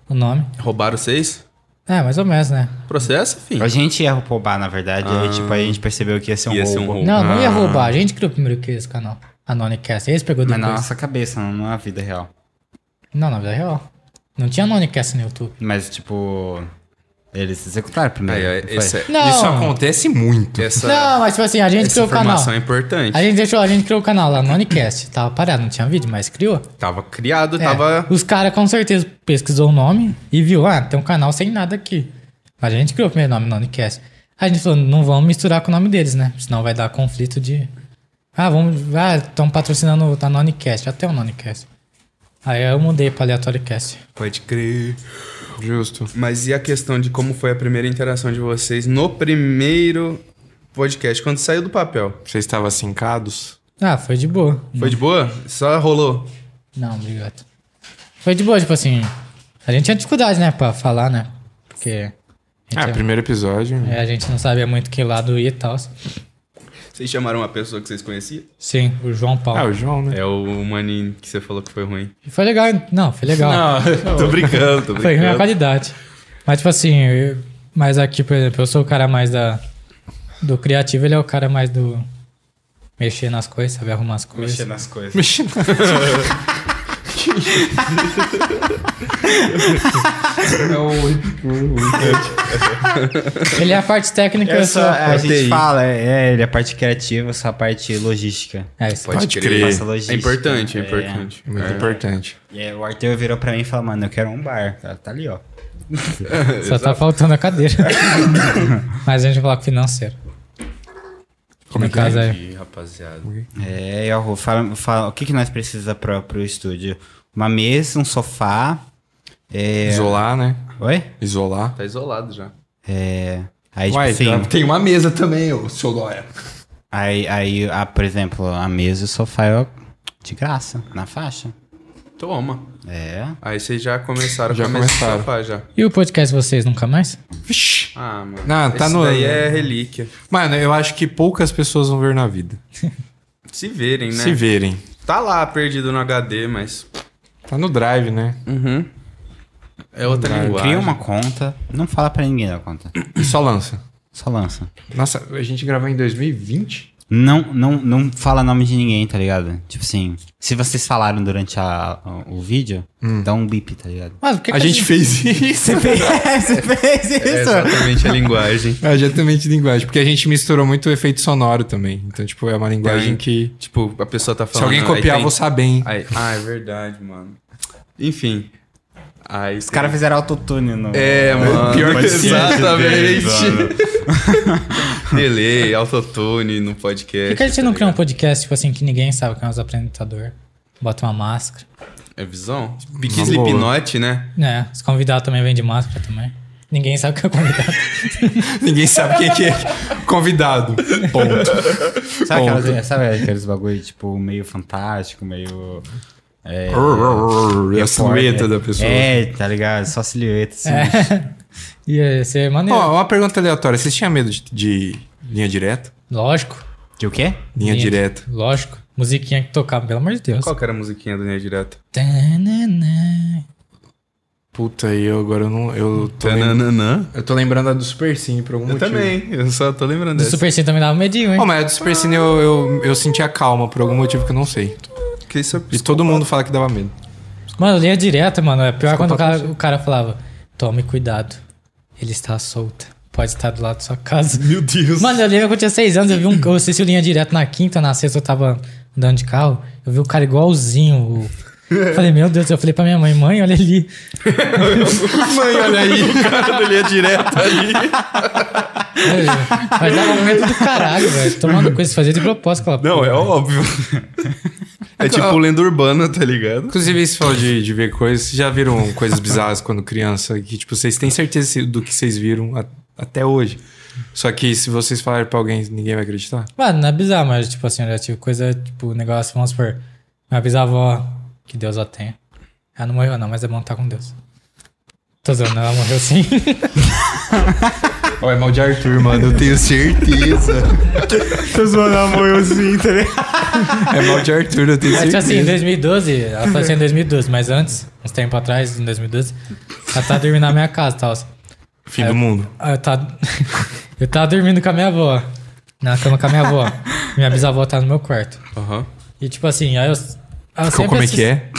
A: o nome.
D: Roubaram vocês?
A: É, mais ou menos, né?
D: Processo, filho.
C: A gente ia roubar, na verdade. Aí, tipo, aí a gente percebeu que ia ser um
D: Ah. Ia
C: roubo.
D: ser um roubo.
A: Não, não ia
D: Ah.
A: roubar. A gente criou primeiro que esse canal. A Nonicast. Eles pegou
C: Mas
A: depois.
C: na nossa cabeça, não na vida real.
A: Não, na vida real. Não tinha Nonicast no YouTube.
C: Mas, tipo, eles executaram
D: Aí,
C: primeiro.
D: aí, é-
C: não foi?
D: essa,
A: Não.
E: Isso acontece muito.
D: essa,
A: Não, mas tipo assim, a gente
D: essa
A: criou o canal.
D: informação é importante.
A: A gente deixou, a gente criou o canal lá, Nonicast. Tava parado, não tinha vídeo, mas criou.
D: Tava criado,
A: É,
D: tava.
A: Os caras com certeza pesquisou o nome e viu, ah, tem um canal sem nada aqui. Mas a gente criou o primeiro nome, Nonicast. Aí A gente falou, não vamos misturar com o nome deles, né? Senão vai dar conflito de. Ah, vamos. Ah, estão patrocinando a Nonicast, até o Nonicast. Aí eu mudei pra Aleatório Cast.
D: Pode crer.
E: Justo.
D: Mas e a questão de como foi a primeira interação de vocês no primeiro podcast, quando saiu do papel?
E: Vocês estavam cincados?
A: Ah, foi de boa.
D: Foi de boa? Só rolou?
A: Não, obrigado. Foi de boa, tipo assim. A gente tinha dificuldade, né, pra falar, né? Porque. A
E: Ah,
C: Então.
A: gente,
E: primeiro episódio.
A: é, a gente não sabia muito que lado ia e tal.
D: Vocês chamaram uma pessoa que vocês conheciam?
A: Sim, o João Paulo.
E: Ah, o João, né?
D: É o maninho que você falou que foi ruim.
A: Foi legal, não, foi legal.
D: tô brincando, tô
A: foi minha
D: brincando.
A: qualidade. Mas tipo assim, eu- mas aqui, por exemplo, eu sou o cara mais da do criativo, ele é o cara mais do mexer nas coisas, sabe arrumar as coisas.
D: Mexer nas coisas. [laughs]
A: Ele é a parte técnica, eu
C: Essa,
A: sou-
D: é
C: a gente
D: TI.
C: fala, é, ele é a parte criativa, essa parte logística.
A: É, isso.
D: Pode,
E: Pode
D: crer.
E: crer.
C: Essa logística.
D: É importante, é
C: É.
D: importante.
E: Muito
D: É.
E: importante.
C: E aí o Arthur virou pra mim e falou, mano, eu quero um bar. Tá, tá ali, ó.
A: Só tá faltando a cadeira. [laughs] mas a gente vai falar com o financeiro. Como no caso é?
D: Ih, rapaziada.
C: É, e ó, fala, fala, o que, que nós precisa pro, pro estúdio? Uma mesa, um sofá. É...
E: Isolar, né?
C: Oi?
E: Isolar.
D: Tá isolado já.
C: É. Aí,
E: Uai,
C: tipo assim,
E: tá- tem uma mesa também, ô seu Dóia.
C: aí, aí ah, por exemplo, a mesa e o sofá eu... de graça, na faixa.
D: Toma.
C: É.
D: Aí vocês já começaram
E: Já
D: com a mesa de
E: começaram.
D: sofá já.
A: E o podcast de vocês nunca mais?
E: Vixe.
D: Ah, mano.
E: Não, tá
D: Esse
E: no-
D: daí é relíquia.
E: Mano, eu acho que poucas pessoas vão ver na vida.
D: Se verem, né?
E: Se verem.
D: Tá lá perdido no HD, mas.
E: Tá no drive, né?
D: Uhum. É outra linguagem.
C: Cria uma conta, não fala pra ninguém da conta.
E: E só lança.
C: Só lança.
E: Nossa, a gente gravou em 2020?
C: Não, não, não fala nome de ninguém, tá ligado? Tipo assim, se vocês falaram durante a, o vídeo, dá um bip, tá ligado?
A: Mas o que,
E: a
A: que
E: gente fez isso.
C: Você fez, você fez
D: É
C: isso?
D: exatamente a linguagem.
E: [laughs] É exatamente linguagem. Porque a gente misturou muito efeito sonoro também. Então, tipo, é uma linguagem
D: Tem.
E: que.
D: Tipo, a pessoa tá
E: Se
D: falando.
E: alguém
D: aí
E: copiar,
D: tem-
E: vou saber, hein?
D: Aí- Ah, é verdade, mano. Enfim. Aí
C: Os caras fizeram autotune no.
D: É, mano.
E: pior que
D: exatamente.
E: [laughs]
D: Delay, autotune no
A: por
D: podcast.
A: que a gente
D: tá
A: não criou um
D: ligado?
A: podcast, tipo assim, que ninguém sabe que é um apresentador? Bota uma máscara.
D: É visão? Pique
E: boa.
D: Slipknot, né?
A: É, os convidados também vendem máscara também. Ninguém sabe que é convidado.
E: [laughs] Ninguém sabe quem que é convidado. Ponto.
C: Sabe, aquelas, sabe aqueles bagulho, tipo, meio fantástico, meio. É,
E: É a
C: repórter.
E: silhueta da pessoa.
C: É, tá ligado? Só silhueta, assim.
A: Ia ser é, maneiro.
E: Ó, uma pergunta aleatória. Vocês tinham medo de, de linha direta?
A: Lógico,
C: De o quê?
E: Linha,
A: Linha
E: direta.
A: lógico. Musiquinha que tocava, pelo amor de Deus.
D: Qual que era a musiquinha do Linha Direta?
A: Tananã.
E: Puta, aí eu agora eu não. Eu tô, lem-
D: Tananã.
E: eu tô lembrando a do Super Sim por algum
D: Eu
E: motivo.
D: também, eu só tô lembrando
A: Do
D: dessa.
A: Super Sim também dava medinho, hein?
E: Ó, mas a do Super Sim eu, eu, eu sentia calma por algum motivo que eu não sei.
D: Porque isso é
E: E todo mundo fala que dava medo.
A: Mano, linha direta, mano. É pior quando o
E: Desculpa,
A: cara, o cara falava: Tome cuidado, ele está solta. Pode estar do lado da sua casa.
D: Meu Deus.
A: Mano, eu lembro quando eu tinha seis anos, eu vi um. Eu assisti o linha direta na quinta, na sexta eu tava andando de carro. Eu vi o cara igualzinho. o- Eu falei, meu Deus, eu falei pra minha mãe, mãe, olha ali.
D: mãe, olha aí, o cara do Linha Direta
E: [laughs]
D: ali.
A: Mas dava um medo do caralho, velho. Tomando coisa, fazer de propósito aquela
D: Não,
A: porra.
D: é óbvio. É tipo lenda urbana, tá ligado?
E: Inclusive, você falou de, de ver coisas. Vocês já viram coisas bizarras quando criança? Que, tipo, vocês têm certeza do que vocês viram a- até hoje. Só que se vocês falarem pra alguém, ninguém vai acreditar.
A: Mano, não é bizarro, mas tipo assim, eu já tive coisa, tipo, negócio, vamos supor, minha bisavó, que Deus a tenha. Ela não morreu não, mas é bom estar com Deus. Tô zoando, ela morreu sim.
E: Ó, é mal de Arthur, mano.
D: Eu tenho [laughs] certeza.
C: Tô zoando a moiozinha, tá ligado?
E: É mal de Arthur, eu tenho
A: Mas tipo
E: certeza.
A: assim, em 2012, ela faleceu em 2012, mas antes, uns tempos atrás, em 2012, ela tá dormindo na minha casa e tal.
E: Fim do mundo.
A: Ah, Eu tava... [laughs] eu tava dormindo com a minha avó. Na cama com a minha avó. Minha bisavó tá no meu quarto.
D: Aham.
A: E tipo assim, aí eu. aí eu sempre assim.
E: Como é
A: assisto-
E: que é?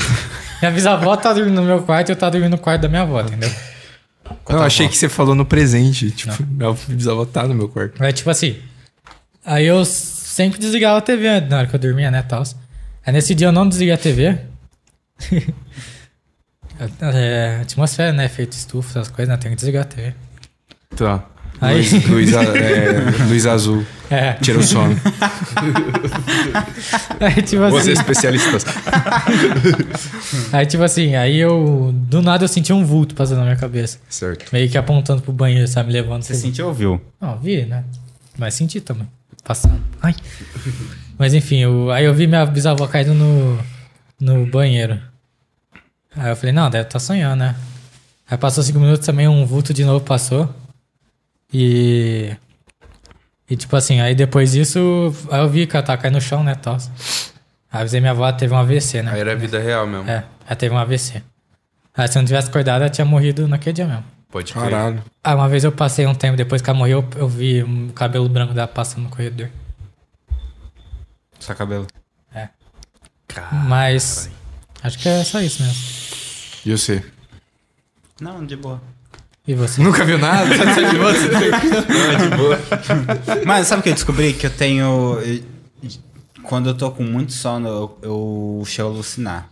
A: Minha bisavó tá dormindo no meu quarto e eu tava dormindo no quarto da minha avó, entendeu?
E: Não, eu achei que você falou no presente. Tipo, meu bisavô tá no meu quarto.
A: É tipo assim. Aí eu sempre desligava a TV na hora que eu dormia, né, tal. Aí nesse dia eu não desliguei a [laughs] TV. É, atmosfera, né? Efeito estufa, essas coisas, né? Tem que desligar a TV.
E: Tá.
A: Aí,
E: Luiz, Luiz A- é, Luiz Azul.
A: é, [laughs]
E: Tira o sono.
A: aí, tipo assim,
E: Vocês especialistas.
A: aí, tipo assim, aí eu. Do nada eu senti um vulto passando na minha cabeça.
D: [laughs] Certo.
A: Meio que apontando pro banheiro, sabe? Me levando.
C: Você
A: assim.
C: sentiu ou viu?
A: Não, vi, né? Mas senti também. Passando. Ai. Mas enfim, eu- aí eu vi minha bisavó caindo no, no banheiro. Aí eu falei, não, deve estar sonhando, né? Aí passou cinco minutos também, um vulto de novo passou. E. E tipo assim, aí depois disso, aí eu vi que ela tava caindo no chão, né? Tal. Aí avisei minha avó, ela teve um AVC, né?
D: Aí era a vida real mesmo.
A: É, ela teve um AVC. Aí se eu não tivesse acordado, ela tinha morrido naquele dia mesmo.
D: Pode crer.
E: Caralho.
A: Ah, uma vez eu passei um tempo depois que ela morreu, eu vi um cabelo branco dela passando no corredor.
C: Só cabelo.
A: Mas. Acho que é só isso mesmo.
E: E você?
C: Não, de boa.
A: E você?
E: Nunca viu nada?
C: Mano, sabe o que eu descobri? Que eu tenho. eu- quando eu tô com muito sono, eu, eu chego a alucinar.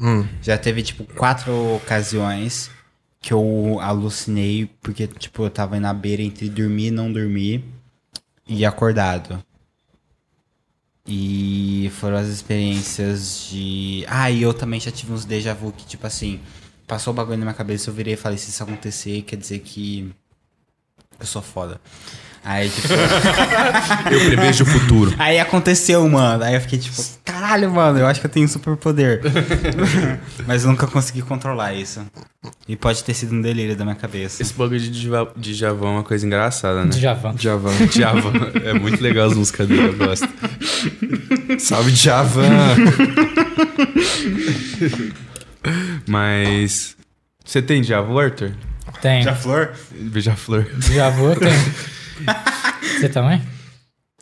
E: Hum.
C: Já teve, tipo, quatro ocasiões que eu alucinei porque, tipo, eu tava na beira entre dormir e não dormir e acordado. E foram as experiências de. Ah, e eu também já tive uns déjà vu que, tipo assim, passou o bagulho na minha cabeça, eu virei e falei: se isso acontecer, quer dizer que. Eu sou foda. Aí, tipo.
D: Eu prevejo o futuro.
C: Aí aconteceu, mano. Aí eu fiquei tipo, caralho, mano, eu acho que eu tenho [laughs] superpoder. Mas eu nunca consegui controlar isso. E pode ter sido um delírio da minha cabeça.
D: Esse bagulho de Djavan- de Djavan é uma coisa engraçada,
E: [laughs]
D: né?
A: Djavan.
E: Javan.
D: Djavan. É muito legal as músicas dele, eu gosto.
E: [laughs] Salve, Javan.
D: [laughs] Mas... Você tem Djavan, Arthur?
A: Tem.
C: é flor?
D: Beija-flor.
A: Déjà vu eu tenho. você também?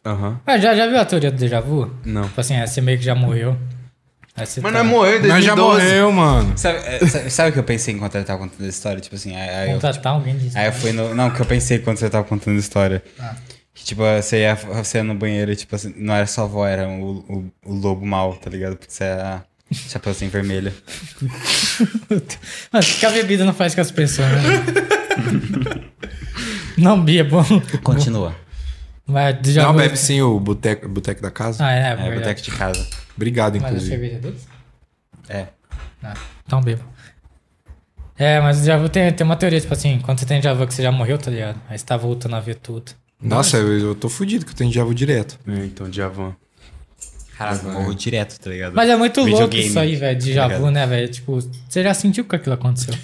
D: Aham.
A: Ah, já, já viu a teoria do déjà vu?
D: Não.
A: Tipo assim, é, você meio que já morreu. Aí você
D: Mas
A: tá-
D: não é morreu em
E: Mas já
D: 2012.
E: morreu, mano.
C: Sabe, é, sabe- sabe o que eu pensei enquanto ele tava contando a história? Tipo assim, aí, aí eu,
A: Contratar alguém disso.
C: aí eu fui no. Não, o que eu pensei quando você tava contando a história. Que tipo, você ia, você ia no banheiro e tipo assim, não era sua avó, era o, o, o lobo mal, tá ligado? Porque você era chapeuzinho vermelho.
A: [laughs] Mas o que a bebida não faz com as pessoas, né? [laughs] não, Bia, bom.
C: Continua.
A: Mas déjà
E: Não,
A: vu.
E: bebe sim o boteco, boteco da casa.
A: Ah, é, é,
C: É,
A: verdade.
C: boteco de casa.
E: Obrigado,
A: Mas a
E: inclusive.
A: cerveja deles?
C: É.
A: Ah, então bebo. É, mas o déjà vu tem, tem uma teoria, tipo assim, quando você tem déjà vu que você já morreu, tá ligado? Aí você tá voltando a ver tudo.
E: Nossa, eu, eu tô fudido que eu tenho déjà vu direto.
D: É, então, Djavan.
C: Caraca, morro direto, tá ligado?
A: Mas é muito louco
C: Videogame,
A: isso aí, velho, de déjà
C: tá
A: vu, né, velho? Tipo, você já sentiu que aquilo aconteceu.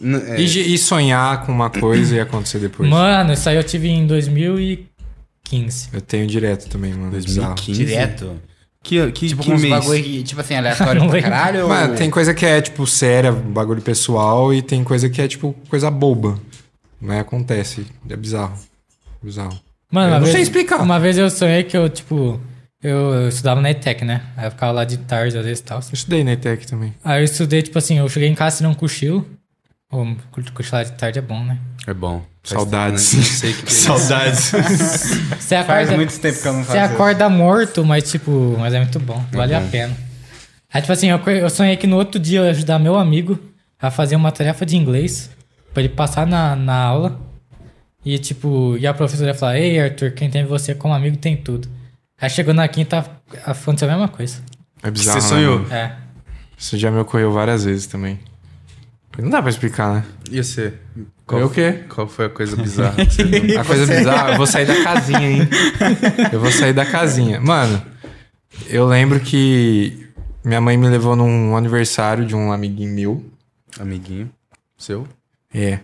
D: N-
E: E,
D: É,
E: de- e sonhar com uma coisa e acontecer depois.
A: Mano, isso aí eu tive em 2015.
E: Eu tenho direto também, mano. é Bizarro.
D: 2015?
C: Direto?
D: Que, que,
C: Tipo,
D: que
C: com uns
D: mês?
C: bagulho, que, tipo [laughs] assim, aleatório
A: Não
C: pra
A: lembro.
C: caralho? ou-
E: Mano, tem coisa que é, tipo, séria, bagulho pessoal, e tem coisa que é, tipo, coisa boba. Mas acontece. É bizarro. Bizarro.
A: Mano,
E: Eu
A: uma
E: não
A: vez,
E: sei explicar.
A: Uma vez eu sonhei que eu, tipo, eu, eu estudava na ETEC, né? Aí eu ficava lá de tarde, às vezes e tal.
E: Eu estudei na ETEC também.
A: Aí eu estudei, tipo assim, eu cheguei em casa tirei um cochilo. Ou cochilar de tarde é bom, né?
D: É bom.
E: Saudades.
D: Não sei o
E: [laughs]
D: que que é isso.
C: Saudades.
A: Você
C: Faz
A: acorda,
C: muito tempo que eu não
A: Você
C: faço isso.
A: acorda morto, mas tipo, mas é muito bom, vale a pena. Aí, tipo assim, eu, co- eu sonhei que no outro dia eu ia ajudar meu amigo a fazer uma tarefa de inglês pra ele passar na, na aula. E tipo, e a professora ia falar, ei Arthur, quem tem você como amigo tem tudo. Aí chegou na quinta, a- aconteceu a mesma coisa.
E: É bizarro.
D: [laughs] Você
E: né,
D: sonhou?
E: mano?
A: É.
E: Isso já me ocorreu várias vezes também. Não dá
D: [laughs]
E: pra explicar, né?
D: E você?
E: Eu o quê?
D: Qual foi a coisa
E: [laughs]
D: bizarra que você viu?
E: A coisa bizarra, eu vou sair da casinha, hein? Eu vou sair da casinha. Mano, eu lembro que minha mãe me levou num aniversário de um amiguinho meu.
D: Amiguinho seu?
E: É.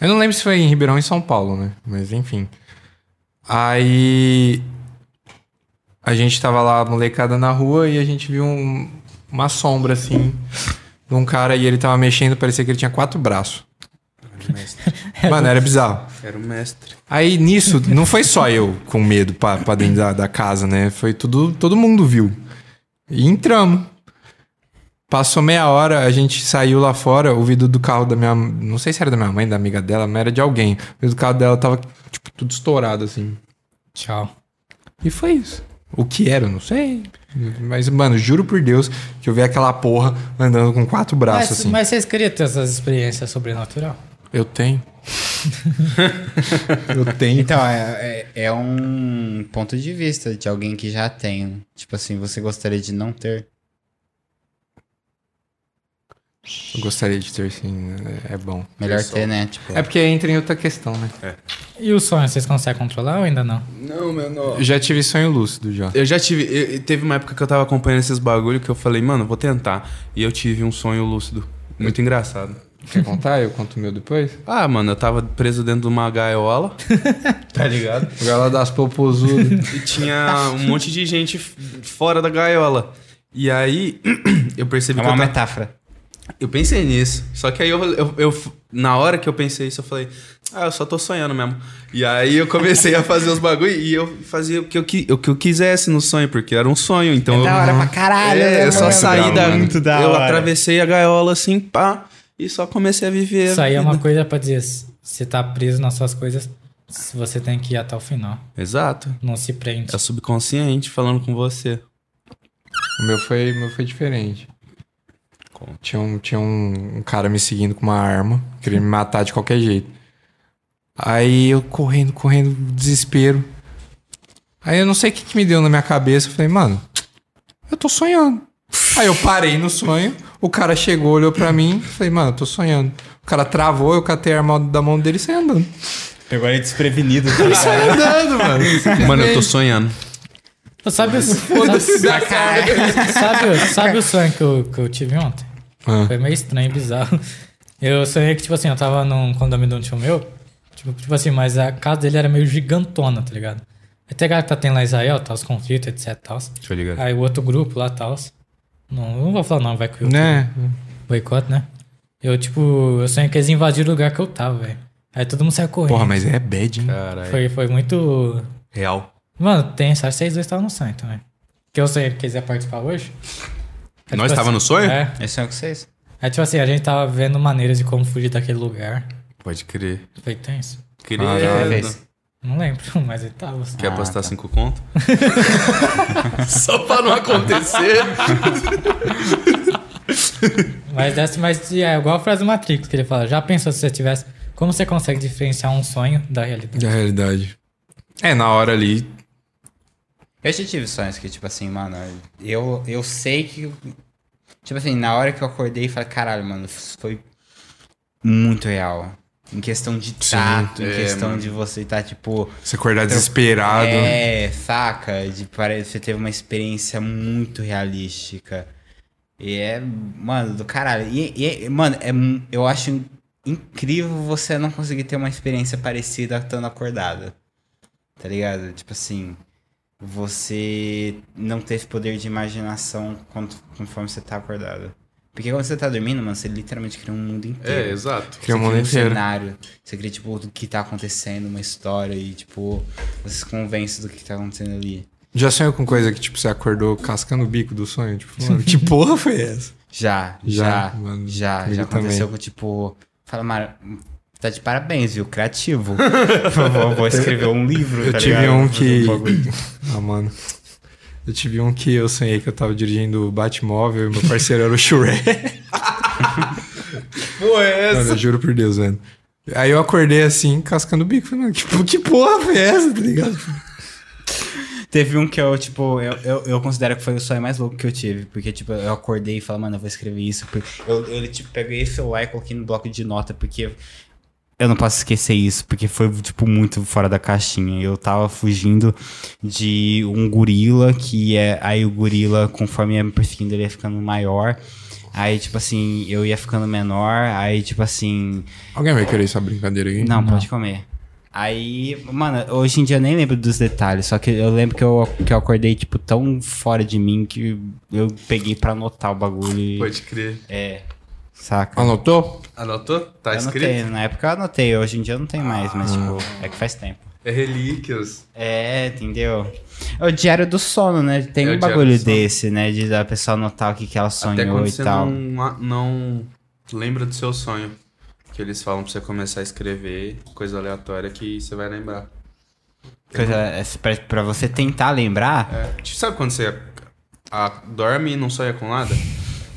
E: Eu não lembro se foi em Ribeirão ou em São Paulo, né? Mas enfim. Aí. A gente tava lá, molecada na rua, e a gente viu um- uma sombra assim. De um cara e ele tava mexendo, parecia que ele tinha quatro braços. Mano, era bizarro.
D: Era o mestre.
E: Aí nisso, não foi só eu com medo pra, pra dentro da, da casa, né? Foi tudo, todo mundo viu. E entramos. Passou meia hora, a gente saiu lá fora, o vidro do carro da minha. Não sei se era da minha mãe, da amiga dela, mas era de alguém. O vidro do carro dela tava, tipo, tudo estourado, assim.
A: Tchau.
E: E foi isso. O que era, eu não sei. Mas, mano, juro por Deus que eu vi aquela porra andando com quatro braços,
A: Mas,
E: assim.
A: mas vocês queriam ter essas experiências sobrenatural?
E: Eu tenho.
B: Eu tenho.
C: Então, é, é, é um ponto de vista de alguém que já tem. Tipo assim, você gostaria de não ter.
E: Eu gostaria de ter, sim. É é bom.
C: Melhor ter, né? Tipo,
E: É porque entra em outra questão, né?
A: E o sonho, vocês conseguem controlar ou ainda não?
D: Não, menor.
E: Eu já tive sonho lúcido já.
D: Eu já tive. eu- eu- teve uma época que eu tava acompanhando esses bagulho que eu falei, mano, vou tentar. E eu tive um sonho lúcido. Muito engraçado.
E: Quer contar? Eu conto o meu depois.
D: Ah, mano, eu tava preso dentro de uma gaiola. [laughs] tá ligado?
E: O galo das [laughs] popozudas.
D: E tinha um monte de gente f- fora da gaiola. E aí, [clears throat] eu percebi
C: é
D: que eu
C: uma
D: tava-
C: metáfora.
D: Eu pensei nisso. Só que aí eu, eu, eu- Na hora que eu pensei isso, eu falei, ah, eu só tô sonhando mesmo. E aí eu comecei a fazer os bagulho e eu fazia o que eu, qui- o que eu quisesse no sonho, porque era um sonho. Então eu,
C: Da hora pra caralho.
D: É,
C: né,
D: eu só
C: mano?
D: saí da.
C: Muito da
D: eu
C: hora.
D: atravessei a gaiola assim, pá, e só comecei a viver. a
A: Isso aí é
D: vida.
A: uma coisa pra dizer, se você tá preso nas suas coisas, se você tem que ir até o final.
D: Exato.
A: Não se prende.
D: É o subconsciente falando com você. [laughs]
E: o meu foi, o meu foi diferente.
D: Conta.
E: Tinha, um, tinha um, um cara me seguindo com uma arma. Queria me matar de qualquer jeito. Aí eu correndo, correndo, desespero. Aí eu não sei o que, que me deu na minha cabeça. Eu falei, mano, eu tô sonhando. Aí eu parei no sonho, o cara chegou, olhou pra mim, falei, mano, eu tô sonhando. O cara travou, eu catei a arma da mão dele e saí andando.
D: assim.
C: Pegou ele desprevenido. tá ligado?
E: Saí andando, mano.
D: Mano, eu tô sonhando.
A: Sabe, o-
E: Foda-se
A: sabe,
E: da cara.
A: sabe o- sabe o sonho que eu, que eu tive ontem?
E: Ah.
A: Foi meio estranho, bizarro. Eu sonhei que, tipo assim, eu tava num condomínio de um tio meu, tipo, tipo assim, mas a casa dele era meio gigantona, tá ligado? Até que tá tendo lá em Israel, tá, os conflitos, etc, tal.
D: Deixa eu ligar.
A: Aí o outro grupo lá, tal. Não, eu não vou falar não, vai que o
E: Né?
A: boicote, né? Eu, tipo, eu sonhei que eles invadiram o lugar que eu tava, velho. Aí todo mundo saiu correndo.
E: Porra, mas é bad, hein?
D: Caralho.
A: Foi, foi muito.
D: Real.
A: Mano, tem, acho que vocês dois estavam no sonho também. Que eu sei que quiser participar hoje. É,
D: Nós
A: tipo
D: tava
A: assim-
D: no sonho?
A: É.
C: Eu sonho com vocês.
A: É tipo assim, a gente tava vendo maneiras de como fugir daquele lugar.
D: Pode crer.
A: Foi tenso.
D: Queria.
C: é
E: Caralho.
C: Fez.
A: Não lembro, [laughs] mas ele tava. assim.
D: Quer
C: Ah,
D: apostar
C: tá.
D: cinco
C: [laughs]
D: conto? [laughs] Só pra não acontecer.
A: Mas, dessa, mas é igual a frase do Matrix que ele fala. Já pensou se você tivesse. Como você consegue diferenciar um sonho da realidade?
E: Da realidade. É, na hora ali.
C: Eu já tive sonhos que, tipo assim, mano, eu, eu sei que. Tipo assim, na hora que eu acordei, eu falei, caralho, mano, isso foi muito real. Em questão de tato, em questão de você estar, tipo.
E: Você acordar desesperado.
C: É, saca? De parece que você teve uma experiência muito realística. E é, mano, do caralho. E, e- e, mano, é, mu- eu acho in- incrível você não conseguir ter uma experiência parecida estando acordada. Tá ligado? Tipo assim, você não ter esse poder de imaginação quanto- conforme você tá acordado. Porque quando você tá dormindo, mano, você literalmente cria um mundo inteiro.
D: É, exato.
E: Cria o
C: Você
E: mundo
C: cria um
E: inteiro.
C: cenário. Você cria, tipo, o que tá acontecendo, uma história e, tipo, você se convence do que tá acontecendo ali.
E: Já sonhou com coisa que, tipo, você acordou cascando o bico do sonho? Tipo, mano,
C: [laughs]
E: que porra foi essa?
C: Já,
E: Já,
C: já,
E: mano,
C: já,
E: comigo
C: já aconteceu com, tipo, fala, Mara, tá de parabéns, viu? Criativo. [laughs] vou, vou escrever um livro,
E: Eu
C: tá
E: tive
C: ligado?
E: um
C: Vou fazer
E: que.
C: bagulho.
E: Ah, mano. Eu tive um que eu sonhei que eu tava dirigindo o Batmóvel e meu parceiro era o Shrek.
D: [laughs] Pô, é
E: Mano, eu juro por Deus, velho. Aí eu acordei assim, cascando o bico. Falei, mano, tipo, que, que porra foi essa, tá ligado?
C: Teve um que eu, tipo, eu, eu, eu considero que foi o sonho mais louco que eu tive. Porque, tipo, eu acordei e falei, mano, eu vou escrever isso. porque Eu, eu tipo, peguei esse celular e coloquei no bloco de nota, porque eu não posso esquecer isso, porque foi, tipo, muito fora da caixinha. Eu tava fugindo de um gorila, que é. Aí o gorila, conforme ia me perseguindo, ele ia ficando maior. Aí, tipo assim, eu ia ficando menor. Aí, tipo assim.
E: Alguém vai querer essa brincadeira aí?
C: Não, pode comer. Aí, mano, hoje em dia eu nem lembro dos detalhes, só que eu lembro que eu, que eu acordei, tipo, tão fora de mim que eu peguei pra anotar o bagulho. e-
D: Pode crer.
C: É. Saca?
E: Anotou?
D: Anotou? Tá
C: eu
D: escrito?
C: anotei, né? na época eu anotei, hoje em dia eu não tenho mais, mas, tipo, é que faz tempo.
D: É relíquias.
C: É, entendeu? É o diário do sono, né? Tem
D: É o
C: um
D: diário
C: bagulho
D: do sono.
C: desse, né? De da pessoa anotar o que, que ela
D: Até
C: sonhou
D: quando
C: e
D: você
C: tal.
D: não, não lembra do seu sonho. Que eles falam pra você começar a escrever coisa aleatória que você vai lembrar.
C: Coisa, é, pra, pra você tentar lembrar,
D: É. Tipo, Sabe quando você a- dorme e não sonha com nada?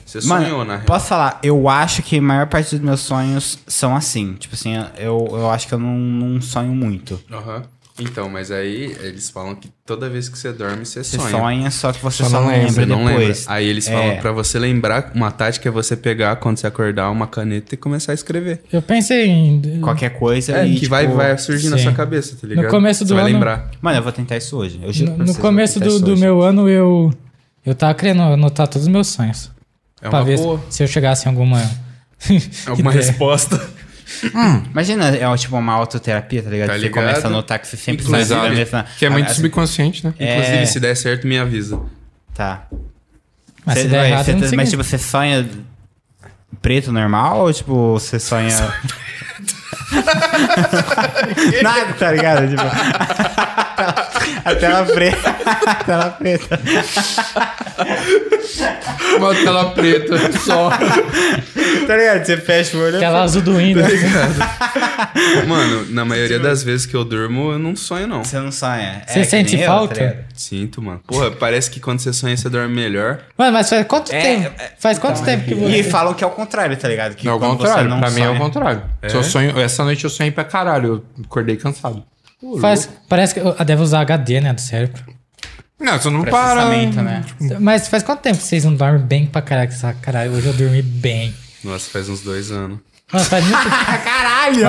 D: Você
C: Mano,
D: sonhou, na real.
C: posso falar, eu acho que a maior parte dos meus sonhos são assim. Tipo assim, eu, eu acho que eu não, não sonho muito.
D: Aham. Então, mas aí eles falam que toda vez que você dorme, você,
C: Você
D: sonha.
C: sonha, só que você
E: Só
C: só,
E: não
C: não
E: lembra,
C: lembra,
D: Você não lembra.
C: depois.
D: Aí eles
C: É.
D: falam pra você lembrar, uma tática é você pegar quando você acordar uma caneta e começar a escrever.
A: Eu pensei em.
C: Qualquer coisa
D: É,
C: e,
D: que vai,
C: tipo,
D: vai surgir na
A: sim.
D: sua cabeça, tá ligado?
A: começo do
D: você vai
A: ano-
D: lembrar.
C: Mano, eu vou tentar isso hoje. Eu juro
A: No,
C: pra
A: no
C: vocês, eu vou
A: começo
C: tentar
A: do,
C: isso
A: do
C: hoje.
A: meu ano, eu. Eu tava querendo anotar todos os meus sonhos.
D: É
A: pra
D: uma
A: ver se-
D: boa.
A: se eu chegasse em alguma.
D: [laughs] Alguma
A: ideia.
D: resposta.
C: Imagina, é ó, tipo uma autoterapia, tá ligado?
D: Tá
C: Você começa
D: ligado?
C: a notar que você sempre
D: Inclusive,
C: tá na mesma-
E: Que é muito
C: Ah, assim,
E: subconsciente, né?
D: Inclusive, se der certo, me avisa.
C: Tá.
A: Mas
C: Cê-
A: se der
C: ué,
A: errado,
C: cê-
A: eu não sei. é.
C: mas tipo, você sonha preto normal ou tipo, você sonha.
A: [laughs]
C: Nada, tá ligado? Tipo, [laughs] a tela preta. A tela preta.
B: Uma tela preta só.
C: Tá ligado? Você fecha o olho.
A: Aquela azul do Windows.
C: É,
D: Mano, na maioria das vezes que eu durmo, eu não sonho, não.
C: Você não sonha.
A: Você
C: que
A: sente
C: nem eu, tá
A: falta?
C: ligado?
D: Sinto, mano. Porra, parece que quando você sonha, você dorme melhor.
A: Mano, mas faz quanto
C: É,
A: tempo? Faz quanto tempo que você.
C: e falam que é o contrário, tá ligado? Que
E: É o
C: quando você
E: contrário.
C: não
E: Pra mim é o
C: sonha-
E: contrário. Se eu sonho, essa noite eu sonhei pra caralho. Eu acordei cansado.
A: Faz, parece que ah, deve usar HD, né, do cérebro.
E: Não, você não para.
C: Processamento, né?
A: Mas faz quanto tempo que vocês não dormem bem pra caralho? Que essa- Caralho, hoje eu dormi bem.
D: Nossa, faz uns dois anos.
A: Mano, faz
C: [laughs]
A: muito,
C: Caralho!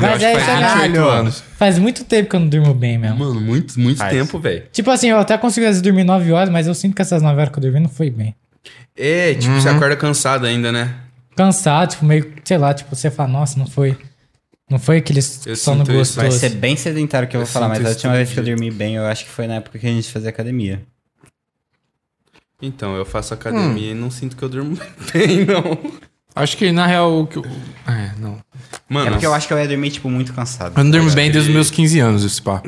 A: mas é, isso é
C: faz
A: verdade.
C: caralho.
E: 28 anos.
A: faz muito tempo que eu não durmo bem mesmo.
D: Mano, muito, muito
C: Faz.
D: tempo, velho.
A: Tipo assim, eu até consigo às vezes dormir 9 horas, mas eu sinto que essas 9 horas que eu dormi não foi bem.
D: É, tipo, você acorda cansado ainda, né?
A: Cansado, tipo, meio, sei lá, tipo, você fala, nossa, não foi. Não foi aquele
D: Eu
A: sono
D: sinto isso,
A: gostoso.
D: vai
C: Vai ser bem sedentário que eu vou
D: Eu
C: falar,
D: sinto
C: mas a
D: isso
C: última
D: todo
C: vez que eu
D: dia.
C: dormi bem, eu acho que foi na época que a gente fazia academia.
D: Então, eu faço academia e não sinto que eu durmo bem, não.
E: Acho que na real. o que eu- É, não.
D: Mano,
C: É porque eu acho que eu ia dormir, tipo, muito cansado.
E: [laughs] Eu não durmo bem desde os meus 15 anos, esse pá.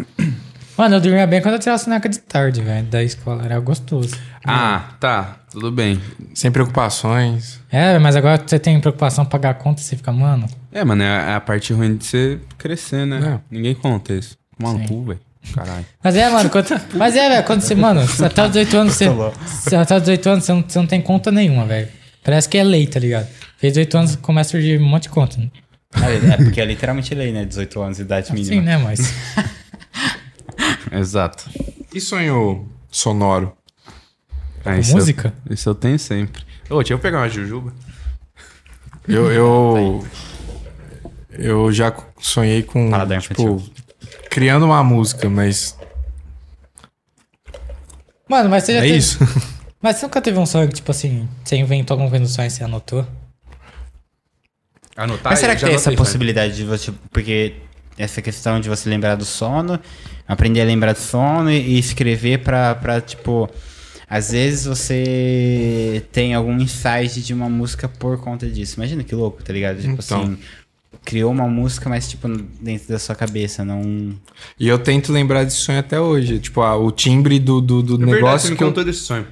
A: Mano, eu dormia bem quando eu tirava soneca de tarde, velho, da escola. Era gostoso.
D: Ah, tá. Tudo bem.
E: Sem preocupações.
A: É, mas agora você tem preocupação em pagar a conta, você fica, mano.
D: É, mano, é a- é a parte ruim de você crescer, né?
E: É.
D: Ninguém conta isso. Maluco, velho. Caralho.
A: Mas é, mano, quando, mas é, velho, quando você, mano, até os 18 anos você, você- até os 18 anos você não, você não tem conta nenhuma, velho. Parece que é lei, tá ligado? Fez 18 anos, começa a surgir um monte de conta. Né?
C: É, é porque é literalmente lei, né? 18 anos, idade
A: Sim,
C: mínima.
A: né, mas...
D: Exato.
E: E sonho sonoro?
D: Ah,
A: Com
D: isso eu-
A: música?
D: isso eu tenho sempre. Ô, deixa eu pegar uma jujuba. Tá
E: Eu. Eu, eu já sonhei com.
C: Paladar
E: tipo, criando uma música, mas.
A: Mano, mas você [laughs] já
E: É
A: teve-
E: isso.
A: Mas você nunca teve um sonho que, tipo assim, você inventou alguma coisa no sonho e você anotou?
D: Anotar?
C: Mas será que
D: Tá, Já anotei,
C: tem essa
D: pai.
C: possibilidade de você. Porque essa questão de você lembrar do sono, aprender a lembrar do sono e, e escrever pra, pra, tipo. Às vezes você tem algum insight de uma música por conta disso. Imagina que louco, tá ligado? Tipo
E: Então.
C: assim. Criou uma música, mas, tipo, dentro da sua cabeça, não.
E: E eu tento lembrar desse sonho até hoje. Tipo, ah, o timbre do, do, do
D: É verdade, você
E: negócio
D: me
E: que eu
D: contou desse sonho.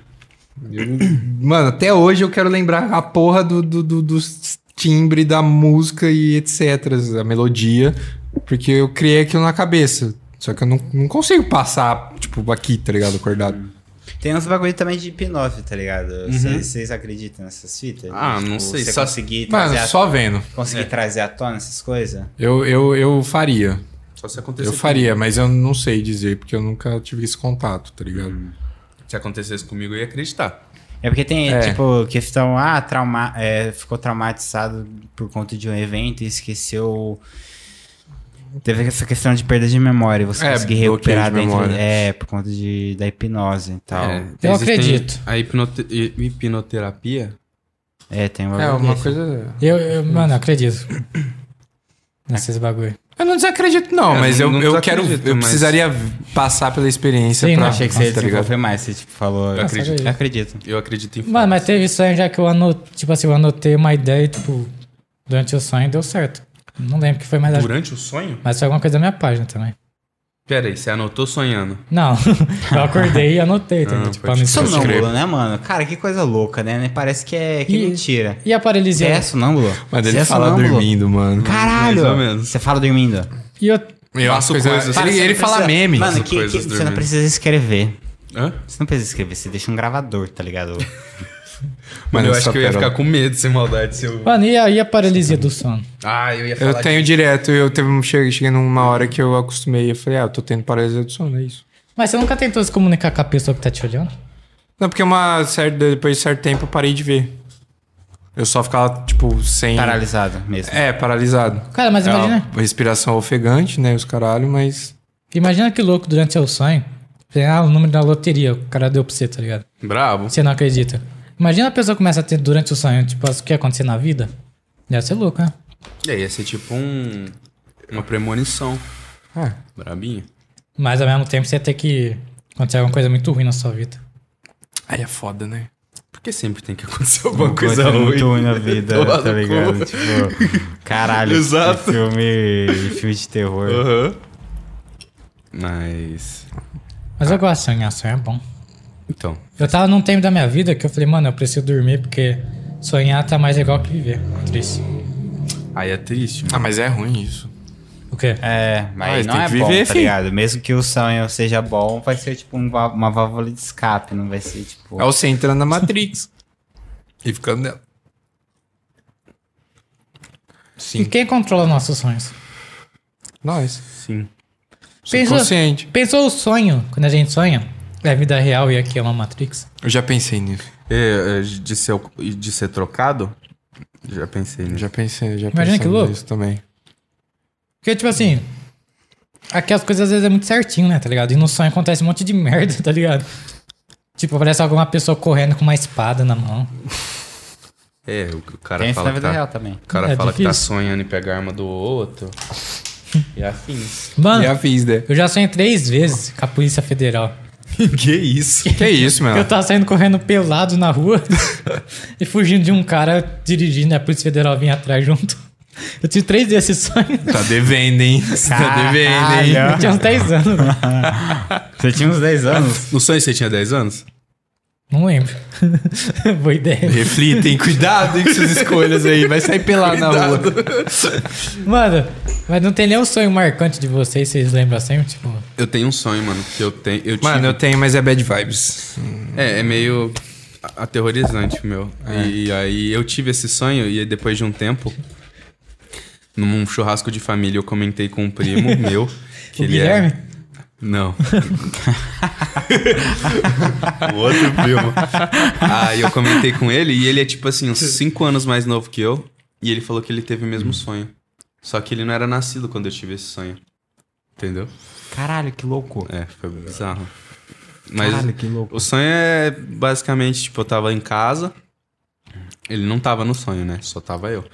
E: Mano, até hoje eu quero lembrar a porra do, do, do- dos timbre da música e etc. A melodia. Porque eu criei aquilo na cabeça. Só que eu não, não consigo passar, tipo, aqui, tá ligado? Acordado.
C: Tem uns bagulho também de hipnose, tá ligado? Vocês acreditam nessas fitas?
D: Uhum. Ah, não sei,
C: Você
D: só- É.
C: conseguir
E: Mano,
C: trazer, a-
E: só vendo.
C: conseguir trazer à tona essas coisas?
E: Eu, eu, eu faria.
D: Só se acontecer.
E: Eu faria, mas eu não sei dizer, porque eu nunca tive esse contato, tá ligado?
D: Se acontecesse comigo, eu ia acreditar.
C: É porque tem,
E: É.
C: tipo, questão, ah, trauma, é, ficou traumatizado por conta de um evento e esqueceu. Teve essa questão de perda de memória, você
E: É,
C: conseguir
E: bloqueio de
C: recuperar dentro.
E: memória.
C: É, por conta de, da hipnose e tal. É,
A: Eu
D: existem
A: acredito.
D: A hipnote- hi- hipnoterapia.
C: tem um
E: É,
C: bagulho
E: uma
C: desse.
E: coisa.
A: Eu, eu mano, eu acredito. Nesses bagulho.
E: Eu não desacredito, não,
D: É,
E: mas
D: não-
E: eu,
D: não
E: eu quero.
D: desacredito,
E: Eu
D: mas-
E: precisaria passar pela experiência
A: Sim,
E: pra.
A: né?
C: Achei que você ia
E: tá ligado?
C: desenvolver mais, você tipo, falou. Eu
A: acredito.
C: Eu acredito.
D: Eu acredito em
A: Mano, mas teve sonho já que eu anotei, tipo assim, eu anotei uma ideia e, tipo, durante o sonho deu certo. Não lembro o que foi, mas acho-
D: Durante o sonho?
A: mas foi alguma coisa da minha página também.
D: Pera aí, você anotou sonhando.
A: Não, [laughs] eu acordei e anotei também,
D: Ah,
A: tipo,
D: pode
A: anotei.
C: Sonâmbulo, né, mano? Cara, que coisa louca, né? Parece que é, que
A: E-
C: mentira.
A: E a paralisia?
C: Você é sonâmbulo?
E: Mas
C: Você
E: ele
C: é
E: fala
C: sonâmbulo?
E: dormindo, né? mano.
C: Caralho!
D: Mais ou menos.
C: Você fala dormindo.
A: E eu,
E: Eu
D: Faço coisas-
E: Ele,
C: Você não
E: ele fala
C: precisa-
E: meme.
C: Mano,
D: Faço
C: que,
D: coisas
C: que- você não
D: dormindo.
C: precisa escrever.
D: Hã?
C: Você não precisa escrever, você deixa um gravador, tá ligado?
D: Mano, eu
E: Essa
D: acho que eu ia
E: pérola.
D: ficar com medo, sem maldade, se eu...
A: Mano, e aí a paralisia do sono?
D: Ah, eu ia falar
E: Eu tenho direto, eu teve, um- cheguei, cheguei numa hora que eu acostumei eu falei, ah, eu tô tendo paralisia do sono, é isso.
A: Mas você nunca tentou se comunicar com a pessoa que tá te olhando?
E: Não, porque uma certa, depois de certo tempo eu parei de ver. Eu só ficava, tipo, sem.
C: Paralisado mesmo.
E: É, paralisado.
A: Cara, mas
E: É uma
A: imagina.
E: Respiração ofegante, né? Os caralho, mas.
A: Imagina que louco durante seu sonho. Você, Ah, o número da loteria, o cara deu pra você, tá ligado?
D: que- Bravo.
A: Você não acredita. Imagina a pessoa começa a ter durante o sonho, tipo, o que ia acontecer na vida. Deve ser louco, né?
D: É, ia ser tipo um... Uma premonição.
E: É.
D: Brabinho.
A: Mas ao mesmo tempo você ia ter que acontecer alguma coisa muito ruim na sua vida.
E: Aí é foda, né?
D: Porque sempre tem que acontecer alguma coisa
C: Coisa
D: ruim.
C: muito ruim na vida,
D: Tomar
C: tá
D: no
C: ligado?
D: cu.
C: Tipo, caralho,
D: Exato. Uhum.
C: que filme, filme de terror.
D: Aham. Mas...
A: Mas eu gosto de sonhar, sonhar é bom.
D: Então...
A: Eu tava num tempo da minha vida que eu falei, mano, eu preciso dormir porque sonhar tá mais legal que viver. Triste.
D: Aí é triste, mano.
E: Ah, mas é ruim isso.
A: O quê?
C: É, mas
E: Mas
C: não
E: tem
C: é
E: que
C: bom,
E: viver,
C: tá
E: filho.
C: ligado? Mesmo que o sonho seja bom, vai ser tipo um va- uma válvula de escape, não vai ser tipo...
E: É você entrando na Matrix. [laughs] e ficando nela.
A: E quem controla nossos sonhos?
E: Nós.
D: Sim.
A: Pensa-
E: Subconsciente.
A: Pensou o sonho, quando a gente sonha, é a vida real e aqui é uma Matrix?
E: Eu já pensei nisso.
D: É, é, de, ser, e de ser trocado? Já pensei
E: Eu
D: nisso.
E: já pensei, já
A: Imagina
E: pensei
A: que louco.
E: nisso também.
A: Porque, tipo assim, aqui as coisas às vezes é muito certinho, né, tá ligado? E no sonho acontece um monte de [laughs] merda, tá ligado? Tipo, parece alguma pessoa correndo com uma espada na mão.
D: É, o o cara
C: Tem isso
D: fala
C: na
D: que
C: vida
D: tá,
C: real também.
D: O cara
A: É
D: fala que tá
A: difícil.
D: sonhando em pegar a arma do outro. [laughs] E é assim. afim.
A: Mano,
E: Já fiz, né?
A: eu já sonhei três vezes com a Polícia Federal.
D: que isso?
E: Que isso, meu?
A: Eu tava saindo correndo pelado na rua [laughs] e fugindo de um cara dirigindo, e a Polícia Federal vinha atrás junto. Eu tive três desses sonhos.
E: Tá devendo, hein?
D: [laughs]
E: Você
D: É
E: tá devendo, hein?
A: Eu [laughs] tinha uns 10 anos, né? velho.
C: Você tinha uns 10 anos?
D: No sonho você tinha 10 anos?
A: Não lembro. [laughs] Boa ideia.
E: Reflitem, cuidado hein, com suas escolhas aí. Vai sair pelado na rua.
A: Mano, mas não tem nenhum sonho marcante de vocês, vocês lembram assim? Tipo,
D: Eu tenho um sonho, mano, que eu tenho. Eu
E: Mano, eu
D: tive-
E: tenho, mas é bad vibes.
D: É, é meio a- aterrorizante, meu. E aí eu tive esse sonho, e aí depois de um tempo, num churrasco de família, eu comentei com um [laughs] primo meu. Que
A: o
D: ele é-
A: Guilherme?
D: Não. [laughs] o outro primo. Aí eu comentei com ele e ele é tipo assim, uns 5 anos mais novo que eu. E ele falou que ele teve o mesmo sonho. Só que ele não era nascido quando eu tive esse sonho. Entendeu?
C: Caralho, que louco.
D: É, foi bizarro. Mas
C: Caralho, que louco.
D: o sonho é basicamente, tipo, eu tava em casa. Ele não tava no sonho, né? Só tava eu.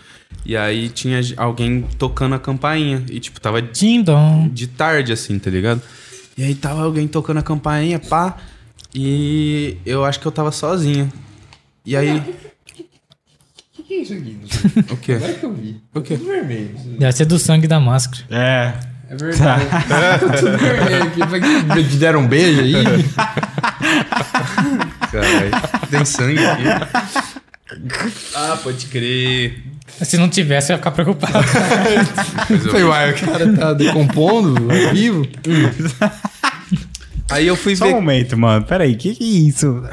D: E aí tinha alguém tocando a campainha. E, tipo, tava
A: Ding dong.
D: de tarde, assim, tá ligado? E aí tava alguém tocando a campainha, pá. E eu acho que eu tava sozinho. E aí. O que é isso aqui? O quê? O
E: [laughs]
D: quê?
A: Deve ser do sangue da máscara.
C: É.
E: Te deram um beijo aí?
D: Caralho, tem sangue aqui. Ah, pode crer.
A: Se não tivesse, eu ia ficar preocupado.
D: Mas eu-
E: Foi, uai, o cara tá decompondo,
D: tá
E: é vivo.
D: [laughs] Aí eu fui
C: Só um
D: ver.
C: momento, mano. Peraí, que que é isso?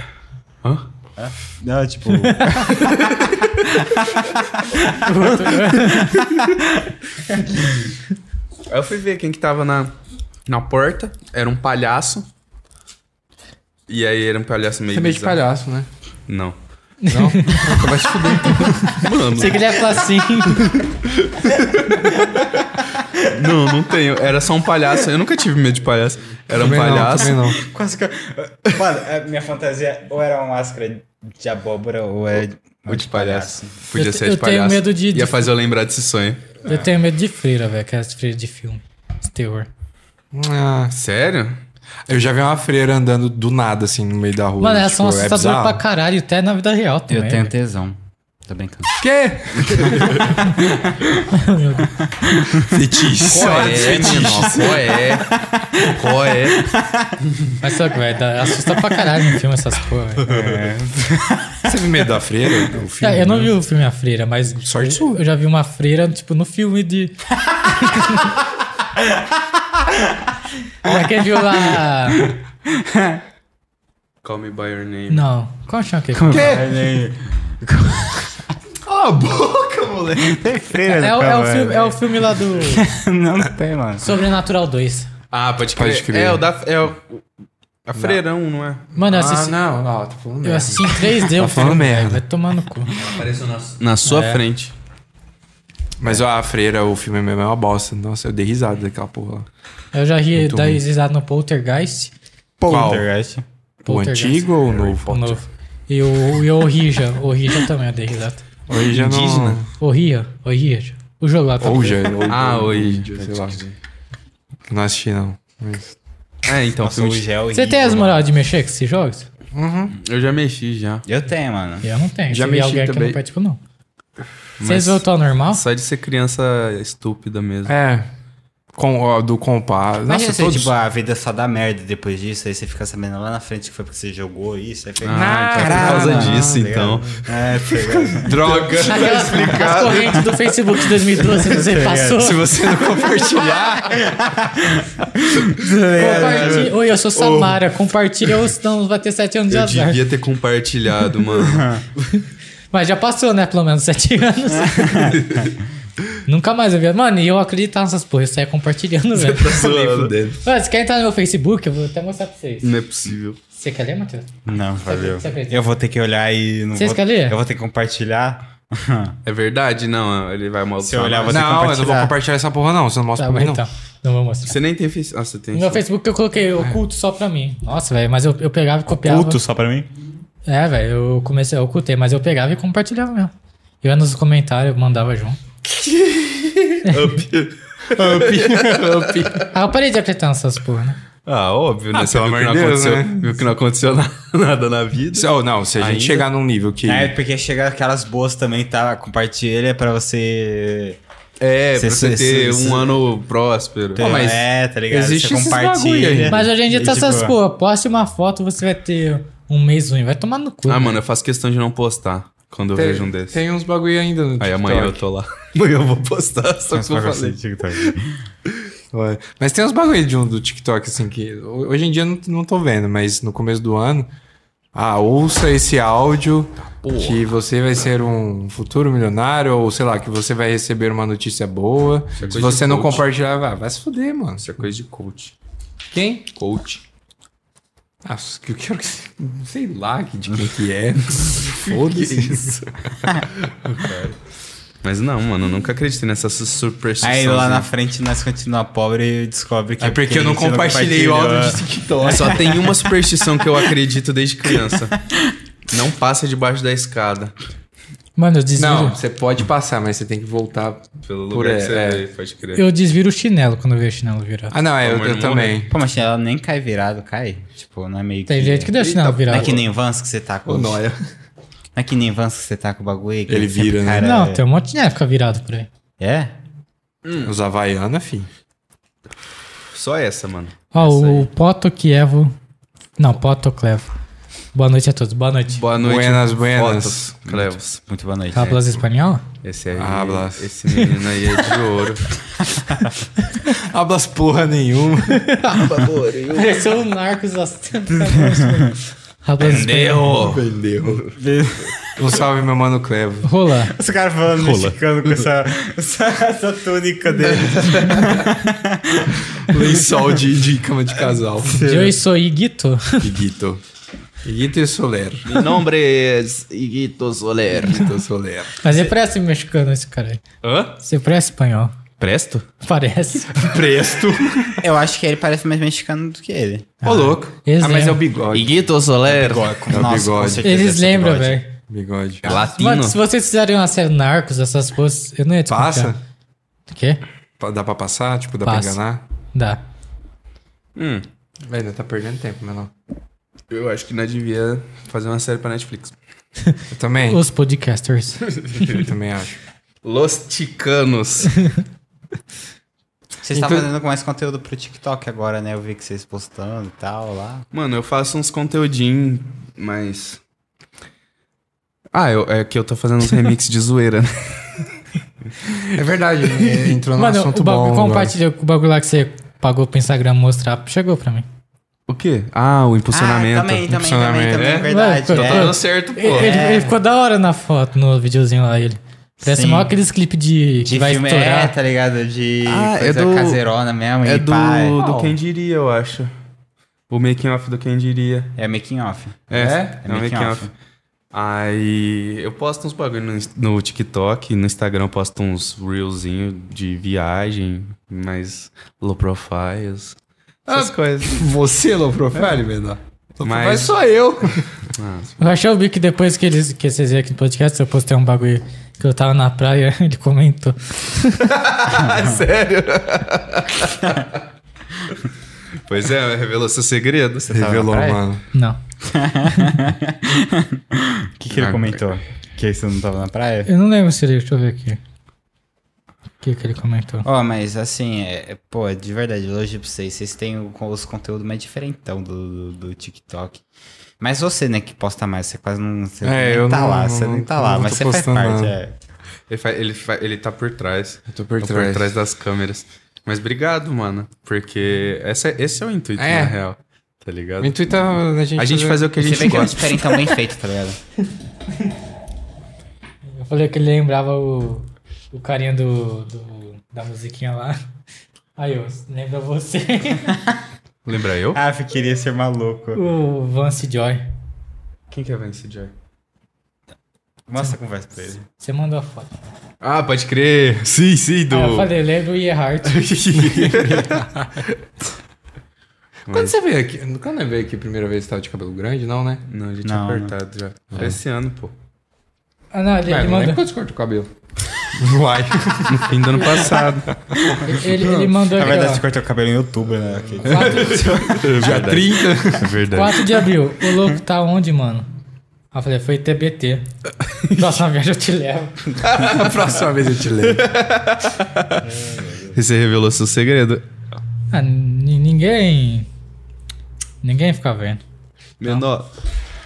D: Hã?
C: Não, tipo...
D: Aí eu fui ver quem que tava na, na porta. Era um palhaço. E aí era um palhaço meio.
E: Você é meio de
D: bizarro.
E: palhaço, né?
D: Não.
E: [laughs] Não? Então vai se fuder. [laughs]
D: Mano.
A: Sei que ele ia falar assim.
D: Não, não tenho. Era só um palhaço. Eu nunca tive medo de palhaço. Era um
E: Também não,
D: palhaço.
E: também não.
C: Quase que... eu- Mano, a minha fantasia ou era uma máscara de abóbora ou era... de-
D: Ou de palhaço. Podia
A: Eu te-
D: ser de
A: eu tenho
D: palhaço.
A: medo de- de-
D: Ia fazer eu lembrar desse sonho.
A: Eu tenho medo de freira, velho. Aquelas freiras de filme. De terror.
E: Ah,
D: Sério?
E: eu já vi uma freira andando do nada, assim, no meio da rua.
A: Mano, elas
E: tipo,
A: são
E: é
A: assustadoras pra
E: bizarro.
A: caralho, até na vida real também.
C: Eu tenho tesão. Tô brincando.
E: Quê?
A: velho.
E: Fetiche.
D: Qual é, menor? Qual é? [laughs] Qual é?
A: Mas só que, velho, dá- assusta pra caralho no filme essas porra,
E: [laughs]
A: velho.
E: Você viu medo da freira? O
A: Ah,
E: filme?
A: eu não vi o filme A Freira, mas.
E: Sorte sua.
A: Eu já vi uma freira, tipo, no filme de.
E: [laughs]
A: é Pra quem viu lá.
D: Call Me By Your Name.
A: Não. Qual chama aquele?
B: Cala a boca, moleque.
C: Tem freira
A: É, o- é o filme, é o filme lá do
C: Não, [laughs] não tem, mano.
A: Sobrenatural 2.
D: Ah, pode crer.
E: Pode crer.
D: É, o da... É o... A Freirão, não, é?
A: Mano, eu
E: Ah,
A: assisti,
E: não, ó, tá falando
A: eu
E: merda.
A: assisti em 3D o
E: falando
A: filme,
E: merda.
A: velho. Vai tomar no cu.
D: Apareceu na, sua frente.
E: Mas ó, a freira, o filme mesmo é uma bosta. Nossa, eu dei risada daquela porra lá.
A: Eu já ri
E: Muito
A: da
E: ruim.
A: risada no Poltergeist.
C: Poltergeist.
E: O
A: Poltergeist.
E: antigo ou o
A: O
E: novo?
A: novo. E o, e o Rija. O Rija também, eu dei risada.
E: Hoje já não...
D: Indígena?
A: O Rija. O Rija. O jogo lá tá
E: Ou já. ou-
D: Ah,
E: ou-
D: hoje,
E: Sei
D: pode
E: lá.
D: crer.
E: Não assisti, não.
D: É, então,
C: Nossa,
D: filme
C: o
D: de-
C: gel
A: Você tem as moral de mexer com esses jogos?
D: eu já mexi já.
C: Eu tenho, mano.
A: Eu não tenho.
E: Já
A: Se vier
E: mexi
A: alguém que eu
E: também.
A: não participo, não.
D: Mas-
A: Vocês voltou ao normal?
D: Só de ser criança estúpida mesmo.
E: É. Com, ó, do compasso.
C: Mas
E: Nossa,
C: você,
E: todos...
C: tipo, a vida só dá merda depois disso, aí você fica sabendo lá na frente que foi porque você jogou isso, aí fica...
D: Ah, então
E: caralho.
D: por causa disso,
C: tá
D: então.
C: ligado? É, tá
D: [laughs]
C: ligado?
D: Droga!
A: Aquelas as correntes do Facebook de 2012,
D: [laughs]
A: que você passou.
D: Tá Se você
A: [laughs]
D: não compartilhar,
A: Compartilha. Oi, eu sou Samara. Compartilha ou senão vai ter 7 anos de
D: eu
A: azar.
D: devia ter compartilhado, mano.
A: Mas já passou, né? Pelo menos 7
D: [laughs]
A: anos. Nunca mais eu vi. Mano, e eu acreditava nessas porra. Eu saia compartilhando,
D: [laughs]
A: velho.
D: [laughs] Tá zoando.
A: Mano, você quer entrar no meu Facebook? Eu vou até mostrar pra vocês.
D: Não é possível.
A: Você quer ler, Matheus?
C: Não, valeu.
A: Você acredita?
C: Eu vou ter que olhar e... não
A: Vocês
C: vou-
A: querem ler?
C: Eu vou ter que compartilhar.
D: É verdade? Não, ele vai mal
C: Se eu olhar, você
E: Não, eu não vou
C: compartilhar.
E: compartilhar essa porra, não. Você não mostra
A: Tá
E: pra
A: bom,
E: mim, não.
A: então. Não vou mostrar.
D: Você nem tem Facebook. Ah, você tem.
A: No meu
D: sim.
A: Facebook eu coloquei oculto só pra mim. Nossa, velho, mas eu, eu pegava e copiava.
C: Puto só pra mim?
A: É, velho, eu comecei, eu ocultei, mas eu pegava e compartilhava mesmo. Eu ia nos comentários, eu mandava junto. [laughs] Ah, eu parei de acreditar nessas porra, né?
D: Ah, óbvio, né? Você
E: pelo
D: viu que, não
E: amor de Deus,
D: aconteceu,
E: né?
D: viu que não aconteceu [laughs] na- nada na vida.
E: Se, oh, não, se a
D: Ainda? Né?
E: gente chegar num nível que.
C: É, porque chega aquelas boas também, tá? Compartilha pra você...
D: É, pra
C: Cê-
D: você
C: cê-
D: ter
C: cê-
D: um ano próspero.
C: ter-
D: Pô, mas
C: é, tá ligado?
E: existe
C: você
E: esses bagulho
C: compartilha.
E: aí.
A: Mas hoje em dia
C: E,
A: tá
C: tipo,
A: essas porra, poste uma foto, você vai ter um mês ruim, vai tomar no cu.
D: Ah, mano, eu faço questão de não postar quando eu vejo um desses.
E: Tem uns bagulho ainda no
D: Aí amanhã eu
E: TikTok.
D: tô lá. [laughs] Amanhã eu vou postar, só
C: Mas
D: que eu
C: pra
D: falei.
C: você, TikTok.
E: Ué. Mas tem uns bagulho de um do TikTok, assim, que ho- hoje em dia eu não, não tô vendo, mas no começo do ano. Ah, ouça esse áudio
D: Tá
E: que você vai ser um futuro milionário, ou sei lá, que você vai receber uma notícia boa.
D: é
E: Se
D: coisa de
E: você não
D: coach.
E: compartilhar, vai, vai se fuder, mano.
D: Isso é coisa de coach.
E: Quem?
D: Coach.
E: Ah, que eu quero que. Sei lá que de quem
D: [laughs]
E: que é. Foda-se.
D: Mas não, mano, eu nunca acreditei nessa su- superstição.
C: Aí lá na frente nós continuamos pobre e descobre que
E: É porque eu
C: a
E: não
C: gente
E: compartilhei o
C: compartilhou.
E: áudio de TikTok.
D: É, Só tem uma superstição que eu acredito desde criança. Não passa debaixo da escada.
A: Mano, eu desviro,
E: Não, você pode passar, mas você tem que voltar.
D: Pelo lugar
E: Por
D: que
E: aí,
D: você
E: é.
D: veio, pode crer.
A: eu desviro o chinelo quando eu vejo o chinelo virado.
E: Ah, não, é, eu,
D: Como
E: eu
D: ele
E: também.
C: Pô, mas ela nem cai virado, cai. Tipo, não é meio
A: Tem
C: que...
A: gente que deixa o
D: Eita,
A: chinelo
C: Não
A: virado.
C: é que nem Vans que você tá com...
E: Ô, nóia.
C: Não é que nem Vans que você tá com o bagulho aí, que
E: Ele
C: sempre
E: vira, né?
C: cara-
A: Não, tem um monte de chinelo que fica virado por aí.
C: É?
D: Hum.
E: Os Havaiana, fi.
D: Só essa, mano.
A: Ó, o Poto Kievo. Não, Poto Clevo. Boa noite a todos, boa noite.
D: Boa noite.
E: Buenas, buenas.
D: Fotos, Clevos.
C: Muito boa noite. né?
A: Hablas espanhol?
D: Esse aí,
E: Ah, Blas.
D: esse menino aí é de ouro.
E: Ablas porra nenhuma. [laughs]
A: Pareceu um Narcos Astana. [laughs] Hablas espanhol.
D: Deu!
E: Vendeu. Um salve, meu mano Clevo.
A: Rola.
C: Os caras falando mexicano com essa, [laughs] essa, essa túnica dele.
E: [laughs] Lençol de, de cama de casal.
D: É.
A: Eu sou Iguito.
E: Iguito. Iguito e Soler.
D: Meu nome é Iguito Soler.
E: Iguito e Soler.
A: Mas ele parece mexicano esse cara aí.
D: Hã?
A: Você parece espanhol.
D: Presto?
A: Parece.
D: É
E: Presto.
C: Eu acho que ele parece mais mexicano do que ele.
E: Ô, louco.
A: Eles
E: Ah, mas é o
A: lembram.
E: bigode.
D: Iguito Soler.
E: É o bigode.
C: certeza
A: Eles
C: é esse
A: lembram,
C: bigode.
A: velho.
E: Bigode.
D: Latino.
A: Mano, se vocês fizerem uma série Narcos, essas coisas, eu não ia te
E: Passa?
A: O quê?
E: Pa- Dá pra passar? Tipo, dá
A: Passa.
E: pra enganar?
A: Dá.
D: Hum,
E: Vai, ainda tá perdendo tempo, meu não.
D: eu acho que nós devia fazer uma série pra Netflix.
E: Eu também.
A: Os podcasters.
E: Eu também acho.
D: Los Ticanos.
C: [laughs] Vocês estão
E: Inclu-
C: fazendo mais conteúdo pro TikTok agora, né? Eu vi que vocês postando e tal lá.
D: Mano, eu faço uns conteúdinhos, mas. Ah, eu- é que eu tô fazendo uns remix de zoeira,
C: [laughs]
D: né?
E: É verdade, né? [laughs] entrou num
A: Mano,
E: assunto
A: o bagulho
E: bom. agora.
A: compartilha o bagulho lá que você pagou pro Instagram mostrar, chegou pra mim.
D: O quê? Ah, o impulsionamento.
C: Ah, também, também, também,
E: Impulsionamento.
C: também,
E: É?
C: verdade.
A: Ué,
B: Tá
C: é.
B: dando certo, pô.
A: Ele, ele- ele ficou da hora na foto, no videozinho lá, ele. Parece
C: Sim.
A: mó aqueles clipes de, que
C: De
A: vai
C: filme, é,
A: estourar.
C: tá ligado? De
D: Ah, é
C: coisa
D: do-
C: caseirona mesmo.
D: É
C: e
D: do,
C: pá, é-
D: do Quem Diria, eu acho. O making off do Quem Diria.
C: É making off.
D: É, é,
C: É
D: o
C: making
D: making
C: off.
D: off. Aí eu posto uns bagulho no, Inst- no TikTok, no Instagram eu posto uns reelzinho de viagem, mais low profiles, essas coisas.
B: Você, Low
D: [laughs]
B: Profile, menor. Low
D: Mas-
B: Profile só eu.
A: Eu achei o que depois que, eles, que vocês viram aqui no podcast, eu postei um bagulho que eu tava na praia, [laughs] ele comentou.
B: Sério.
D: Pois é, revelou seu segredo. Você tá tava na
E: Revelou,
D: praia?
E: mano.
A: Não.
C: O que, que
D: Ah,
C: ele comentou? Que você não tava na praia?
A: Eu não lembro se ele. Deixa eu ver aqui. O que, que ele comentou?
C: Ó, mas assim, é, é, pô, de verdade, elogio pra vocês. Vocês têm o- com os conteúdos mais diferentão do, do, do TikTok. Mas você, né, que posta mais, você quase não. Você
E: É,
C: nem
E: eu
C: tá
E: não-
C: lá,
E: não-
C: você nem tá
E: não
C: lá,
E: tô
C: mas você faz
E: postando
C: parte,
E: nada.
C: é.
D: Ele, fa- ele, fa- ele tá por trás.
E: Eu tô por
D: Tá
E: trás.
D: das câmeras. Mas obrigado, mano. Porque essa, esse é o intuito,
E: É.
D: na real. Tá ligado?
E: O intuito é a gente.
D: A gente faz o que a
C: Você
D: gente
C: vê que é um [laughs]
D: gosta.
C: diferentão bem feito, tá ligado?
A: Eu falei que ele lembrava o, o carinha do, do- da musiquinha lá. [laughs] Aí eu, lembra você? [laughs]
D: Lembra eu?
C: [laughs] Ah, eu queria ser maluco.
A: o Vance Joy.
D: Quem que é Vince Joy?
C: Mostra a conversa pra ele.
A: Você mandou a foto.
D: Ah, pode crer. Sim, sim, do...
A: Ah, eu falei, lembra o Earhart.
D: [laughs]
E: Quando você veio aqui. Quando eu veio aqui a primeira vez, você tava de cabelo grande, não, né?
D: Não, a gente
C: Não,
D: tinha cortado já. Foi Esse ano, pô.
A: Ah, não, ele,
E: É,
A: ele
E: não lembro
A: mandou.
E: quando você cortou o cabelo. Uai.
D: No fim do ano [laughs] passado.
A: Ele, ele mandou
C: Na
A: aqui,
C: verdade, você
A: ó.
C: cortou o cabelo em outubro, né? ok?
A: 4,
D: Dia
E: 30.
D: É Verdade.
A: 4 de abril. O louco tá onde, mano? Aí eu falei, foi TBT. Próxima viagem eu te levo.
E: A próxima vez eu te leio.
D: E você revelou seu segredo.
A: Ah, ni- ninguém. Ninguém fica vendo. [laughs]
D: Menor.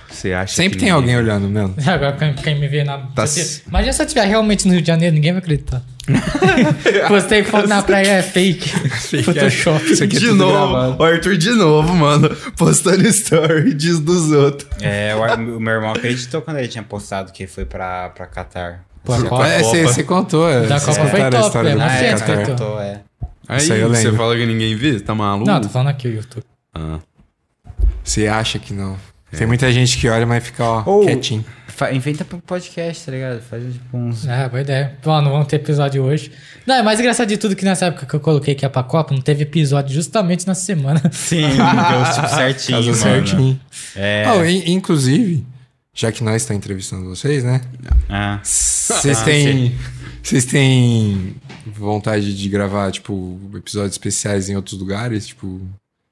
D: Você acha
E: Sempre
D: que
E: tem
D: ninguém-
E: alguém olhando, mesmo.
A: Agora quem, quem me vê na.
D: Tá
A: se eu-
D: c-
A: Imagina se eu estiver realmente no Rio de Janeiro, ninguém vai acreditar. Postei foto na praia, é fake. Photoshop.
D: [laughs] De novo, o Arthur de novo, mano. Postando story, diz dos outros.
C: É, o, o meu irmão acreditou quando ele tinha postado que foi pra, pra Qatar.
A: Pô, a Copa-
E: É, você, você contou. é,
A: Da
E: vocês
A: Copa foi
E: contaram a
A: top,
E: história
A: é,
E: do
A: mas
E: Qatar.
A: certo, Arthur.
C: Tô, Ah, é.
D: Aí
E: Isso aí eu
D: você
E: lembro.
D: fala que ninguém vê? Tá maluco?
A: Não, tô falando aqui o YouTube.
D: Ah.
E: Você acha que não. Tem muita gente que olha, mas fica, ó,
C: Ou-
E: quietinho.
C: Fa- inventa pro podcast, tá ligado? Faz tipo uns.
A: É, boa ideia. Ó, não vamos ter episódio hoje. Não, é mais engraçado de tudo que nessa época que eu coloquei que ia pra Copa, não teve episódio justamente na semana. [laughs]
C: Sim, deu tipo certinho.
E: Casou
C: mano.
E: certinho.
C: É.
E: Ah, in- inclusive, já que nós estamos entrevistando vocês, né?
C: Ah.
E: Vocês têm. Vocês têm vontade de gravar, tipo, episódios especiais em outros lugares? Tipo,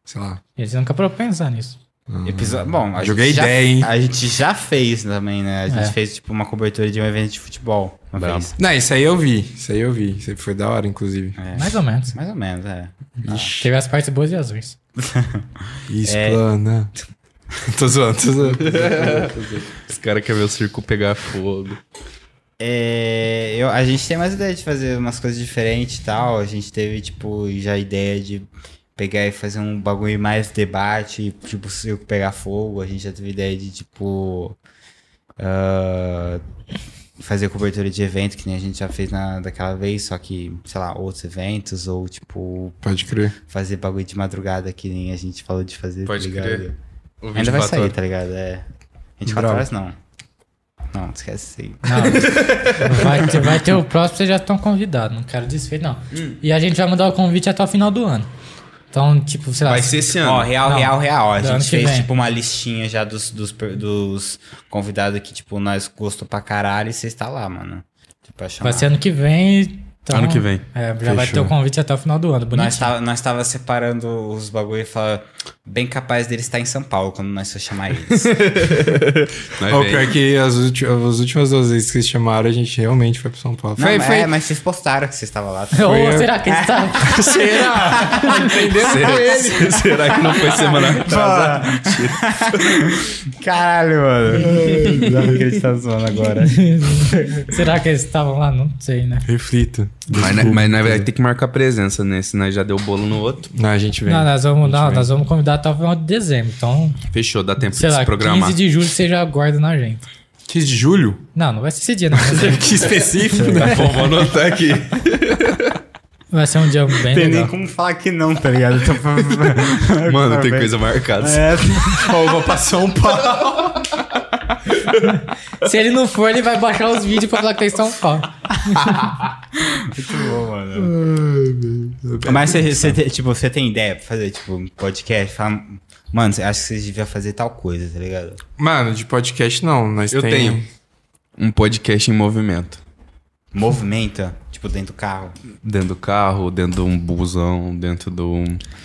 E: sei lá.
A: Eles nunca parou pra pensar nisso.
C: Episódio. Bom, a
E: Uhum. Joguei
C: gente já-
E: ideia, hein?
C: A gente já fez também, né? A gente
A: É.
C: fez tipo uma cobertura de um evento de futebol. Uma
D: Brabo.
C: vez.
E: Não, isso aí eu vi. Isso aí eu vi. Isso aí foi da hora, inclusive.
C: É.
A: Mais ou menos.
C: Mais ou menos, é.
D: Ah.
A: Teve as partes boas e as ruins.
E: Explana. [laughs] tô zoando, tô zoando.
D: Os caras querem ver o circo pegar fogo.
C: É, eu, a gente tem mais ideia de fazer umas coisas diferentes e tal. A gente teve, tipo, já a ideia de pegar e fazer um bagulho mais debate, tipo, se eu pegar fogo. A gente já teve ideia de, tipo, ah, fazer cobertura de evento, que nem a gente já fez na, daquela vez, só que, sei lá, outros eventos, ou, tipo,
E: Pode crer.
C: fazer bagulho de madrugada, que nem a gente falou de fazer. tá
D: Pode
C: ligado?
D: crer. O
C: Ainda vai
D: 24
C: sair,
D: horas.
C: tá ligado? É. 24
E: Bravo.
C: horas não. Não, esquece isso aí.
A: Vai ter, vai ter o próximo, vocês já estão convidados. Não quero desfeito, não.
D: Hum.
A: E a gente vai mandar o convite até o final do ano. Então, tipo, sei lá.
D: Vai ser esse ano.
C: Ó, real,
A: Não.
C: real, real. A
A: Do ano
C: gente
A: que
C: fez,
A: vem.
C: tipo, uma listinha já dos, dos, per- dos convidados que, tipo, nós gostou pra caralho e você está lá, mano. Tipo, pra chamar.
A: Vai ser ano que vem. Então,
D: Ano que vem.
A: É, já vai ter o convite até o final do ano. Bonito.
C: Nós tava, nós tava separando os bagulho e falava, bem capaz dele estar em São Paulo quando nós for
A: [laughs]
C: chamar eles.
D: Nós
E: Ou
D: vem.
E: pior que as, ulti- as últimas duas vezes que vocês chamaram, a gente realmente foi pro São Paulo.
C: Não,
E: Foi,
C: mas-
E: foi.
C: é, mas vocês postaram que vocês
A: [laughs]
C: estavam lá.
A: Ou
E: Foi eu.
A: será que ele tá.
E: Será?
D: [laughs]
E: Entendeu? Foi ele.
D: Será, será que não foi semana atrasada?
C: Caralho, mano. Não acredito que tá zoando agora.
A: será que eles estavam lá? Não sei, né?
E: Reflito.
D: Mas, né- mas nós vai ter que marcar presença nesse, nós já deu bolo no outro.
E: Não, a gente vem.
A: Não, nós vamos, não,
E: vem.
A: nós vamos convidar até o final de dezembro. Então,
D: Fechou, dá tempo
A: sei
D: de
A: lá,
D: se programar.
A: 15 de julho você já aguarda na agenda.
E: 15 de julho?
A: Não, não vai ser esse dia, não. Vai ser,
D: [laughs]
E: Que específico, né?
D: Bom, É, vou anotar aqui.
A: vai ser um dia bem
C: Tem nem
A: legal.
C: como falar que não, tá ligado? Então,
D: Mano, tem
C: Parabéns.
D: coisa marcada.
C: É,
E: [laughs] Ó, eu vou um pra São Paulo.
A: Se ele não for, ele vai baixar os vídeos pra falar que tá em São Paulo.
C: muito bom, mano. Mas você, você tem- tipo, você tem ideia pra fazer, tipo, um podcast? Fala, mano, você- acho que você devia fazer tal coisa, tá ligado?
E: Mano, de podcast não, nós
D: Eu
E: tem-
D: tenho um podcast em movimento.
C: Movimenta, tipo, dentro do carro.
D: Dentro do carro, dentro de um busão, dentro um- do.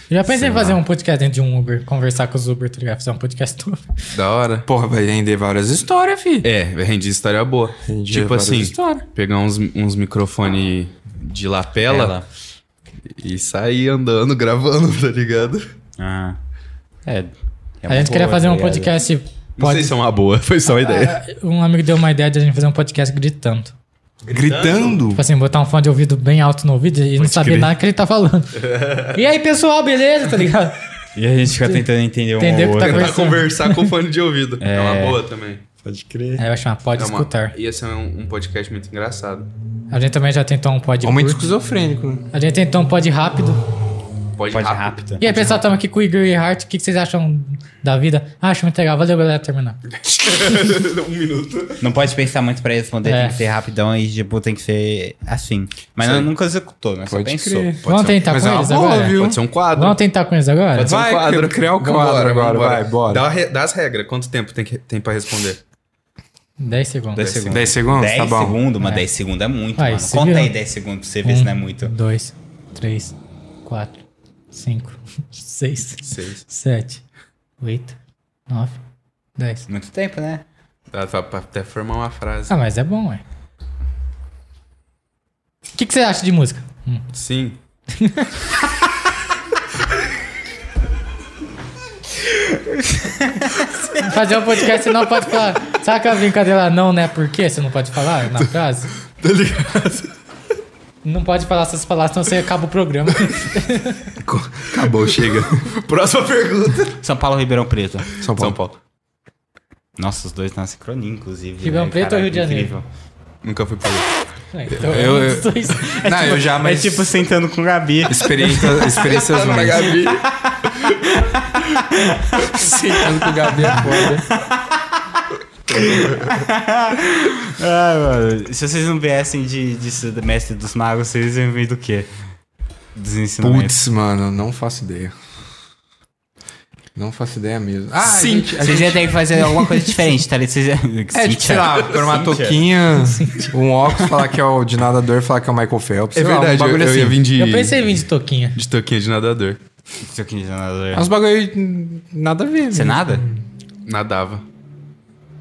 A: Eu já pensei em fazer um podcast dentro de um Uber, conversar com os Uber, tá ligado? Fazer um podcast todo.
D: Da hora.
E: Porra, vai render várias histórias, fi.
D: É, rende história boa.
E: Rende
D: tipo
E: várias
D: assim,
E: histórias.
D: pegar uns, uns microfones de lapela
C: Ela.
D: e sair andando, gravando, [laughs] tá ligado?
C: Ah,
A: É.
C: é
A: a
C: uma
A: gente queria
C: boa,
A: fazer
C: tá
A: um
C: ligado?
A: podcast.
D: Não sei
A: Pode,
D: se é uma boa, [laughs] foi só uma ideia.
A: um amigo deu uma ideia de a gente fazer um podcast gritando.
E: É. Gritando?
A: Tipo assim, botar um fone de ouvido bem alto no ouvido e não saber
E: crer.
A: nada que ele tá
D: [laughs]
A: falando. e aí, pessoal, beleza? Tá ligado?
C: E a gente fica tentando entender um
A: Entender
C: ao
A: o que tá
C: outro.
A: acontecendo.
D: Tentar conversar com fone de ouvido. É, uma boa também.
C: Pode crer.
A: Aí vai chamar Pode
D: É uma-
A: Escutar.
D: Ia ser um, um podcast muito engraçado.
A: A gente também já tentou um pod
E: Momento
A: curto.
E: esquizofrênico. né?
A: A gente tentou um pod rápido.
D: Pode,
C: Pode
D: rápido.
C: rápido.
A: E aí, pessoal, estamos aqui com o Igor e Hart. O que que vocês acham da vida? Ah, acho muito legal. Valeu, galera, terminar.
D: um minuto.
C: Não pode pensar muito pra responder,
A: É.
C: tem que ser rapidão e, tipo, tem que ser assim. Mas
D: Sim.
C: não, nunca executou, né? Só
E: Pode
C: pensou.
E: crer.
A: Vamos
D: ser um-
A: tentar
E: Mas
A: com
E: é uma
A: eles
E: boa,
A: agora?
E: viu?
D: Pode ser um quadro.
A: Vamos tentar com eles agora?
D: Pode ser um
E: Vai,
D: quadro.
E: criar o quadro agora, vai, bora.
D: Dá a re- dá as regras, quanto tempo tem, que, tem pra responder?
A: 10 segundos.
C: 10 segundos.
E: 10 segundos?
C: 10
E: Tá bom.
C: segundos, mas
A: É.
C: 10 segundos é muito,
A: Vai,
C: mano.
A: se
C: Conta
A: vira.
C: aí 10 segundos pra você ver se não é muito.
A: 2, 3, 4, [laughs] 5, 6,
D: Seis.
A: 7, 8, 9, 10.
C: Muito tempo, né?
D: Dá pra, pra até formar uma frase.
A: Ah, mas é bom, ué. O que, que você acha de música? Hum.
D: Sim.
A: Fazer um podcast, você não pode falar. Sabe aquela brincadeira? lá, Não, né? Por quê? Você não pode falar na frase?
D: Tá ligado?
A: Não pode falar essas palavras, senão você acaba o programa.
D: Acabou, chega. [laughs] Próxima pergunta.
C: São Paulo ou Ribeirão Preto?
E: São Paulo.
C: Nossa, os dois na sincronia, inclusive.
A: Ribeirão
C: né?
A: um Preto ou Rio de Janeiro?
C: incrível.
D: Nunca fui pra lá.
A: Então,
E: Eu- eu-
A: um dos dois.
E: Não, eu já, mas...
C: É tipo sentando com o
E: [laughs]
D: [laughs]
C: Gabi.
E: Experiência, experiências
D: Pra
E: ruins.
D: Gabi.
E: [laughs] Sentando com o Gabi é foda.
C: ah, mano. Se vocês não viessem de, de ser mestre dos magos, vocês iam vir do quê? Dos ensinamentos.
E: Putz, mano, não faço ideia. Não faço ideia mesmo. Ah, a
C: Sim,
E: gente- a
C: vocês
E: gente-
C: iam ter que fazer alguma coisa diferente, tá ligado? Vocês iam-
E: [laughs] É, tipo, sei lá, pôr uma
C: Cíntia.
E: touquinha, um óculos, falar que é o de nadador, falar que é o Michael Phelps.
D: É
E: sei lá,
D: verdade, eu,
E: um bagulho
D: eu
E: assim.
D: ia vir de,
A: Eu pensei em vir de toquinha.
D: de toquinha de nadador.
C: Touquinha de nadador.
E: É Uns bagulho hum, nada a ver.
C: Você
E: né?
C: nada?
D: Nadava.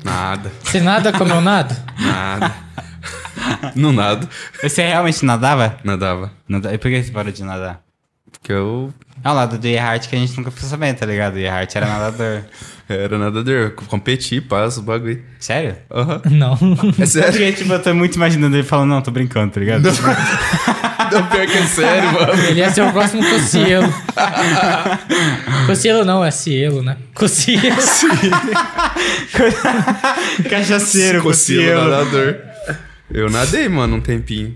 D: Nada.
A: Você nada comeu nada?
D: Nada. Não nado.
C: Você realmente nadava?
D: Nadava.
C: Nada- E por que você parou de nadar?
D: Porque eu
C: É o lado do Earhart que a gente nunca foi saber, tá ligado? O Earhart era
E: [laughs]
C: nadador.
D: era nadador. Eu competi, passo o bagulho.
C: Sério?
D: Aham.
A: Não.
D: É
C: [laughs]
D: sério?
C: Porque, tipo, eu tô muito imaginando ele falando, não, tô brincando, tá ligado?
D: Não, pior que é sério, mano.
A: Ele ia ser o próximo
C: [laughs]
A: Cocielo. Cocielo não, é Cielo, né? Cocielo.
C: [laughs] Cachaceiro,
D: Cocilo,
C: Cocielo.
D: nadador. Eu nadei, mano, um tempinho.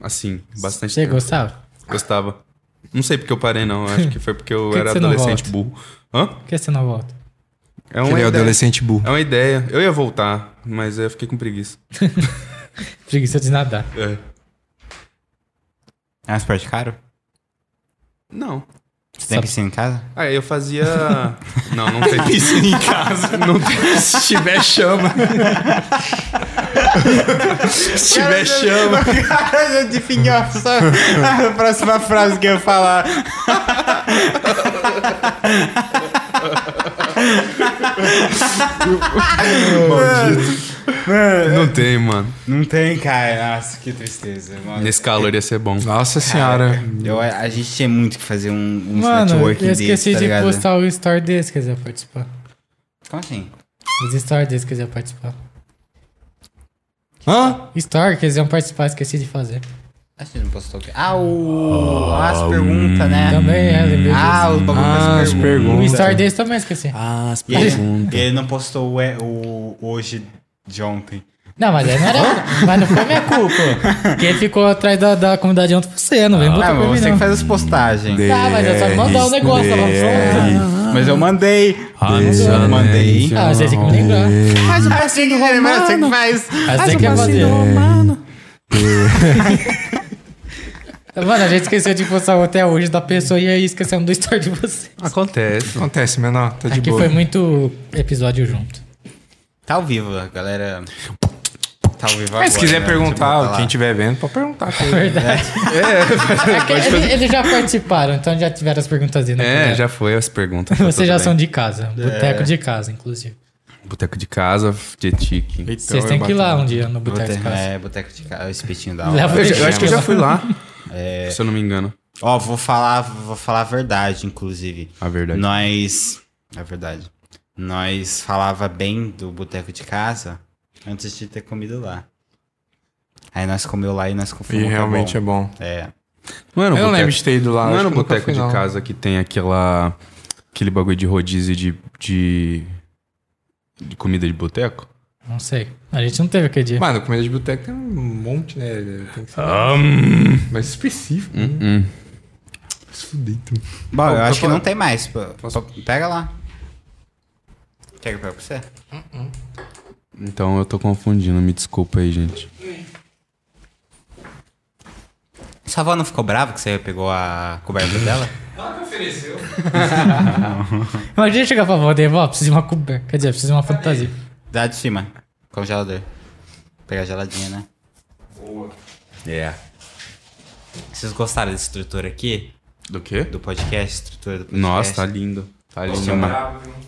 D: Assim, bastante
A: Você
D: tempo.
A: gostava?
D: Gostava. Não sei porque eu parei, não. Acho que foi porque eu
A: Por que
D: era
A: que você não
D: adolescente burro. Hã?
A: Por que você não volta?
D: É
E: Ele é adolescente burro.
D: É uma ideia. Eu ia voltar, mas eu fiquei com preguiça.
A: Preguiça de nadar.
D: É.
C: É um esporte caro?
D: Não.
C: Você tem
A: Sabe-
C: piscina em [laughs] casa?
D: Aí eu fazia. Não, não tem piscina.
C: Piscina em casa.
D: Não tem... Se tiver chama. Se tiver chama.
C: Cara, já definiu a, só a próxima frase que eu ia falar.
D: Não tem, mano.
C: Não tem, cara. Nossa, que tristeza. mano.
D: Nesse calor ia ser bom.
E: Nossa senhora.
C: Eu, a gente tinha muito que fazer um, um
A: Mano, eu
C: networking
A: esqueci
C: desse, tá
A: de
C: ligado?
A: postar o story desse que eu ia participar.
C: Como assim?
A: Os stories desse que eu ia participar.
E: Hã?
A: Story que eles iam participar, esqueci de fazer.
C: Acho que ele não postou o quê? Ah, o. as perguntas, né?
A: Também é, lembrei
C: Ah, o bagulho
D: Ah,
C: das
D: as
C: perguntas.
A: O
D: perguntas.
A: story desse também esqueci.
D: Ah, as
C: E ele,
D: perguntas.
C: ele não postou o, é- o hoje de ontem.
A: Não, mas aí não era. mas não foi minha culpa. Porque ele ficou atrás da, da comunidade ontem foi você, não vem botar
C: Ah,
A: pra
C: mas
A: mim,
C: você
A: não.
C: que faz né? as postagens.
A: Tá, mas é só mandar o negócio, tá bom?
C: Mas eu mandei. eu mandei.
A: Ah, mas você tem que me lembrar.
C: Faz o passinho que você lembra, você que faz.
A: Mas você que ia fazer. É. [laughs] Mano, a gente esqueceu de postar o até hoje da pessoa e aí esquecemos do story de você.
E: Acontece. Acontece, menor. Tá de
A: Aqui
E: boa.
A: foi muito episódio [laughs] junto.
C: Tá ao vivo, a galera. Tá ao vivo agora.
E: Mas se quiser
C: né? Deixa eu
E: perguntar,
C: botar
E: quem
C: lá.
E: tiver vendo, pode perguntar.
A: Verdade. É que ele- Eles já participaram, então já tiveram as perguntas aí, né?
D: É, já foi as perguntas. tá
A: [laughs] Vocês
D: tudo
A: já
D: bem.
A: são de casa.
C: É.
A: Boteco de casa, inclusive.
D: Então Boteco de casa, dietique.
E: Então,
A: Vocês
E: eu
A: têm que ir
E: bato-
A: lá um dia no Boteco de
C: Boteco,
A: casa.
C: é, boteco de casa, o espetinho [laughs]
A: [laughs]
C: da
A: Leva o
D: é.
C: hora.
D: Eu, já- eu acho que eu já
A: Chama.
D: fui lá.
E: É.
D: Se eu não me engano.
C: Ó, vou falar, vou falar a verdade, inclusive.
D: A verdade.
C: Nós. É verdade. Nós falava bem do boteco de casa antes de ter comido lá. Aí nós comeu lá e nós
E: E
C: confirmamos. que
E: realmente é bom.
C: é. bom.
D: Não era
E: Eu
D: um
E: não
D: boteco-
E: lembro de ter ido lá.
D: Não
E: acho
D: era um
E: que nunca
D: boteco
E: fui,
D: de
E: não.
D: casa que tem aquela. aquele bagulho de rodízio de. de, de comida de boteco?
A: Não sei. A gente não teve aquele dia.
E: Mano, comida de boteco tem um monte, né? Tem que ser mais específico. né?
D: Hum.
E: Se fuder, então.
C: É. Bom, eu
E: tô
C: acho que
E: falando-
C: não tem mais. pô. Pô, Pega lá. Quer que eu pegue pra você?
D: Então eu tô confundindo, me desculpa aí, gente.
C: Sua avó não ficou brava que você pegou a [laughs] coberta dela?
A: Imagina chegar pra vó dele, vó, precisa de uma coberta. Quer dizer, precisa de uma fantasia.
C: Dá de cima. Congelador. Pegar geladinha, né?
D: É.
C: Vocês gostaram da estrutura aqui?
D: Do quê?
C: Do podcast? Estrutura do podcast?
D: Nossa, tá lindo. Tá lindo, mano.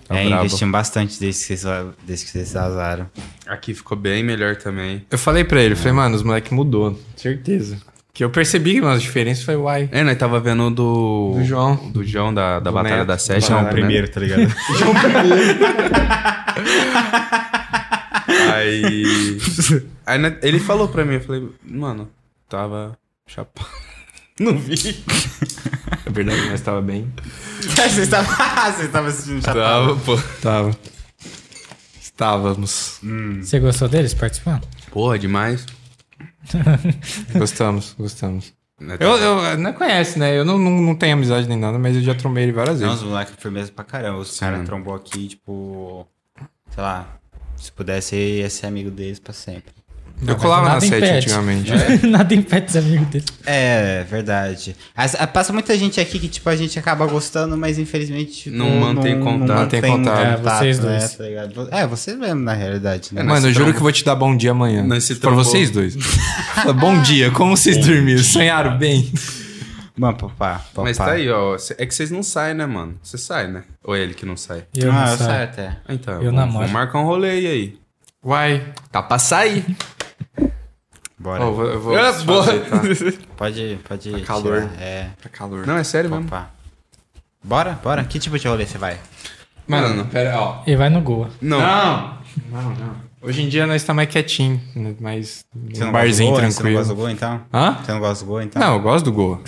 D: Tá
C: é,
D: brabo.
C: investimos bastante desde que vocês, desde que vocês vazaram.
D: Aqui ficou bem melhor também.
E: Eu falei pra ele, falei, mano, os moleque mudou. Certeza. Que eu percebi que as diferenças foi uai.
D: É, nós tava vendo do.
E: Do João.
D: Do João da, da
E: Do
D: Batalha
E: Neto.
D: da Sete.
E: João
D: né?
C: tá ligado? [laughs]
D: Aí. aí né, ele falou pra mim, eu falei, mano, tava chapado.
C: não vi.
E: É verdade, mas tava bem.
C: vocês estavam [laughs] vocês estavam assistindo já.
D: Tava, pô.
E: Tava. Estávamos.
D: Hum.
A: Você gostou deles participando?
D: Porra, demais.
E: Gostamos, gostamos.
D: Né,
E: Eu, eu não conhece, né? Eu não, não, não tenho amizade nem nada, mas eu já trombei ele várias
C: Não,
E: vezes.
C: os moleques firmeza pra caramba. Os caras trombou aqui, tipo. Sei lá. Se pudesse, eu ia ser amigo deles pra sempre.
E: eu colava na
A: nada
E: sete
A: impede.
E: antigamente.
D: é.
A: [laughs] Nada impede os amigos dele.
C: É, verdade. As- a- passa muita gente aqui que, tipo, a gente acaba gostando, mas infelizmente. tipo,
D: Não mantém contato.
E: Mantém contato.
A: É, vocês dois.
C: Né, tá ligado? É, vocês mesmo, na realidade, né?
E: Mano, eu
D: Nós
E: juro
D: trombo-
E: que eu vou te dar bom dia amanhã.
D: Nós se
E: Pra
D: trombou.
C: [laughs]
E: vocês dois. Fala, bom dia, como vocês dormiram? Sonharam bem?
C: Mano, papá, papá.
D: Mas tá aí, ó. cê- É que vocês não saem, né, mano? Você sai, né? Ou é ele que não sai?
A: E eu
C: ah,
A: não
C: eu saio
A: saio.
C: até.
D: Ah, Então,
A: Eu
D: vamos,
A: namoro.
D: vamos marcar um rolê aí.
E: Uai. Tá pra sair.
C: Bora.
E: Ó, eu vou, eu vou
D: Ah, boa.
E: desfazer, tá?
C: Pode, pode.
E: Tá calor.
C: tirar, É.
E: Tá calor.
D: Não, é sério mesmo.
C: Papá. Bora, bora. Que tipo de rolê você vai?
E: Mano, pera, ó.
A: E vai no Goa.
D: Não.
E: Não, não. Hoje em dia nós tá mais quietinho, né? mais
C: Você
E: um
C: não
E: barzinho
C: gosta do gol, Você não
E: tranquilo.
C: gosta do gol, então?
E: Hã?
C: Você não gosta do gol, então?
E: Não, eu gosto
C: [laughs]
E: do Goa.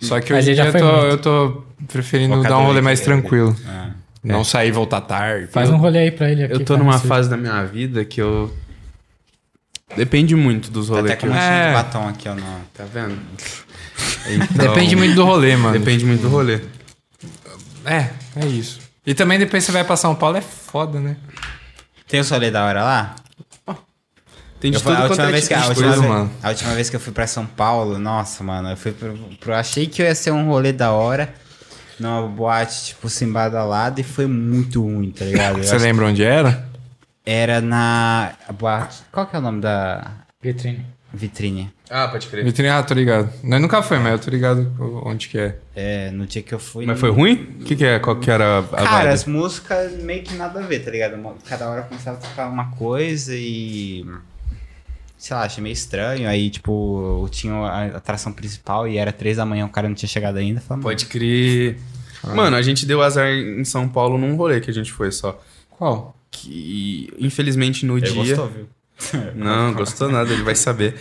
E: Só que
A: Mas
E: hoje
A: ele
E: em
A: já
E: dia eu
A: foi
E: tô,
A: muito.
E: eu tô preferindo
C: Boca
E: dar um rolê
C: doente,
E: mais
C: é.
E: tranquilo.
C: Ah.
E: Não sair e voltar tarde.
A: Faz
E: Eu-
A: um rolê aí pra ele aqui. um
D: Eu tô
A: pra
D: numa
A: nós ver.
D: fase da minha vida que eu. Depende muito dos
C: Tá até
D: rolês que
C: com
D: eu.
C: um monte
E: É.
C: de batom aqui, ó. Não.
D: Tá vendo? Então,
E: Depende muito do rolê, mano.
D: Depende muito do rolê.
E: É, é isso. E também depois você vai pra São Paulo, é foda, né?
C: Tem o rolê da hora lá?
D: Tem de
C: Eu fui-
D: tudo
C: a,
D: quanto
C: última
D: é
C: vez que,
D: tipo
C: a,
D: de
C: última
D: coisa,
C: vez,
D: mano.
C: a última vez que eu fui pra São Paulo, nossa, mano, eu fui pro, pro- achei que eu ia ser um rolê da hora numa boate, tipo, simbalada e foi muito ruim,
D: [laughs]
C: tá
D: É.
C: ligado? Eu
E: Você
C: acho-
E: lembra onde era?
C: Era na a boate. Qual que é o nome da
A: Vitrine.
C: vitrine?
D: Ah, pode crer.
E: Vitrine, ah, tô ligado. Nós nunca foi, mas eu tô ligado onde que é.
C: É, no dia que eu fui.
D: Mas foi ruim? O que, que é? Qual que era a vibe?
C: Cara, as músicas meio que nada a ver, tá ligado? Uma- Cada hora começava a tocar uma coisa e. Sei lá, achei meio estranho. Aí, tipo, eu tinha a atração principal e era três da manhã, o cara não tinha chegado ainda. eu Falei,
D: Pode crer. Mano, a gente deu azar em São Paulo num rolê que a gente foi só.
E: Qual?
D: É Que, infelizmente, no dia.
C: viu?
D: Não, gostou nada, ele vai saber.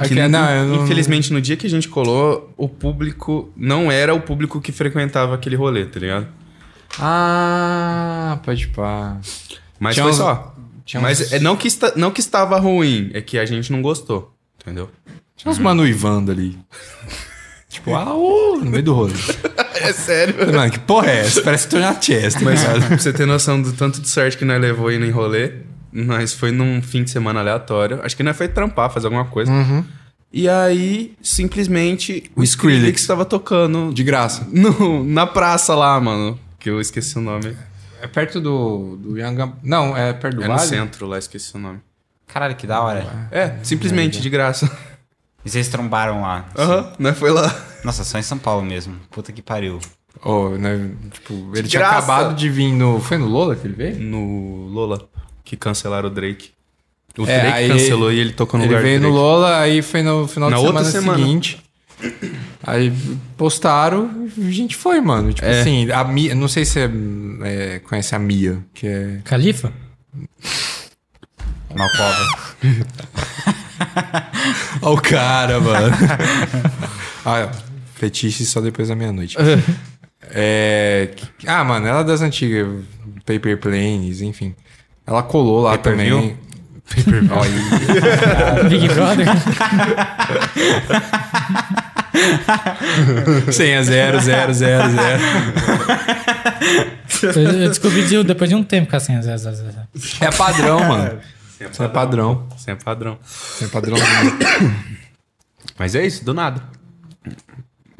E: Aqui,
D: É Que,
E: não, eu não-
D: Infelizmente, no dia que a gente colou, o público não era o público que frequentava aquele rolê, tá ligado?
E: Ah, pode pá.
D: Mas
E: Tinha
D: foi
E: uns-
D: só.
E: tinha uns-
D: Mas é, não, que esta- não que estava ruim, é que a gente não gostou, entendeu?
E: Tinha uns Manu e Wanda ali. [laughs] tipo, ah, ô, no meio do rolê.
D: É sério.
E: Mano, que porra é essa? Parece que tô na chest,
D: [laughs]
E: mas...
D: Mas pra você ter noção do tanto de sorte que nós levou indo em rolê, nós foi num fim de semana aleatório. Acho que nós foi trampar, fazer alguma coisa. E aí, simplesmente,
E: Uhum. O Skrillex.
D: estava tocando
E: De graça.
D: no- na praça lá, mano. Que eu esqueci o nome.
E: É perto do, do Yangam... Não, é perto do
D: é no
E: Vale?
D: centro lá, esqueci o nome.
C: Caralho, que da hora.
D: É, simplesmente, de graça.
E: [laughs]
C: E vocês trombaram lá.
D: Aham, nós foi lá.
C: Nossa, só em São Paulo mesmo. Puta que pariu.
E: Ô, né, tipo, ele tinha
D: graça.
E: acabado de vir no... Foi no Lola que ele veio?
D: No Lola, que cancelaram o Drake. O
E: É,
D: Drake
E: aí-
D: cancelou e ele tocou no
E: Ele
D: lugar do
E: veio no
D: Drake.
E: Lola, aí foi no final
D: Na
E: de semana,
D: outra semana.
E: seguinte. Aí postaram e a gente foi, mano. Tipo assim, a Mia, não sei se você é, conhece a Mia, que é.
A: Califa?
C: Malcova.
E: Ó, o cara, mano. [laughs] ah, fetiche só depois da [laughs] meia-noite. É, que- Ah, mano, ela é das antigas, Paper Planes, enfim. Ela colou lá
C: Paper
E: também.
C: View?
E: Paper View.
A: Big
D: [laughs]
A: Brother?
E: 100 a 0, 0, 0, 0.
A: Eu eu descobri de- depois de um tempo que assim, às vezes- às vezes-
E: É padrão, mano. [laughs] Isso é padrão.
D: Sem padrão.
E: Isso é padrão.
D: Mas é isso, do nada.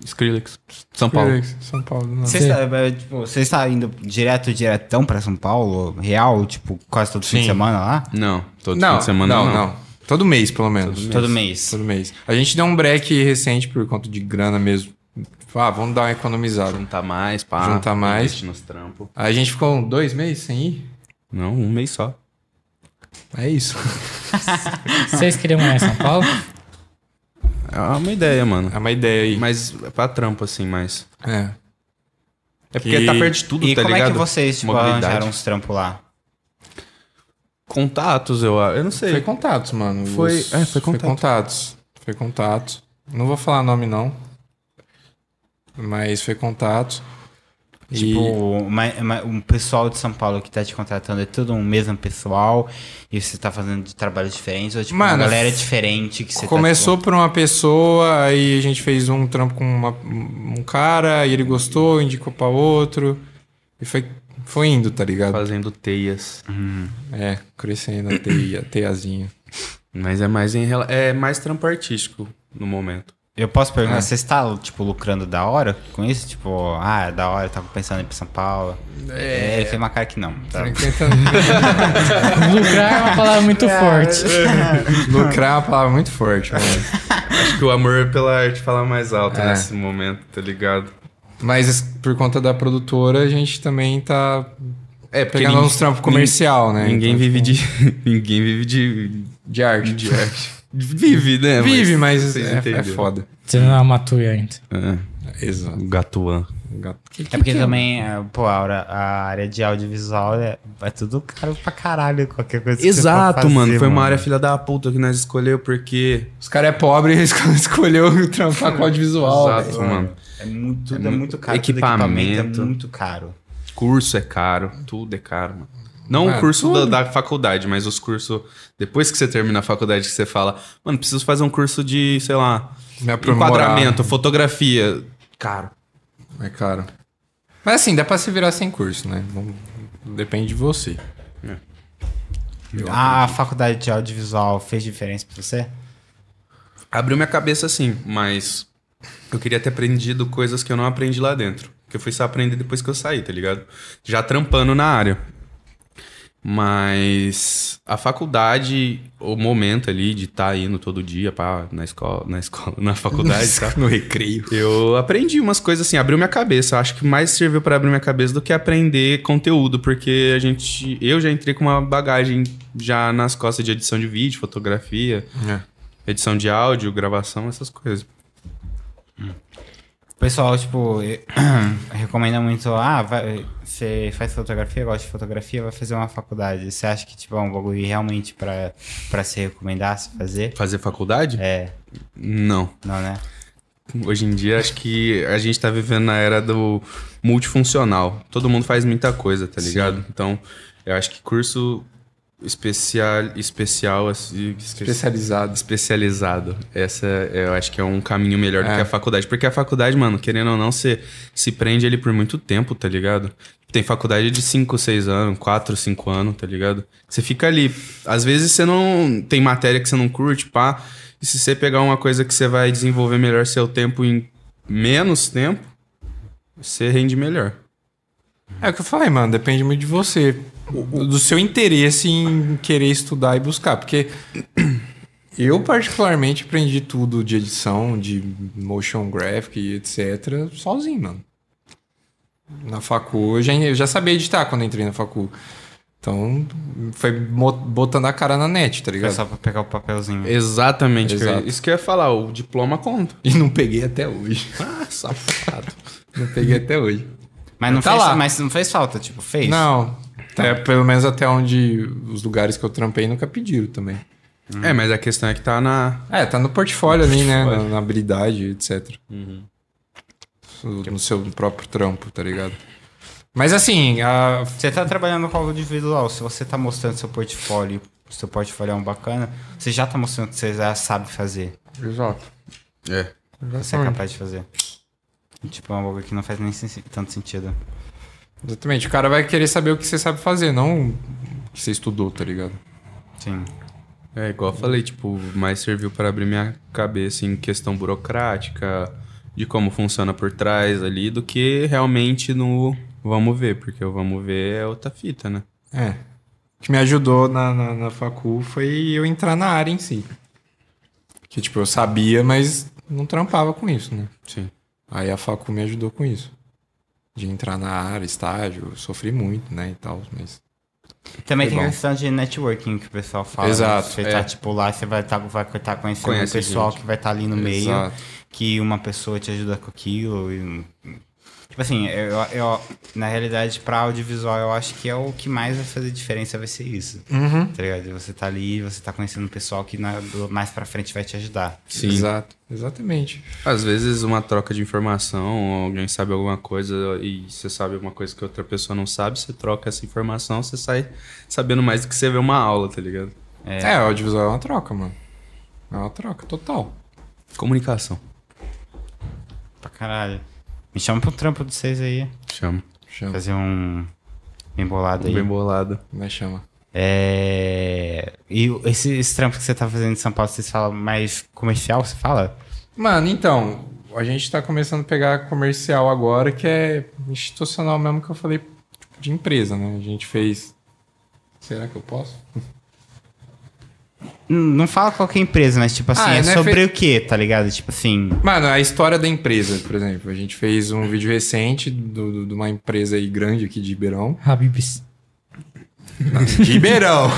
D: Skrillex. São Paulo.
E: Skrillex, São Paulo. não.
C: Vocês tá- tipo, vocês tá indo direto, diretão pra São Paulo? Real? Tipo, quase todo fim de
E: Sim.
C: semana lá?
D: Não, todo
E: não,
D: fim de semana
E: não,
D: não.
E: não. Todo mês, pelo menos. Todo mês.
C: Todo mês.
E: A gente deu um break recente por conta de grana mesmo. Tipo, Ah, vamos dar uma economizada.
D: Juntar mais, pá.
E: Juntar mais.
D: investir nos trampos.
E: Aí a gente ficou um, dois meses sem ir.
D: Não, um mês só.
E: É isso.
A: Vocês queriam morar em São Paulo? [laughs]
D: É uma ideia, mano.
E: É uma ideia aí.
D: Mas é pra trampo, assim, mais.
E: É.
D: É porque tá perto de tudo,
C: E
D: tá
C: como
D: ligado?
C: é que vocês, tipo,
D: Mobilidade.
C: arranjaram os trampos lá?
D: Contatos, eu acho. Eu não sei.
E: Foi contatos, mano.
D: Foi- é, foi
E: Foi
D: contato.
E: contatos. Foi contatos. Não vou falar nome, não. Mas foi contatos.
C: Tipo, uma- uma- um pessoal de São Paulo que tá te contratando é tudo um mesmo pessoal e você tá fazendo de trabalhos diferentes ou tipo
E: Mano,
C: uma galera diferente que você tá,
E: Começou por uma pessoa, aí a gente fez um trampo com uma- um cara, aí ele gostou, indicou pra outro. E foi, foi indo, tá ligado?
D: Fazendo teias.
E: É, crescendo a
D: [coughs]
E: teia, a teiazinha.
D: Mas é mais em rela- É mais trampo artístico no momento.
C: tipo, Eu posso perguntar, você está tipo lucrando da hora com isso? Tipo, ah, é da hora, tava pensando em ir pra São Paulo. É, ele tem uma cara que não. tá?
E: [laughs] Tentando
A: Lucrar é uma palavra muito forte.
E: lucrar é uma palavra muito forte, mano.
D: Acho que o amor é pela arte fala mais alto
E: É.
D: nesse momento, tá ligado?
E: Mas por conta da produtora, a gente também tá
D: É,
E: pegando uns trampos comercial, né?
D: Ninguém
E: Então,
D: vive de. [laughs] ninguém vive de.
E: de arte. De arte.
D: [laughs] Vive, né?
E: Vive, mas
D: vocês
E: é, é
D: entenderam.
E: foda.
A: Você não é uma tuia ainda.
D: É,
E: Exato.
D: o gatuan.
C: É porque também, é, pô, a, hora- a área de audiovisual é, é tudo caro pra caralho, qualquer coisa que você for
D: Exato,
C: fazer,
D: mano. Foi uma área filha da puta que nós escolheu, porque.
E: Os caras é pobre [laughs] e escolheu trampar com audiovisual.
D: Exato,
E: velho.
D: mano.
C: É muito, tudo é,
D: mu-
C: muito caro. tudo
D: equipamento.
C: é muito caro.
D: Curso é caro, tudo é caro, mano. Não
E: Ah,
D: o curso da, da faculdade, mas os cursos. Depois que você termina a faculdade, que você fala, mano, preciso fazer um curso de, sei lá,
E: Me aprimorar.
D: enquadramento, fotografia. Caro.
E: É caro. Mas assim, dá pra se virar sem curso, né? Não- Depende de você.
C: Ah, A faculdade de audiovisual fez diferença pra você?
D: Abriu minha cabeça assim, mas eu queria ter aprendido coisas que eu não aprendi lá dentro. Que eu fui só aprender depois que eu saí, tá ligado? Já trampando na área. Mas a faculdade, o momento ali de estar indo todo dia pra, na escola, na escola, [laughs] na faculdade, tá?
E: No recreio.
D: Eu aprendi umas coisas assim, abriu minha cabeça. Eu Acho que mais serviu pra abrir minha cabeça do que aprender conteúdo, porque a gente, eu já entrei com uma bagagem já nas costas de edição de vídeo,
E: É.
D: fotografia, edição de áudio, gravação, essas coisas.
C: pessoal, tipo, [clears throat] recomenda muito, ah, vai- você faz fotografia, gosta de fotografia, vai fazer uma faculdade. Você acha que, tipo, é um bagulho realmente pra, pra se recomendar, se fazer?
D: Fazer faculdade?
C: É,
D: Não.
C: não, né?
D: Hoje em dia, acho que a gente tá vivendo na era do multifuncional. Todo mundo faz muita coisa, tá ligado? Então, eu acho que curso especial, especial assim, esqueci-
E: Especializado.
D: especializado. Essa é, eu acho que é um caminho melhor do
E: É.
D: que a faculdade. Porque a faculdade, mano, querendo ou não, você se prende ali por muito tempo, tá ligado? Tem faculdade de 5, 6 anos, 4, 5 anos, tá ligado? Você fica ali. Às vezes você não. Tem matéria que você não curte, pá. E se você pegar uma coisa que você vai desenvolver melhor seu tempo em menos tempo, você rende melhor.
E: É o que eu falei, mano, depende muito de você. o- Do seu interesse em querer estudar e buscar. Porque [clears throat] eu, particularmente, aprendi tudo de edição, de motion graphic e etc. sozinho, mano. Na facu, eu já, eu já sabia editar quando entrei na facu. Então, foi mo- botando a cara na net, tá
C: Foi
E: ligado?
C: só pra pegar o papelzinho.
D: Exatamente. cara.
E: Exato.
D: Isso que eu ia falar, o diploma conta.
E: E não peguei até hoje. [laughs] Ah, safado. Não peguei até hoje. É
C: Mas não,
E: Tá
C: fez,
E: lá.
C: mas não fez falta, tipo, fez?
E: Não. Até, pelo menos até onde os lugares que eu trampei nunca pediram também.
D: É, mas a questão é que tá na,
E: É, tá no portfólio ali, né? Na, na habilidade, etc. No seu próprio trampo, tá ligado? Mas assim, a-
C: Você tá trabalhando com algo individual, se você tá mostrando seu portfólio, seu portfólio é um bacana, você já tá mostrando que você já sabe fazer.
E: Exato.
D: É.
C: Você
E: Hum.
C: é capaz de fazer. Tipo, é um bagulho que não faz nem sen- tanto sentido.
E: Exatamente. O cara vai querer saber o que você sabe fazer, não o que você estudou, tá ligado?
C: Sim.
D: É, igual eu falei, tipo, mas serviu para abrir minha cabeça em questão burocrática, de como funciona por trás ali, do que realmente no vamos ver, porque o vamos ver é outra fita, né?
E: É. O que me ajudou na, na, na facu foi eu entrar na área em si. Que, tipo, eu sabia, mas não trampava com isso, né?
D: Sim.
E: Aí a facu me ajudou com isso. De entrar na área, estágio, eu sofri muito, né, e tal, mas...
C: Também
E: Foi
C: tem a
E: bom.
C: questão de networking que o pessoal fala.
E: Exato,
C: Você
E: é.
C: tá, tipo, lá, você vai estar vai tá conhecendo
D: Conhece
C: o pessoal
D: gente.
C: que vai estar ali no meio,
E: Exato.
C: que uma pessoa te ajuda com aquilo. e- Tipo assim, eu, eu- na realidade, pra audiovisual, eu acho que é o que mais vai fazer diferença vai ser isso.
E: Uhum.
C: Tá ligado? Você tá ali, você tá conhecendo o pessoal que na- do- mais pra frente vai te ajudar.
E: Exato. Exatamente.
D: Às vezes uma troca de informação, alguém sabe alguma coisa e você sabe alguma coisa que outra pessoa não sabe, você troca essa informação, você sai sabendo mais do que você vê uma aula, tá ligado?
E: É, o audiovisual é uma troca, mano. É uma troca total.
D: Comunicação.
C: Pra caralho. Me chama pro trampo de vocês aí.
D: Chama.
E: Chama.
C: Fazer um bem bolado aí.
D: Bem bolado.
E: Né, chama.
C: É... E o- esse, esse trampo que você tá fazendo em São Paulo, vocês falam mais comercial, você fala?
E: Mano, então, a gente tá começando a pegar comercial agora, que é institucional mesmo que eu falei tipo, de empresa, né? A gente fez. Será que eu posso?
C: N- Não fala qualquer empresa, mas tipo assim,
E: Ah,
C: é
E: não é
C: sobre
E: fe-
C: o que, tá ligado? Tipo assim,
E: Mano, a história da empresa, por exemplo. A gente fez um vídeo recente do- do- de uma empresa aí grande aqui de Ribeirão.
A: Habibs.
E: Ribeirão.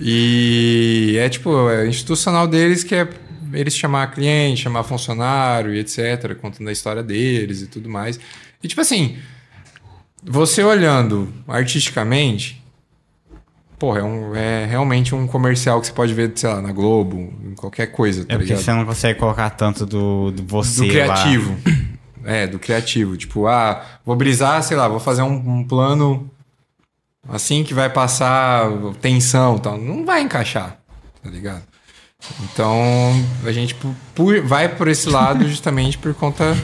E: e é tipo, é institucional deles que é eles chamar cliente, chamar funcionário e etc, contando a história deles e tudo mais. E tipo assim, você olhando artisticamente, porra, é, um- é realmente um comercial que você pode ver, sei lá, na Globo, em qualquer coisa, tá
C: é porque
E: ligado?
C: você não consegue colocar tanto do, do você
E: do
C: lá.
E: criativo. É, do criativo. Tipo, ah, vou brisar, sei lá, vou fazer um, um plano assim que vai passar tensão e tal. Não vai encaixar, tá ligado? Então, a gente pu- pu- vai por esse lado justamente por conta.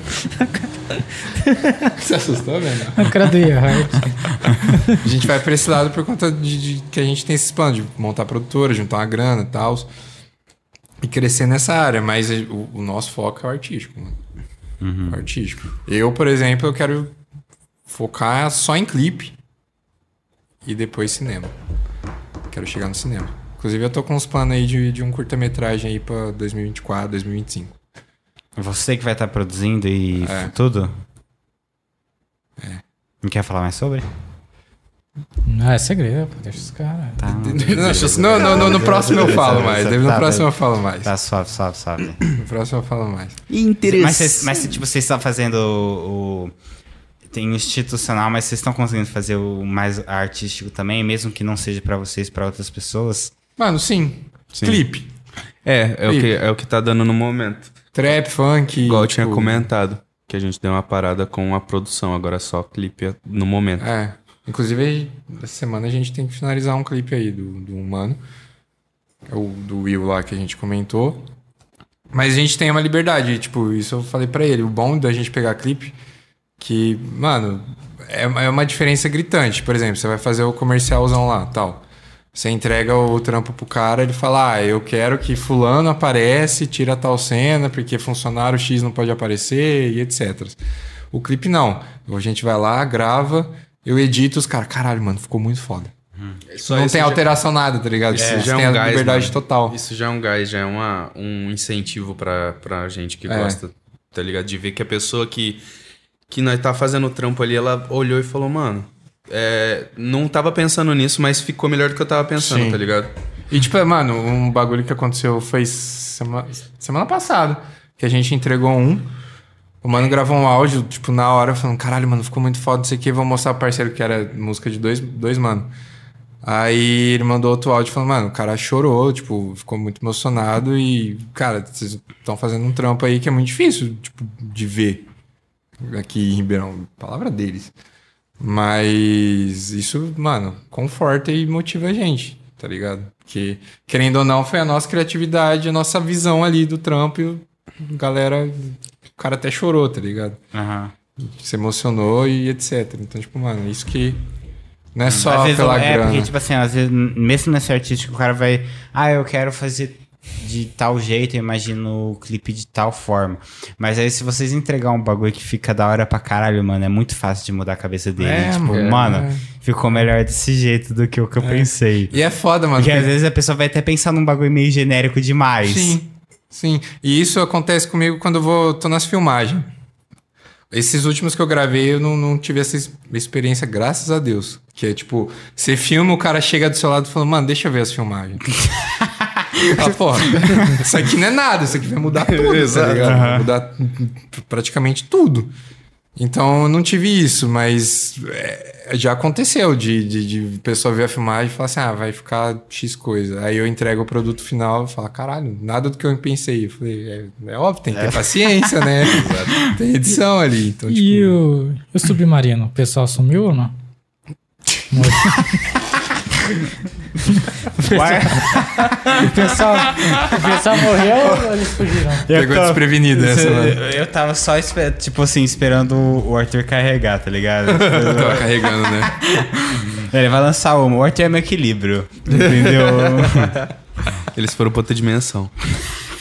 E: Você assustou, velho?
A: A cara do [laughs] Erhard.
E: A gente vai pra esse lado por conta de, de que a gente tem esses planos de montar produtora, juntar uma grana e tal. E crescer nessa área, mas o, o nosso foco é o artístico, mano.
C: Uhum.
E: O artístico. Eu, por exemplo, eu quero focar só em clipe e depois cinema. Quero chegar no cinema. Inclusive, eu tô com uns planos aí de, de um curta-metragem aí pra 2024, 2025.
C: Você que vai estar produzindo e
E: É.
C: tudo? É. Não quer falar mais sobre?
A: Não, é segredo, pô, deixa os caras.
C: Tá,
E: Não, não, não, no próximo eu falo
C: Beleza,
E: mais.
C: beleza.
E: No
C: Tá,
E: próximo eu
C: beleza.
E: falo mais.
C: tá suave, suave, suave.
E: No próximo eu falo mais.
C: Mas,
B: Interessante.
C: vocês- mas tipo, vocês estão fazendo o, o- Tem o institucional, mas vocês estão conseguindo fazer o mais artístico também, mesmo que não seja pra vocês, pra outras pessoas?
E: Mano, sim.
D: Sim.
E: Clipe.
D: É, é o,
E: Clipe.
D: que, é o que tá dando no momento.
E: Trap, funk.
D: Igual eu tinha
E: tipo,
D: comentado, que a gente deu uma parada com a produção, agora é só clipe no momento.
E: É. Inclusive, essa semana a gente tem que finalizar um clipe aí do, do Humano. É o do Will lá que a gente comentou. Mas a gente tem uma liberdade, tipo, isso eu falei pra ele. O bom da gente pegar clipe, que, mano, é, é uma diferença gritante. Por exemplo, você vai fazer o comercialzão lá, tal. Você entrega o trampo pro cara, ele fala, ah, eu quero que fulano aparece, tira tal cena, porque funcionário X não pode aparecer e etc. O clipe não. A gente vai lá, grava, eu edito, os caras, caralho, mano, ficou muito foda.
D: É, Só
E: não
D: isso
E: tem
D: já-
E: alteração nada, tá ligado? Você
D: já é
E: tem
D: um
E: a
D: gás,
E: liberdade
D: mano.
E: total.
D: Isso já é um gás, já é uma, um incentivo pra, pra gente que
E: É.
D: gosta, tá ligado? De ver que a pessoa que, que nós tá fazendo o trampo ali, ela olhou e falou, mano, é, não tava pensando nisso, mas ficou melhor do que eu tava pensando,
E: Sim.
D: tá ligado?
E: E, tipo, mano, um bagulho que aconteceu foi sema- semana passada, que a gente entregou um. O mano gravou um áudio, tipo, na hora, falando: caralho, mano, ficou muito foda isso aqui, vou mostrar pro parceiro que era música de dois, dois mano. Aí ele mandou outro áudio falando, mano, o cara chorou, tipo, ficou muito emocionado e, cara, vocês estão fazendo um trampo aí que é muito difícil, tipo, de ver aqui em Ribeirão. Palavra deles. Mas isso, mano, conforta e motiva a gente, tá ligado? Porque, querendo ou não, foi a nossa criatividade, a nossa visão ali do trampo e o a galera, o cara até chorou, tá ligado?
C: Aham.
E: Se emocionou e etc. Então, tipo, mano, isso que não é só
C: às vezes
E: pela
C: é,
E: grana.
C: porque, tipo assim, às vezes, n- mesmo nesse artístico, o cara vai. Ah, eu quero fazer de tal jeito, eu imagino o clipe de tal forma. Mas aí, se vocês entregar um bagulho que fica da hora pra caralho, mano, é muito fácil de mudar a cabeça dele.
E: É,
C: tipo,
E: mano.
C: mano, ficou melhor desse jeito do que o que eu pensei.
E: E é foda, mano.
C: Porque
E: porque-
C: às vezes a pessoa vai até pensar num bagulho meio genérico demais.
E: Sim, sim. E isso acontece comigo quando eu vou, tô nas filmagens. Esses últimos que eu gravei, eu não, não tive essa ex- experiência, graças a Deus. Que é tipo, você filma, o cara chega do seu lado e fala, mano, deixa eu ver as filmagens. ah, porra, isso aqui não é nada, isso aqui vai mudar tudo, tá ligado? Vai mudar praticamente tudo. Então eu não tive isso, mas é, já aconteceu de, de, de pessoa ver a filmagem e falar assim: ah, vai ficar X coisa. Aí eu entrego o produto final e falo: caralho, nada do que eu pensei. Eu falei: é, é óbvio, tem que ter paciência, [laughs] né? tem edição ali. Então, tipo,
A: E o, e o submarino? O pessoal sumiu ou não?
C: [laughs]
A: [laughs]
C: Ué,
A: O pessoal, o pessoal morreu ou eles fugiram?
E: Pegou desprevenida essa, né?
C: eu,
E: mano. [laughs]
C: eu tava só, espe- tipo assim, esperando o Arthur carregar, tá ligado?
E: [laughs] eu tava carregando, né?
C: Ele vai lançar uma. O Arthur é meu equilíbrio. Entendeu?
E: [laughs]
D: Eles foram pra outra dimensão.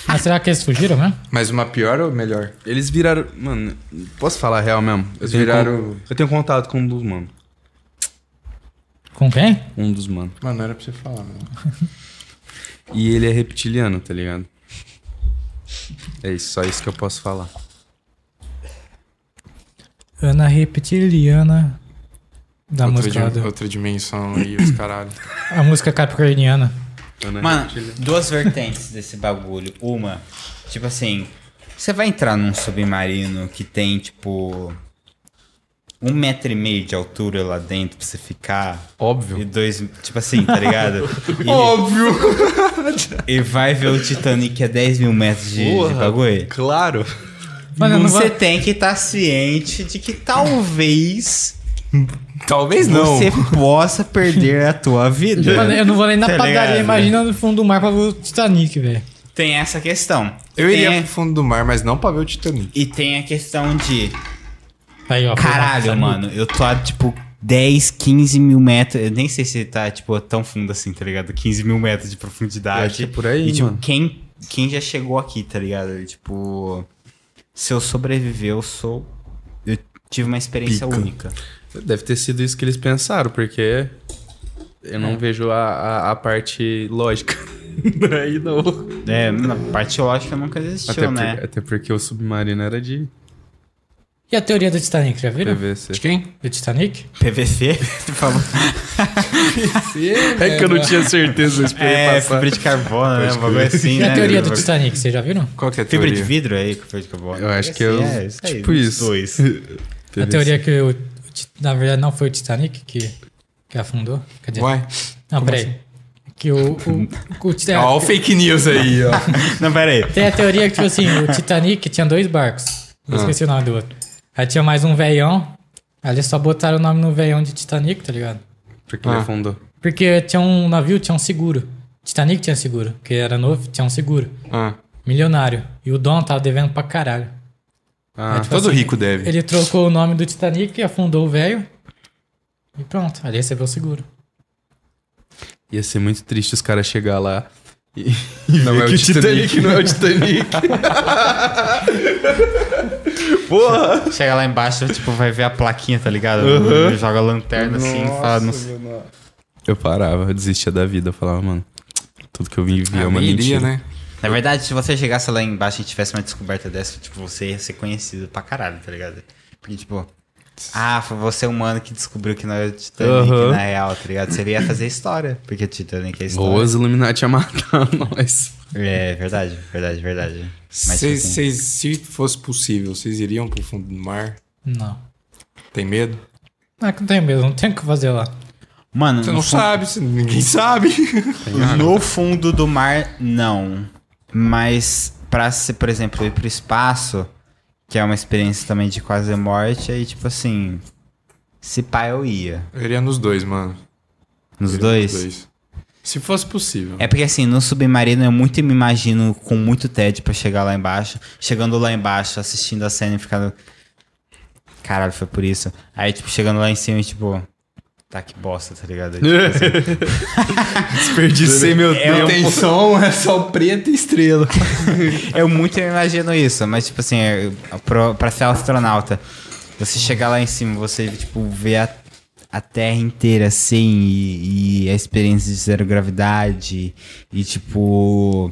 A: Mas será que eles fugiram mesmo?
E: Mas uma pior ou melhor?
D: Eles viraram. Mano, posso falar a real mesmo? Eu
E: Eles
D: tenho
E: viraram-
D: con- eu tenho contato com um dos mano.
A: Com quem?
D: Um dos mano.
E: Mano, não era pra você falar, né? mano.
D: E ele é reptiliano, tá ligado? É isso, só isso que eu posso falar.
A: Ana Reptiliana. Da
E: outra,
A: música. lá
E: di-
A: do-
E: outra dimensão aí, [coughs] os caralho.
A: A música capricorniana.
D: Ana
C: Mano, duas vertentes desse bagulho. Uma, tipo assim, você vai entrar num submarino que tem, tipo. Um metro e meio de altura lá dentro pra você ficar.
E: Óbvio.
C: E dois. Tipo assim,
A: [laughs]
C: tá ligado? E-
E: Óbvio!
C: E vai ver o Titanic a 10 mil metros de, de
D: Porra,
C: bagulho?
D: É Claro.
A: Mano, eu não
C: você
A: vou-
C: tem que estar ciente de que talvez
E: Talvez não.
C: você possa perder a tua vida.
A: Mano, eu não vou nem na
C: Tá
A: padaria,
C: ligado?
A: imagina no fundo do mar pra ver o Titanic, velho.
C: Tem essa questão.
E: Eu
C: Tem
E: iria
C: a-
E: pro fundo do mar, mas não pra ver o Titanic.
C: E tem a questão de...
A: Aí, ó.
C: Caralho, mano, eu tô a, tipo, 10, 15 mil metros. Eu nem sei se tá, tipo, tão fundo assim, tá ligado? 15 mil metros de profundidade.
D: Eu acho que é por aí,
C: E, tipo,
D: mano.
C: Quem, quem já chegou aqui, tá ligado? E, tipo, se eu sobreviver, eu sou. Eu tive uma experiência
D: Pica.
C: única.
D: Deve ter sido isso que eles pensaram, porque eu não vejo a, a, a parte lógica. Daí É. [laughs] não.
C: É, na parte lógica nunca existiu,
D: Até, por-
C: né?
D: até porque o submarino era de
A: E a teoria do Titanic, já viram?
D: PVC.
E: De quem?
A: Do Titanic?
C: PVC? Por favor.
D: [laughs] É que eu não tinha certeza se
C: [laughs] É, fibra de carbono, né? Um bagulho assim,
A: E
C: né?
A: a teoria do
C: Fibra-
A: Titanic, vocês já viram?
E: Qual que é a
C: Fibra de
E: teoria?
C: vidro aí, com fibra de carbono.
D: Eu acho que
C: Assim,
D: eu-
C: é, isso aí,
D: tipo
C: os
D: isso. [laughs]
C: Dois.
A: A teoria
C: assim?
A: que o, o- na verdade não foi o Titanic que, que afundou. Cadê?
E: Uai.
A: não, peraí.
C: assim?
A: Que o. o, o Titanic-
E: Ó, o fake news aí, [laughs] ó.
C: Não, pera aí.
A: Tem a teoria que, tipo assim, o Titanic tinha dois barcos.
C: Ah.
A: Eu esqueci o nome do outro. Aí tinha mais um veião. Aí eles só botaram o nome no veião de Titanic, tá ligado?
D: Porque ele
E: Ah.
D: afundou.
A: Porque tinha um navio, tinha um seguro. Titanic tinha seguro, porque era novo, tinha um seguro.
E: Ah,
A: Milionário. E o dono tava devendo pra caralho.
D: Ah,
A: tipo
E: todo
A: assim,
E: rico deve.
A: Ele trocou o nome do Titanic, afundou o velho. E pronto, ali recebeu o seguro.
D: Ia ser muito triste os caras chegar lá e,
B: Não é o Titanic.
D: não é o Titanic.
C: Chega lá embaixo, tipo, vai ver a plaquinha, tá ligado? Joga a lanterna assim e fala... Não... sei.
D: [laughs] eu parava, eu desistia da vida. Eu falava, mano, tudo que eu vim vi é
E: Ah,
D: uma
E: nem
D: mentira.
E: iria, né?
C: Na verdade, se você chegasse lá embaixo e tivesse uma descoberta dessa, tipo, você ia ser conhecido pra caralho, tá ligado? Porque, tipo... Ah, foi você humano que descobriu que não era o Titanic
D: Uhum.
C: na real, tá ligado? Você ia fazer história, porque o Titanic é história.
D: Ou os Illuminati ia matar [laughs] nós.
C: É, verdade, verdade, verdade. Mas, tipo
E: Vocês,
C: assim,
E: vocês- se fosse possível, vocês iriam pro fundo do mar?
A: Não.
E: Tem medo?
C: Hum,
A: Não é que não tem mesmo, não tem o que fazer lá.
C: Mano,
E: Você
C: no
E: não
C: fundo-
E: sabe, você- ninguém [laughs] sabe.
C: No fundo do mar, não. Mas pra, se, por exemplo, ir pro espaço, que é uma experiência também de quase morte, aí tipo assim. Se pá, eu ia.
E: Eu iria nos dois, mano.
C: Nos
E: Eu iria
C: dois.
E: nos Se fosse possível.
C: É porque assim, no submarino eu muito me imagino com muito tédio pra chegar lá embaixo. Chegando lá embaixo, assistindo a cena e ficando. Caralho, foi por isso. Aí, tipo, chegando lá em cima e tipo. Tá que bosta, tá ligado?
D: Desperdicei meu
C: Eu
D: tempo.
E: som, é só preto e estrela.
C: Eu muito imagino isso, mas tipo assim, eu- pro- pra ser astronauta, você chegar lá em cima, você tipo ver a, a Terra inteira assim e, e a experiência de zero gravidade e tipo,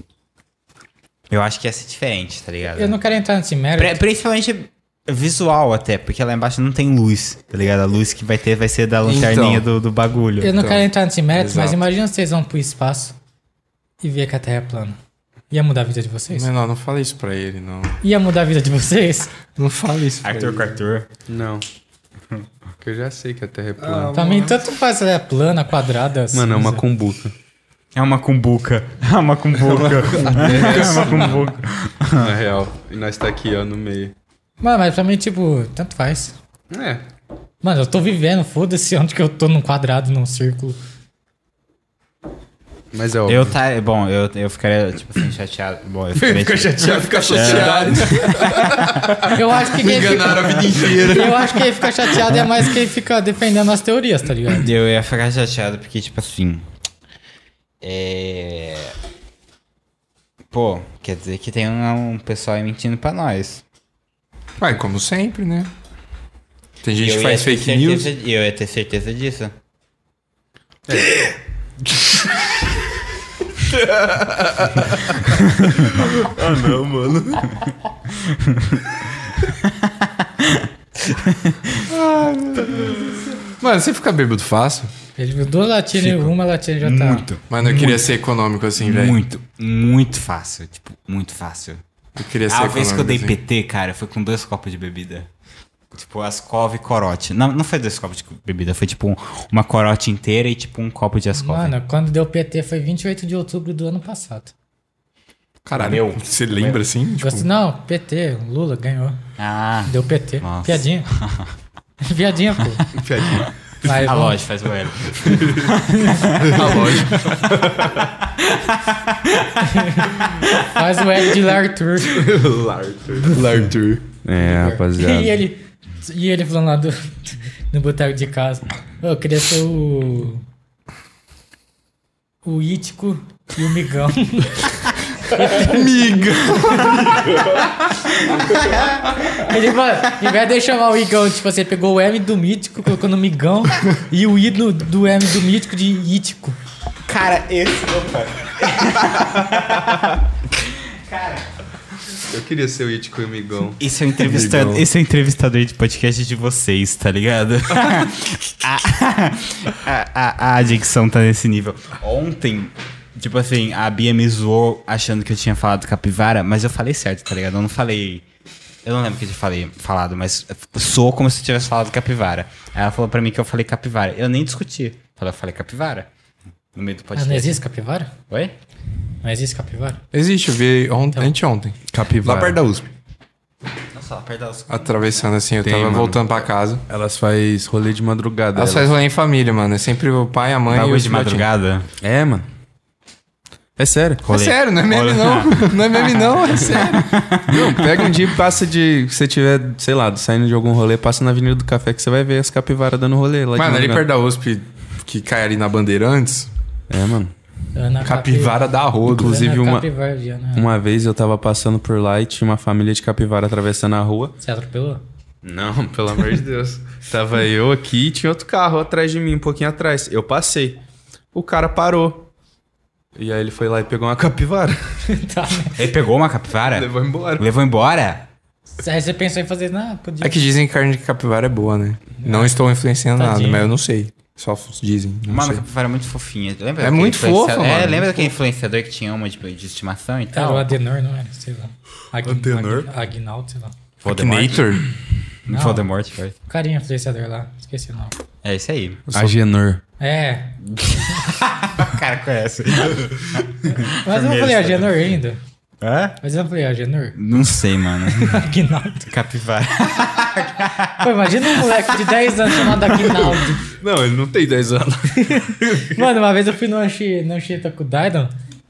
C: eu acho que ia ser diferente, tá
E: É.
C: ligado?
A: Eu não quero entrar nesse mérito.
C: Pri- Principalmente visual até, porque lá embaixo não tem luz, tá ligado? A luz que vai ter vai ser da lanterninha do, do bagulho.
A: Eu não quero entrar nesse mérito, mas
E: exato.
A: imagina vocês vão pro espaço e ver que a Terra é plana. Ia mudar a vida de vocês?
E: Menor, não fala isso pra ele, não.
A: Ia mudar a vida de
E: [laughs]
A: vocês?
E: Não fala isso pra
C: Arthur
E: ele.
C: com Arthur.
D: Não. Porque eu já sei que a Terra é
E: Ah,
D: plana.
A: Também tanto faz se ela é plana, quadrada.
D: Mano, é uma
A: cinza.
E: [laughs]
D: cumbuca.
C: É uma cumbuca. [laughs] É uma cumbuca. [laughs] é uma cumbuca.
D: na real. E nós tá aqui, ó, no meio.
A: Mano, mas pra mim, tipo, tanto faz.
D: É.
A: Mano, eu tô vivendo, foda-se onde que eu tô, num quadrado, num círculo.
D: Mas é óbvio.
C: Eu tá, bom, eu, eu ficaria, tipo assim, chateado. Bom,
E: [laughs]
C: eu ficaria, tipo,
E: Já fica chateado. né?
A: Eu acho que quem fica,
E: a vida inteira.
A: eu acho que quem fica chateado é mais quem fica defendendo as teorias, tá ligado?
C: eu ia ficar chateado porque, tipo assim. É. Pô, quer dizer que tem um, um pessoal aí mentindo pra nós.
E: Ué, como sempre, né? Tem
C: E
E: gente
C: eu
E: que
C: ia
E: faz
C: ter
E: fake news.
C: certeza- Eu ia ter certeza disso.
E: Mano, você fica bêbado fácil.
A: Ele viu duas latinhas e uma latinha já tá.
E: Mano, eu queria ser econômico assim, velho.
C: Muito, muito fácil. Tipo, muito fácil.
E: Eu queria ser
C: A
E: econômico.
C: vez que eu dei
E: assim.
C: PT, cara, foi com dois copos de bebida. Tipo, ascova e corote. Não, não foi dois copos de bebida, foi tipo um- uma corote inteira e tipo um copo de ascova.
A: Mano, quando deu PT foi 28 de outubro do ano passado.
E: Caralho,
C: Meu.
E: você lembra assim? Tipo,
A: Gosto- Não, PT, Lula ganhou.
C: Ah,
A: Deu PT.
C: Nossa.
A: Piadinha. Piadinha, pô. Mas,
C: a
A: vamos-
C: loja faz o L.
A: Faz o L de Lartur.
E: Lartur.
D: É, rapaziada.
A: E
D: [laughs]
A: ele, e ele falando lá do, no boteco de casa. "Ô, Eu queria ser o. O Ítico e o Migão.
E: Miga!
A: Ele, mano, em vez de chamar o Igão, tipo assim, ele pegou o M do Mítico, colocou no Migão e o I do, do M do Mítico de Ítico.
C: Cara, esse. Opa. cara,
B: Eu queria ser o It com o Migão.
C: [laughs] Esse é o entrevistador,
E: Legal.
C: esse é o entrevistador de podcast de vocês, tá ligado? a, a, a- a adicção tá nesse nível. Ontem, tipo assim, a Bia me zoou achando que eu tinha falado capivara, mas eu falei certo, tá ligado? Eu não falei. Eu não lembro o que eu tinha falei, falado, mas soou como se eu tivesse falado capivara. Aí ela falou pra mim que eu falei capivara. Eu nem discuti. Falei, eu falei capivara. No meio do
A: Ah,
C: podcast.
A: não existe capivara?
C: Oi?
A: Não existe capivara?
E: Existe, eu vi
C: Então.
E: ontem, anteontem.
D: Capivara.
E: Lá perto da USP.
C: Nossa, aperta os.
E: Atravessando assim, eu
D: Tem,
E: tava
D: mano.
E: voltando pra casa.
D: Elas faz rolê de madrugada.
E: Elas
D: elas.
E: fazem rolê em família, mano. É sempre o pai, a mãe e
C: Bagulho
E: os
C: de madrugada?
D: É, mano. É sério.
E: É
C: Rolê.
E: sério, não é meme
C: Olha.
E: não. [laughs] Não é meme não, é sério.
D: Não, pega um dia e passa de. Se você tiver, sei lá, saindo de algum rolê, passa na Avenida do Café que você vai ver as capivaras dando rolê lá de
E: Mano, ali
D: madrugada.
E: perto da USP, que cai ali na Bandeirantes,
D: É, mano.
A: Ana
E: capivara da rodo.
D: inclusive
A: Ana
D: uma-
A: Capivara, Diana.
D: Uma vez eu tava passando por lá e tinha uma família de capivara atravessando a rua.
A: Você atropelou?
D: Não, [laughs] pelo amor de Deus. Tava eu aqui e tinha outro carro atrás de mim, um pouquinho atrás. Eu passei. O cara parou. E aí ele foi lá e pegou uma capivara.
A: tá. né?
C: Ele pegou uma capivara?
D: Levou embora.
C: Levou embora?
A: Aí você pensou em fazer, não, podia.
E: É que dizem que carne de capivara é boa, né? Não estou influenciando
A: Tadinho.
E: nada, mas eu não sei. Só dizem. não
C: Mano, a
E: sei.
C: capivara é muito fofinha. Lembra
E: É
C: daquele
E: muito
C: influencia-
E: fofa,
C: É,
E: mano.
C: lembra daquele influenciador que tinha uma de, de estimação e
A: Era
C: tal?
A: o Adenor, não era? Sei lá. Agn...
D: Adenor?
A: Agn- Agnaldo, sei lá.
E: Akinator?
A: Não.
C: Voldemort, foi.
A: O carinha influenciador lá. Esqueci o nome.
C: É isso aí.
D: Agenor.
A: É.
C: O cara conhece.
A: Mas eu não falei Agenor ainda.
C: Hã?
A: Mas eu não falei Agenor. [laughs]
C: Não sei, mano.
A: Agnaldo.
C: Capivara.
A: Pô, imagina um moleque de 10 anos chamado Agnaldo.
D: Não, ele não tem 10 anos.
A: [laughs] Mano, uma vez eu fui no Anchi- no Anchieta com o Dairon.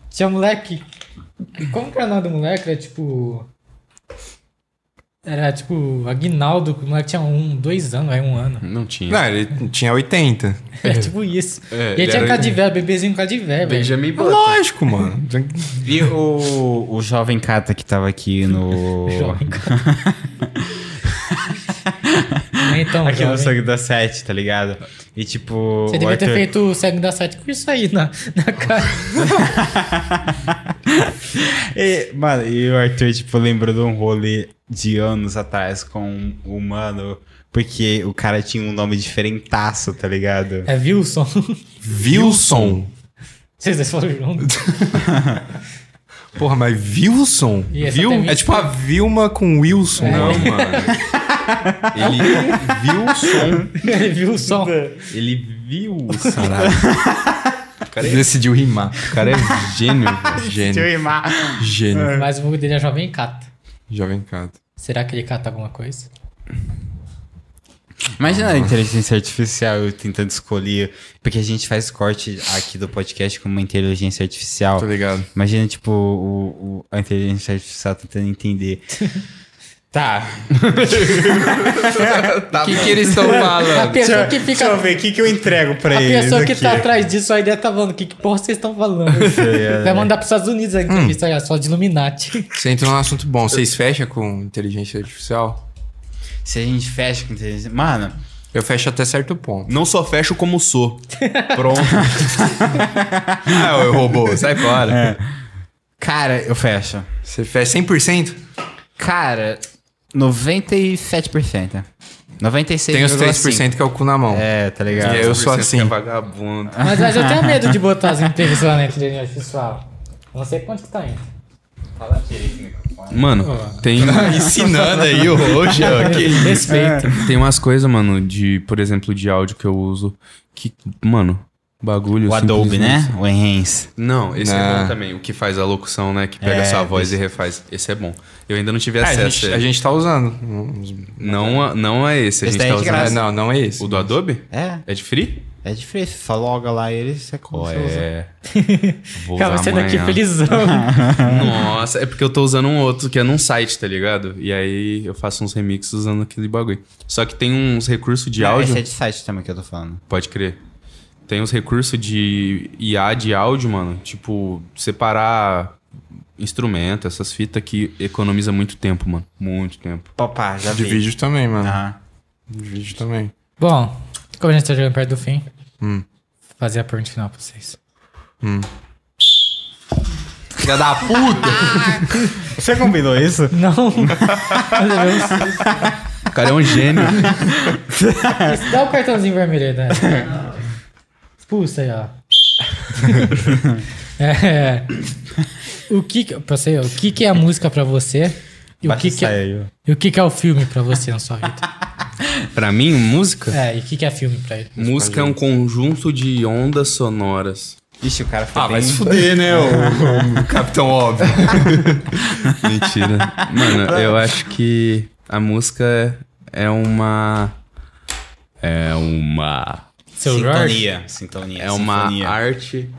A: Tinha um moleque. Como que era o nome do moleque? Era tipo. Era tipo Aguinaldo. O moleque tinha um, dois anos, aí um ano.
D: Não tinha.
E: Não, ele tinha 80.
A: Era tipo isso.
D: É,
A: e aí
D: ele
A: tinha
D: era-
A: Cadivé, bebezinho Cadivé, velho.
D: Benjamin Button.
E: Lógico, mano.
C: E o, o jovem Cata que tava aqui no.
A: [laughs] Jovem Nem tão
C: Aqui no
A: então, jovem.
C: Sangue da Sete, tá ligado? E tipo.
A: Você
C: o
A: devia ter
C: Arthur-
A: feito o cego da sete com isso aí na, na cara.
C: E, mano, e o Arthur, tipo, lembrou de um rolê de anos atrás com um humano. Porque o cara tinha um nome diferentaço, tá ligado?
A: É Wilson.
E: Wilson.
A: Vocês dois foram
C: [laughs]
A: juntos.
E: Porra, mas Wilson?
A: E essa
E: Vil...
A: tem
E: É tipo a Vilma com Wilson.
D: Não,
E: Não.
D: mano. Ele viu o som.
A: É Wilson.
D: Ele viu o som. O cara é,
E: Decidiu rimar.
D: o cara é gênio. velho.
C: Deixa eu
E: Gênio.
C: rimar.
E: Gênio.
A: Mas o dele é jovem cata.
E: Jovem Cato.
A: Será que ele cata alguma coisa?
C: Imagina a inteligência artificial eu tentando escolher. Porque a gente faz corte aqui do podcast com uma inteligência artificial.
E: Tô ligado.
C: Imagina, tipo, o, o- a inteligência artificial tentando entender. tá.
E: [laughs] O que, que eles estão falando?
A: A pessoa que
C: Deixa eu
A: fica.
C: ver, o que, que eu entrego pra
A: A
C: eles
A: pessoa que
C: aqui?
A: tá atrás disso aí deve tá falando. Que, que porra vocês estão falando?
C: [laughs] é,
A: Vai mandar pros Estados Unidos
D: Hum.
A: a entrevista aí, ó, só de Illuminati.
E: Você entrou num assunto bom. Vocês fecham com inteligência artificial?
C: Se a gente fecha com inteligência... Mano,
E: Eu fecho até certo ponto.
D: Não só fecho como [laughs] sou.
E: [laughs]
D: Pronto. ah, ô robô, sai fora.
E: É.
C: cara, eu fecho.
E: Você fecha 100%?
C: Cara, 97%. 96%.
E: Tem os 3% que é o cu na mão.
C: É, tá ligado?
E: E eu sou assim.
D: vagabundo.
A: Mas, mas eu tenho medo de [laughs] botar as entrevistas lá na inteligência artificial. Não sei quanto que tá indo.
D: Mano, tem. um-
B: Ensinando aí o hoje, ó. Que
A: [laughs] Respeito.
D: É, Tem umas coisas, mano, de, por exemplo, de áudio que eu uso que, mano, bagulho.
C: O Adobe, né?
D: simplesmente-
C: O Enhance.
D: Não, esse é
E: Não.
D: bom também. O que faz a locução, né? Que pega
C: É,
D: sua voz e refaz. Esse é bom. Eu ainda não tive
E: É, a,
D: acesso.
E: gente,
D: ele.
E: a gente tá usando. Uns-
D: Não, a- não é esse. A
C: Esse
D: gente
C: daí é
D: tá
C: de
D: usando.
E: É,
C: graça.
E: não, não é esse.
D: O do Adobe?
C: É,
D: É de free?
C: é difícil. Só loga lá ele você
D: Ó,
C: consegue.
A: [laughs]
D: é. Vou
A: Cara,
D: usar
A: você daqui
D: amanhã.
A: felizão.
D: [laughs] Nossa, é porque eu tô usando um outro que é num site, tá ligado? E aí eu faço uns remixes usando aquele bagulho. Só que tem uns recursos de áudio.
C: Esse é de site também que eu tô falando.
D: Pode crer. Tem uns recursos de IA de áudio, mano. Tipo, separar instrumento, essas fitas que economiza muito tempo, mano. Muito tempo.
C: Papá, já
E: De
C: vi.
E: vídeo também, mano.
C: Aham.
E: De vídeo também.
A: [laughs] Bom, como a gente tá chegando perto do fim,
E: Hum.
A: vou fazer a pergunta final pra vocês.
B: filha da puta.
C: Você combinou isso?
A: Não.
B: O cara é um [laughs] gênio.
A: [laughs] Dá o cartãozinho vermelho aí, né? Expulsa aí, ó. É, o que que, pra você, o que que é a música pra você? E o que que, é, e o que que é o filme pra você na sua vida?
D: Pra mim, música?
A: É, e o que que é filme pra ele?
D: Música é um conjunto de ondas sonoras. um
C: Ixi, o cara foi
B: Ah,
C: bem...
B: vai se
C: [laughs]
D: [laughs]
B: fuder, né, o, o Capitão Óbvio.
D: Mentira. Mano, eu acho que a música é uma. É uma.
A: Seu Jorge?
C: sintonia, sintonia.
D: É uma
C: sinfonia.
D: arte.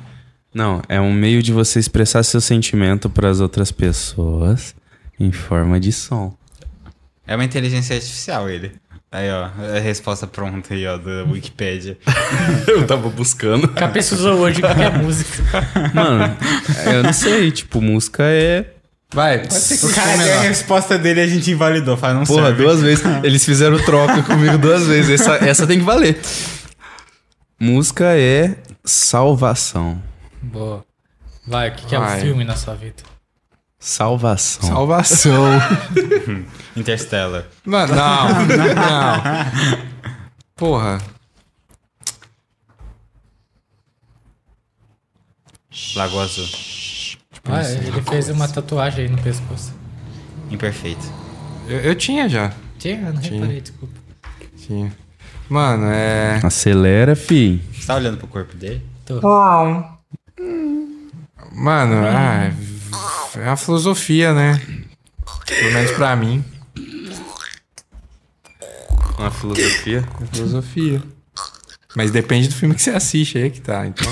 D: Não, é um meio de você expressar seu sentimento pras outras pessoas em forma de som.
C: É uma inteligência artificial ele. Aí, ó, a resposta pronta aí, ó, da Wikipedia.
D: Eu tava buscando.
A: Cabeça usou hoje o que que é música.
D: Mano, eu não sei. Tipo, música é.
B: Vai, pode ser
C: O cara deu a resposta dele a gente invalidou. Fala, não
B: Porra,
C: serve.
B: duas vezes. Eles fizeram troca comigo duas vezes. Essa, essa tem que valer.
D: Música é salvação.
A: Boa. Vai, o que que é
E: Vai.
A: o filme na sua vida?
D: Salvação.
E: Salvação. [laughs]
C: Interstellar.
E: não, [laughs] não, não. Porra.
C: Lagoa Azul.
A: Ah, ele fez uma tatuagem aí no pescoço.
C: Imperfeito.
E: Eu, eu tinha já.
A: Tinha? Eu Não reparei, desculpa.
E: Tinha. Mano, é.
D: Acelera, fi.
C: Você tá olhando pro corpo dele?
E: Mano, ah, é uma filosofia, né? Pelo menos pra mim.
D: Uma filosofia.
E: É filosofia. Mas depende do filme que você assiste aí que tá. Então.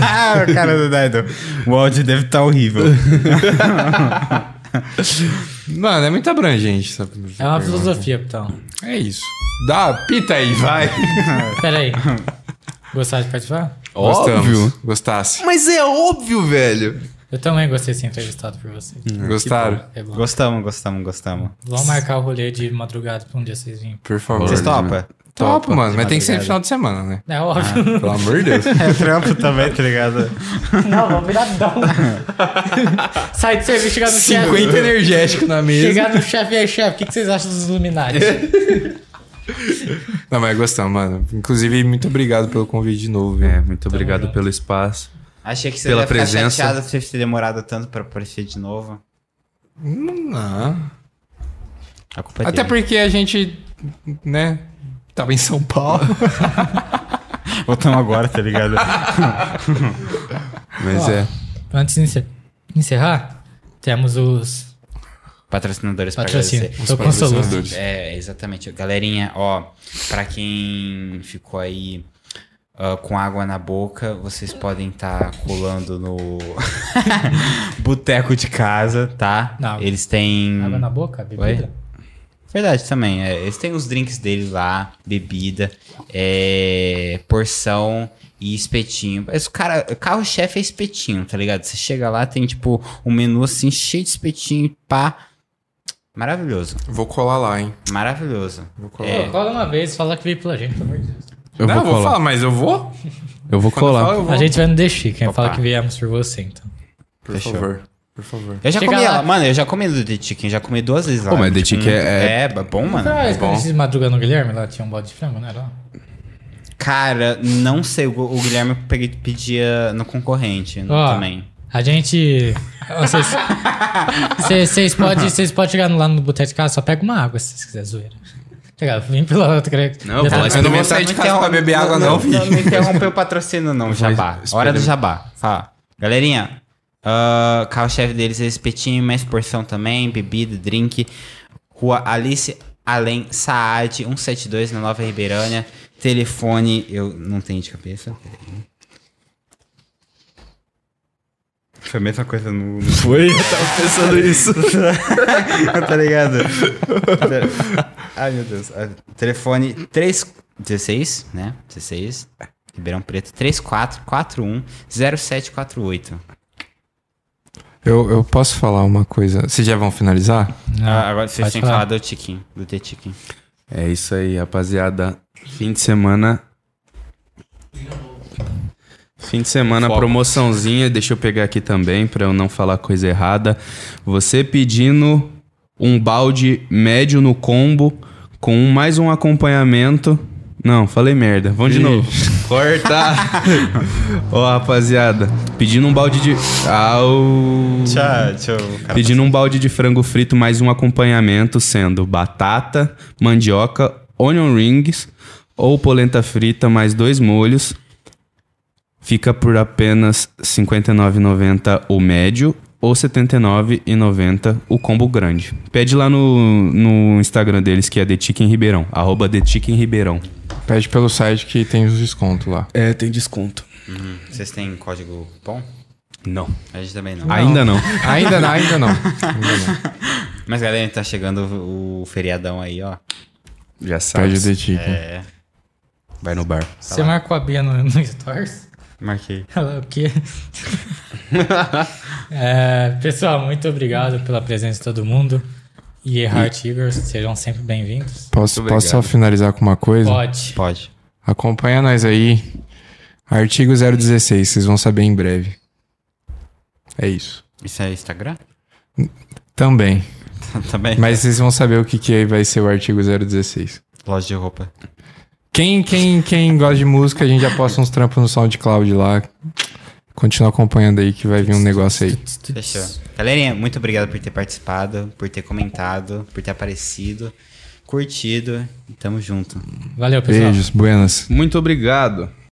C: Ah, o cara do Daido. O áudio deve estar horrível.
E: Mano, é muito abrangente essa
A: É uma filosofia, então.
E: É isso. Dá, pita aí, vai.
A: Pera
E: [laughs]
A: aí. Gostaram de participar?
E: Gostamos. Gostasse.
B: Mas é óbvio, velho.
A: Eu também gostei de ser entrevistado por você.
E: Hum. Gostaram?
A: É bom.
C: Gostamos, gostamos, gostamos.
A: Vamos marcar o rolê de madrugada pra um dia vocês virem.
E: Por favor.
C: Vocês topam?
E: Topo, mano. Mas tem que ser no
C: Obrigado.
E: final de semana, né?
A: É óbvio.
E: Pelo amor de Deus.
C: É trampo também, tá ligado?
A: Ah. Não, vamos viradão. [laughs] Sai de serviço, chegar no chefe.
E: 50 energético na mesa.
A: Chegar no chefe e aí, chefe, o que que vocês acham dos
E: [laughs]
A: Illuminati?
E: Não, mas gostamos, mano. Inclusive, muito obrigado pelo convite de novo. viu?
D: É, muito obrigado
A: junto.
D: pelo espaço.
C: Achei que você
D: Pela
C: ia ficar
D: presença.
C: chateado por você ter demorado tanto pra aparecer de novo.
E: Não.
C: A culpa é
E: Até
C: dele.
E: porque a gente, né, tava em São Paulo.
C: Voltamos agora, tá ligado?
D: Mas é.
A: Antes de encer- encerrar, temos os
C: [laughs] Patrocinadores pra
A: patrocínios.
C: agradecer.
A: Tô com soluço.
C: É, exatamente. Galerinha, ó, pra quem ficou aí ah, com água na boca, vocês podem estar colando no [laughs] boteco de casa, tá?
A: Não.
C: Eles
E: Hum.
C: têm.
A: Água na boca, bebida?
C: Oi? Verdade também. é, eles têm os drinks deles lá, bebida, é, porção e espetinho. Esse cara, carro-chefe é espetinho, tá ligado? Você chega lá, tem tipo um menu assim cheio de espetinho, pá. Maravilhoso,
E: Vou colar lá, hein.
C: maravilhoso.
E: Vou
A: Pô,
E: colar. lá.
A: cola uma vez, fala que veio pela gente, pelo amor de Deus.
D: Eu
E: não,
D: vou
E: eu vou
D: colar.
E: falar, mas eu vou?
D: Eu vou
E: Quando eu falo,
D: colar.
E: eu vou.
A: A gente vai no The Chicken,
C: Opa.
A: fala que viemos por você, então.
E: Por
C: Fechou.
E: favor. Por favor.
C: Eu já
A: Chega
C: comi
A: lá.
C: ela, mano, eu já comi do The Chicken, já comi duas vezes lá.
D: Pô, mas The Chicken é-
C: É, ba- bom, mano.
A: Ah,
E: bom.
A: esse de madrugada no Guilherme, lá tinha um bode de frango, não era?
C: Cara, não sei, o, o Guilherme pe- pedia no concorrente no-
A: Ó.
C: também.
A: A gente. Vocês cês, cês podem cês pode chegar lá no boteco de casa, só pega uma água se vocês quiserem zoeira. Chega, vim pela outra.
D: Não, vou lá
E: Eu não vou sair de casa pra beber água,
C: um- Não,
E: não,
C: não,
E: filho.
C: não interrompeu o patrocínio, não, jabá. Hora do jabá. Fala. Galerinha, ah, carro-chefe deles é espetinho, mais porção também, bebida, drink. Rua Alice Além Saad, 172, na Nova Ribeirânia. Telefone, eu não tenho de cabeça. peraí. Foi a mesma coisa no. no-
D: Foi? Eu tava pensando isso.
C: [laughs] tá ligado? Ai, meu Deus. Ah, Telefone 3... 16, né? 16. Ribeirão Preto. 3441-0748.
E: Eu, eu posso falar uma coisa? Vocês já vão finalizar?
C: Ah, agora vocês
A: pode
C: têm que
A: falar.
C: falar do Tiquinho. Do The Tiquinho.
D: É isso aí, rapaziada. Fim de semana. Fim de semana,
E: Foco.
D: promoçãozinha. Deixa eu pegar aqui também pra eu não falar coisa errada. Você pedindo um balde médio no combo com um- mais um acompanhamento. Não, falei merda. Vamos de novo. Corta! Ó, rapaziada. Pedindo um balde de. Au.
C: Tchau, tchau. cara.
D: Pedindo um balde de frango frito mais um acompanhamento, sendo batata, mandioca, onion rings ou polenta frita mais dois molhos. Fica por apenas R$ 59,90 o médio ou R$ 79,90 o combo grande. Pede lá no, no Instagram deles, que é The Chicken Ribeirão, arroba The Chicken Ribeirão.
E: Pede pelo site que tem os descontos lá.
D: É, tem desconto.
C: Vocês têm código cupom?
D: Não.
C: A gente também não.
D: Ainda não.
E: [laughs] Ainda não, ainda não. Ainda não.
C: Mas galera, tá chegando o o feriadão aí, ó.
D: Já sabe.
E: Pede de Chicken.
C: É.
D: Vai no bar.
A: Você marcou a Bia no, no Stories?
C: Marquei.
A: Ela, o quê? É, pessoal, muito obrigado pela presença de todo mundo. E Heart Eagles, sejam sempre bem-vindos.
E: Posso,
D: Muito
E: posso só
D: obrigado.
E: finalizar com uma coisa?
A: Pode.
C: Pode.
E: Acompanha nós aí. Artigo 016, vocês vão saber em breve. É isso.
C: Isso é Instagram? [laughs]
E: Também.
C: também.
E: Mas vocês vão saber o que, que vai ser o artigo 016.
C: Loja de roupa.
E: Quem, quem, quem gosta de música, a gente já posta uns trampos no SoundCloud lá. Continua acompanhando aí que vai vir um negócio aí.
C: Fechou. Galerinha, muito obrigado por ter participado, por ter comentado, por ter aparecido, curtido. E tamo junto.
A: Valeu, pessoal.
E: Beijos, buenas.
D: Muito obrigado.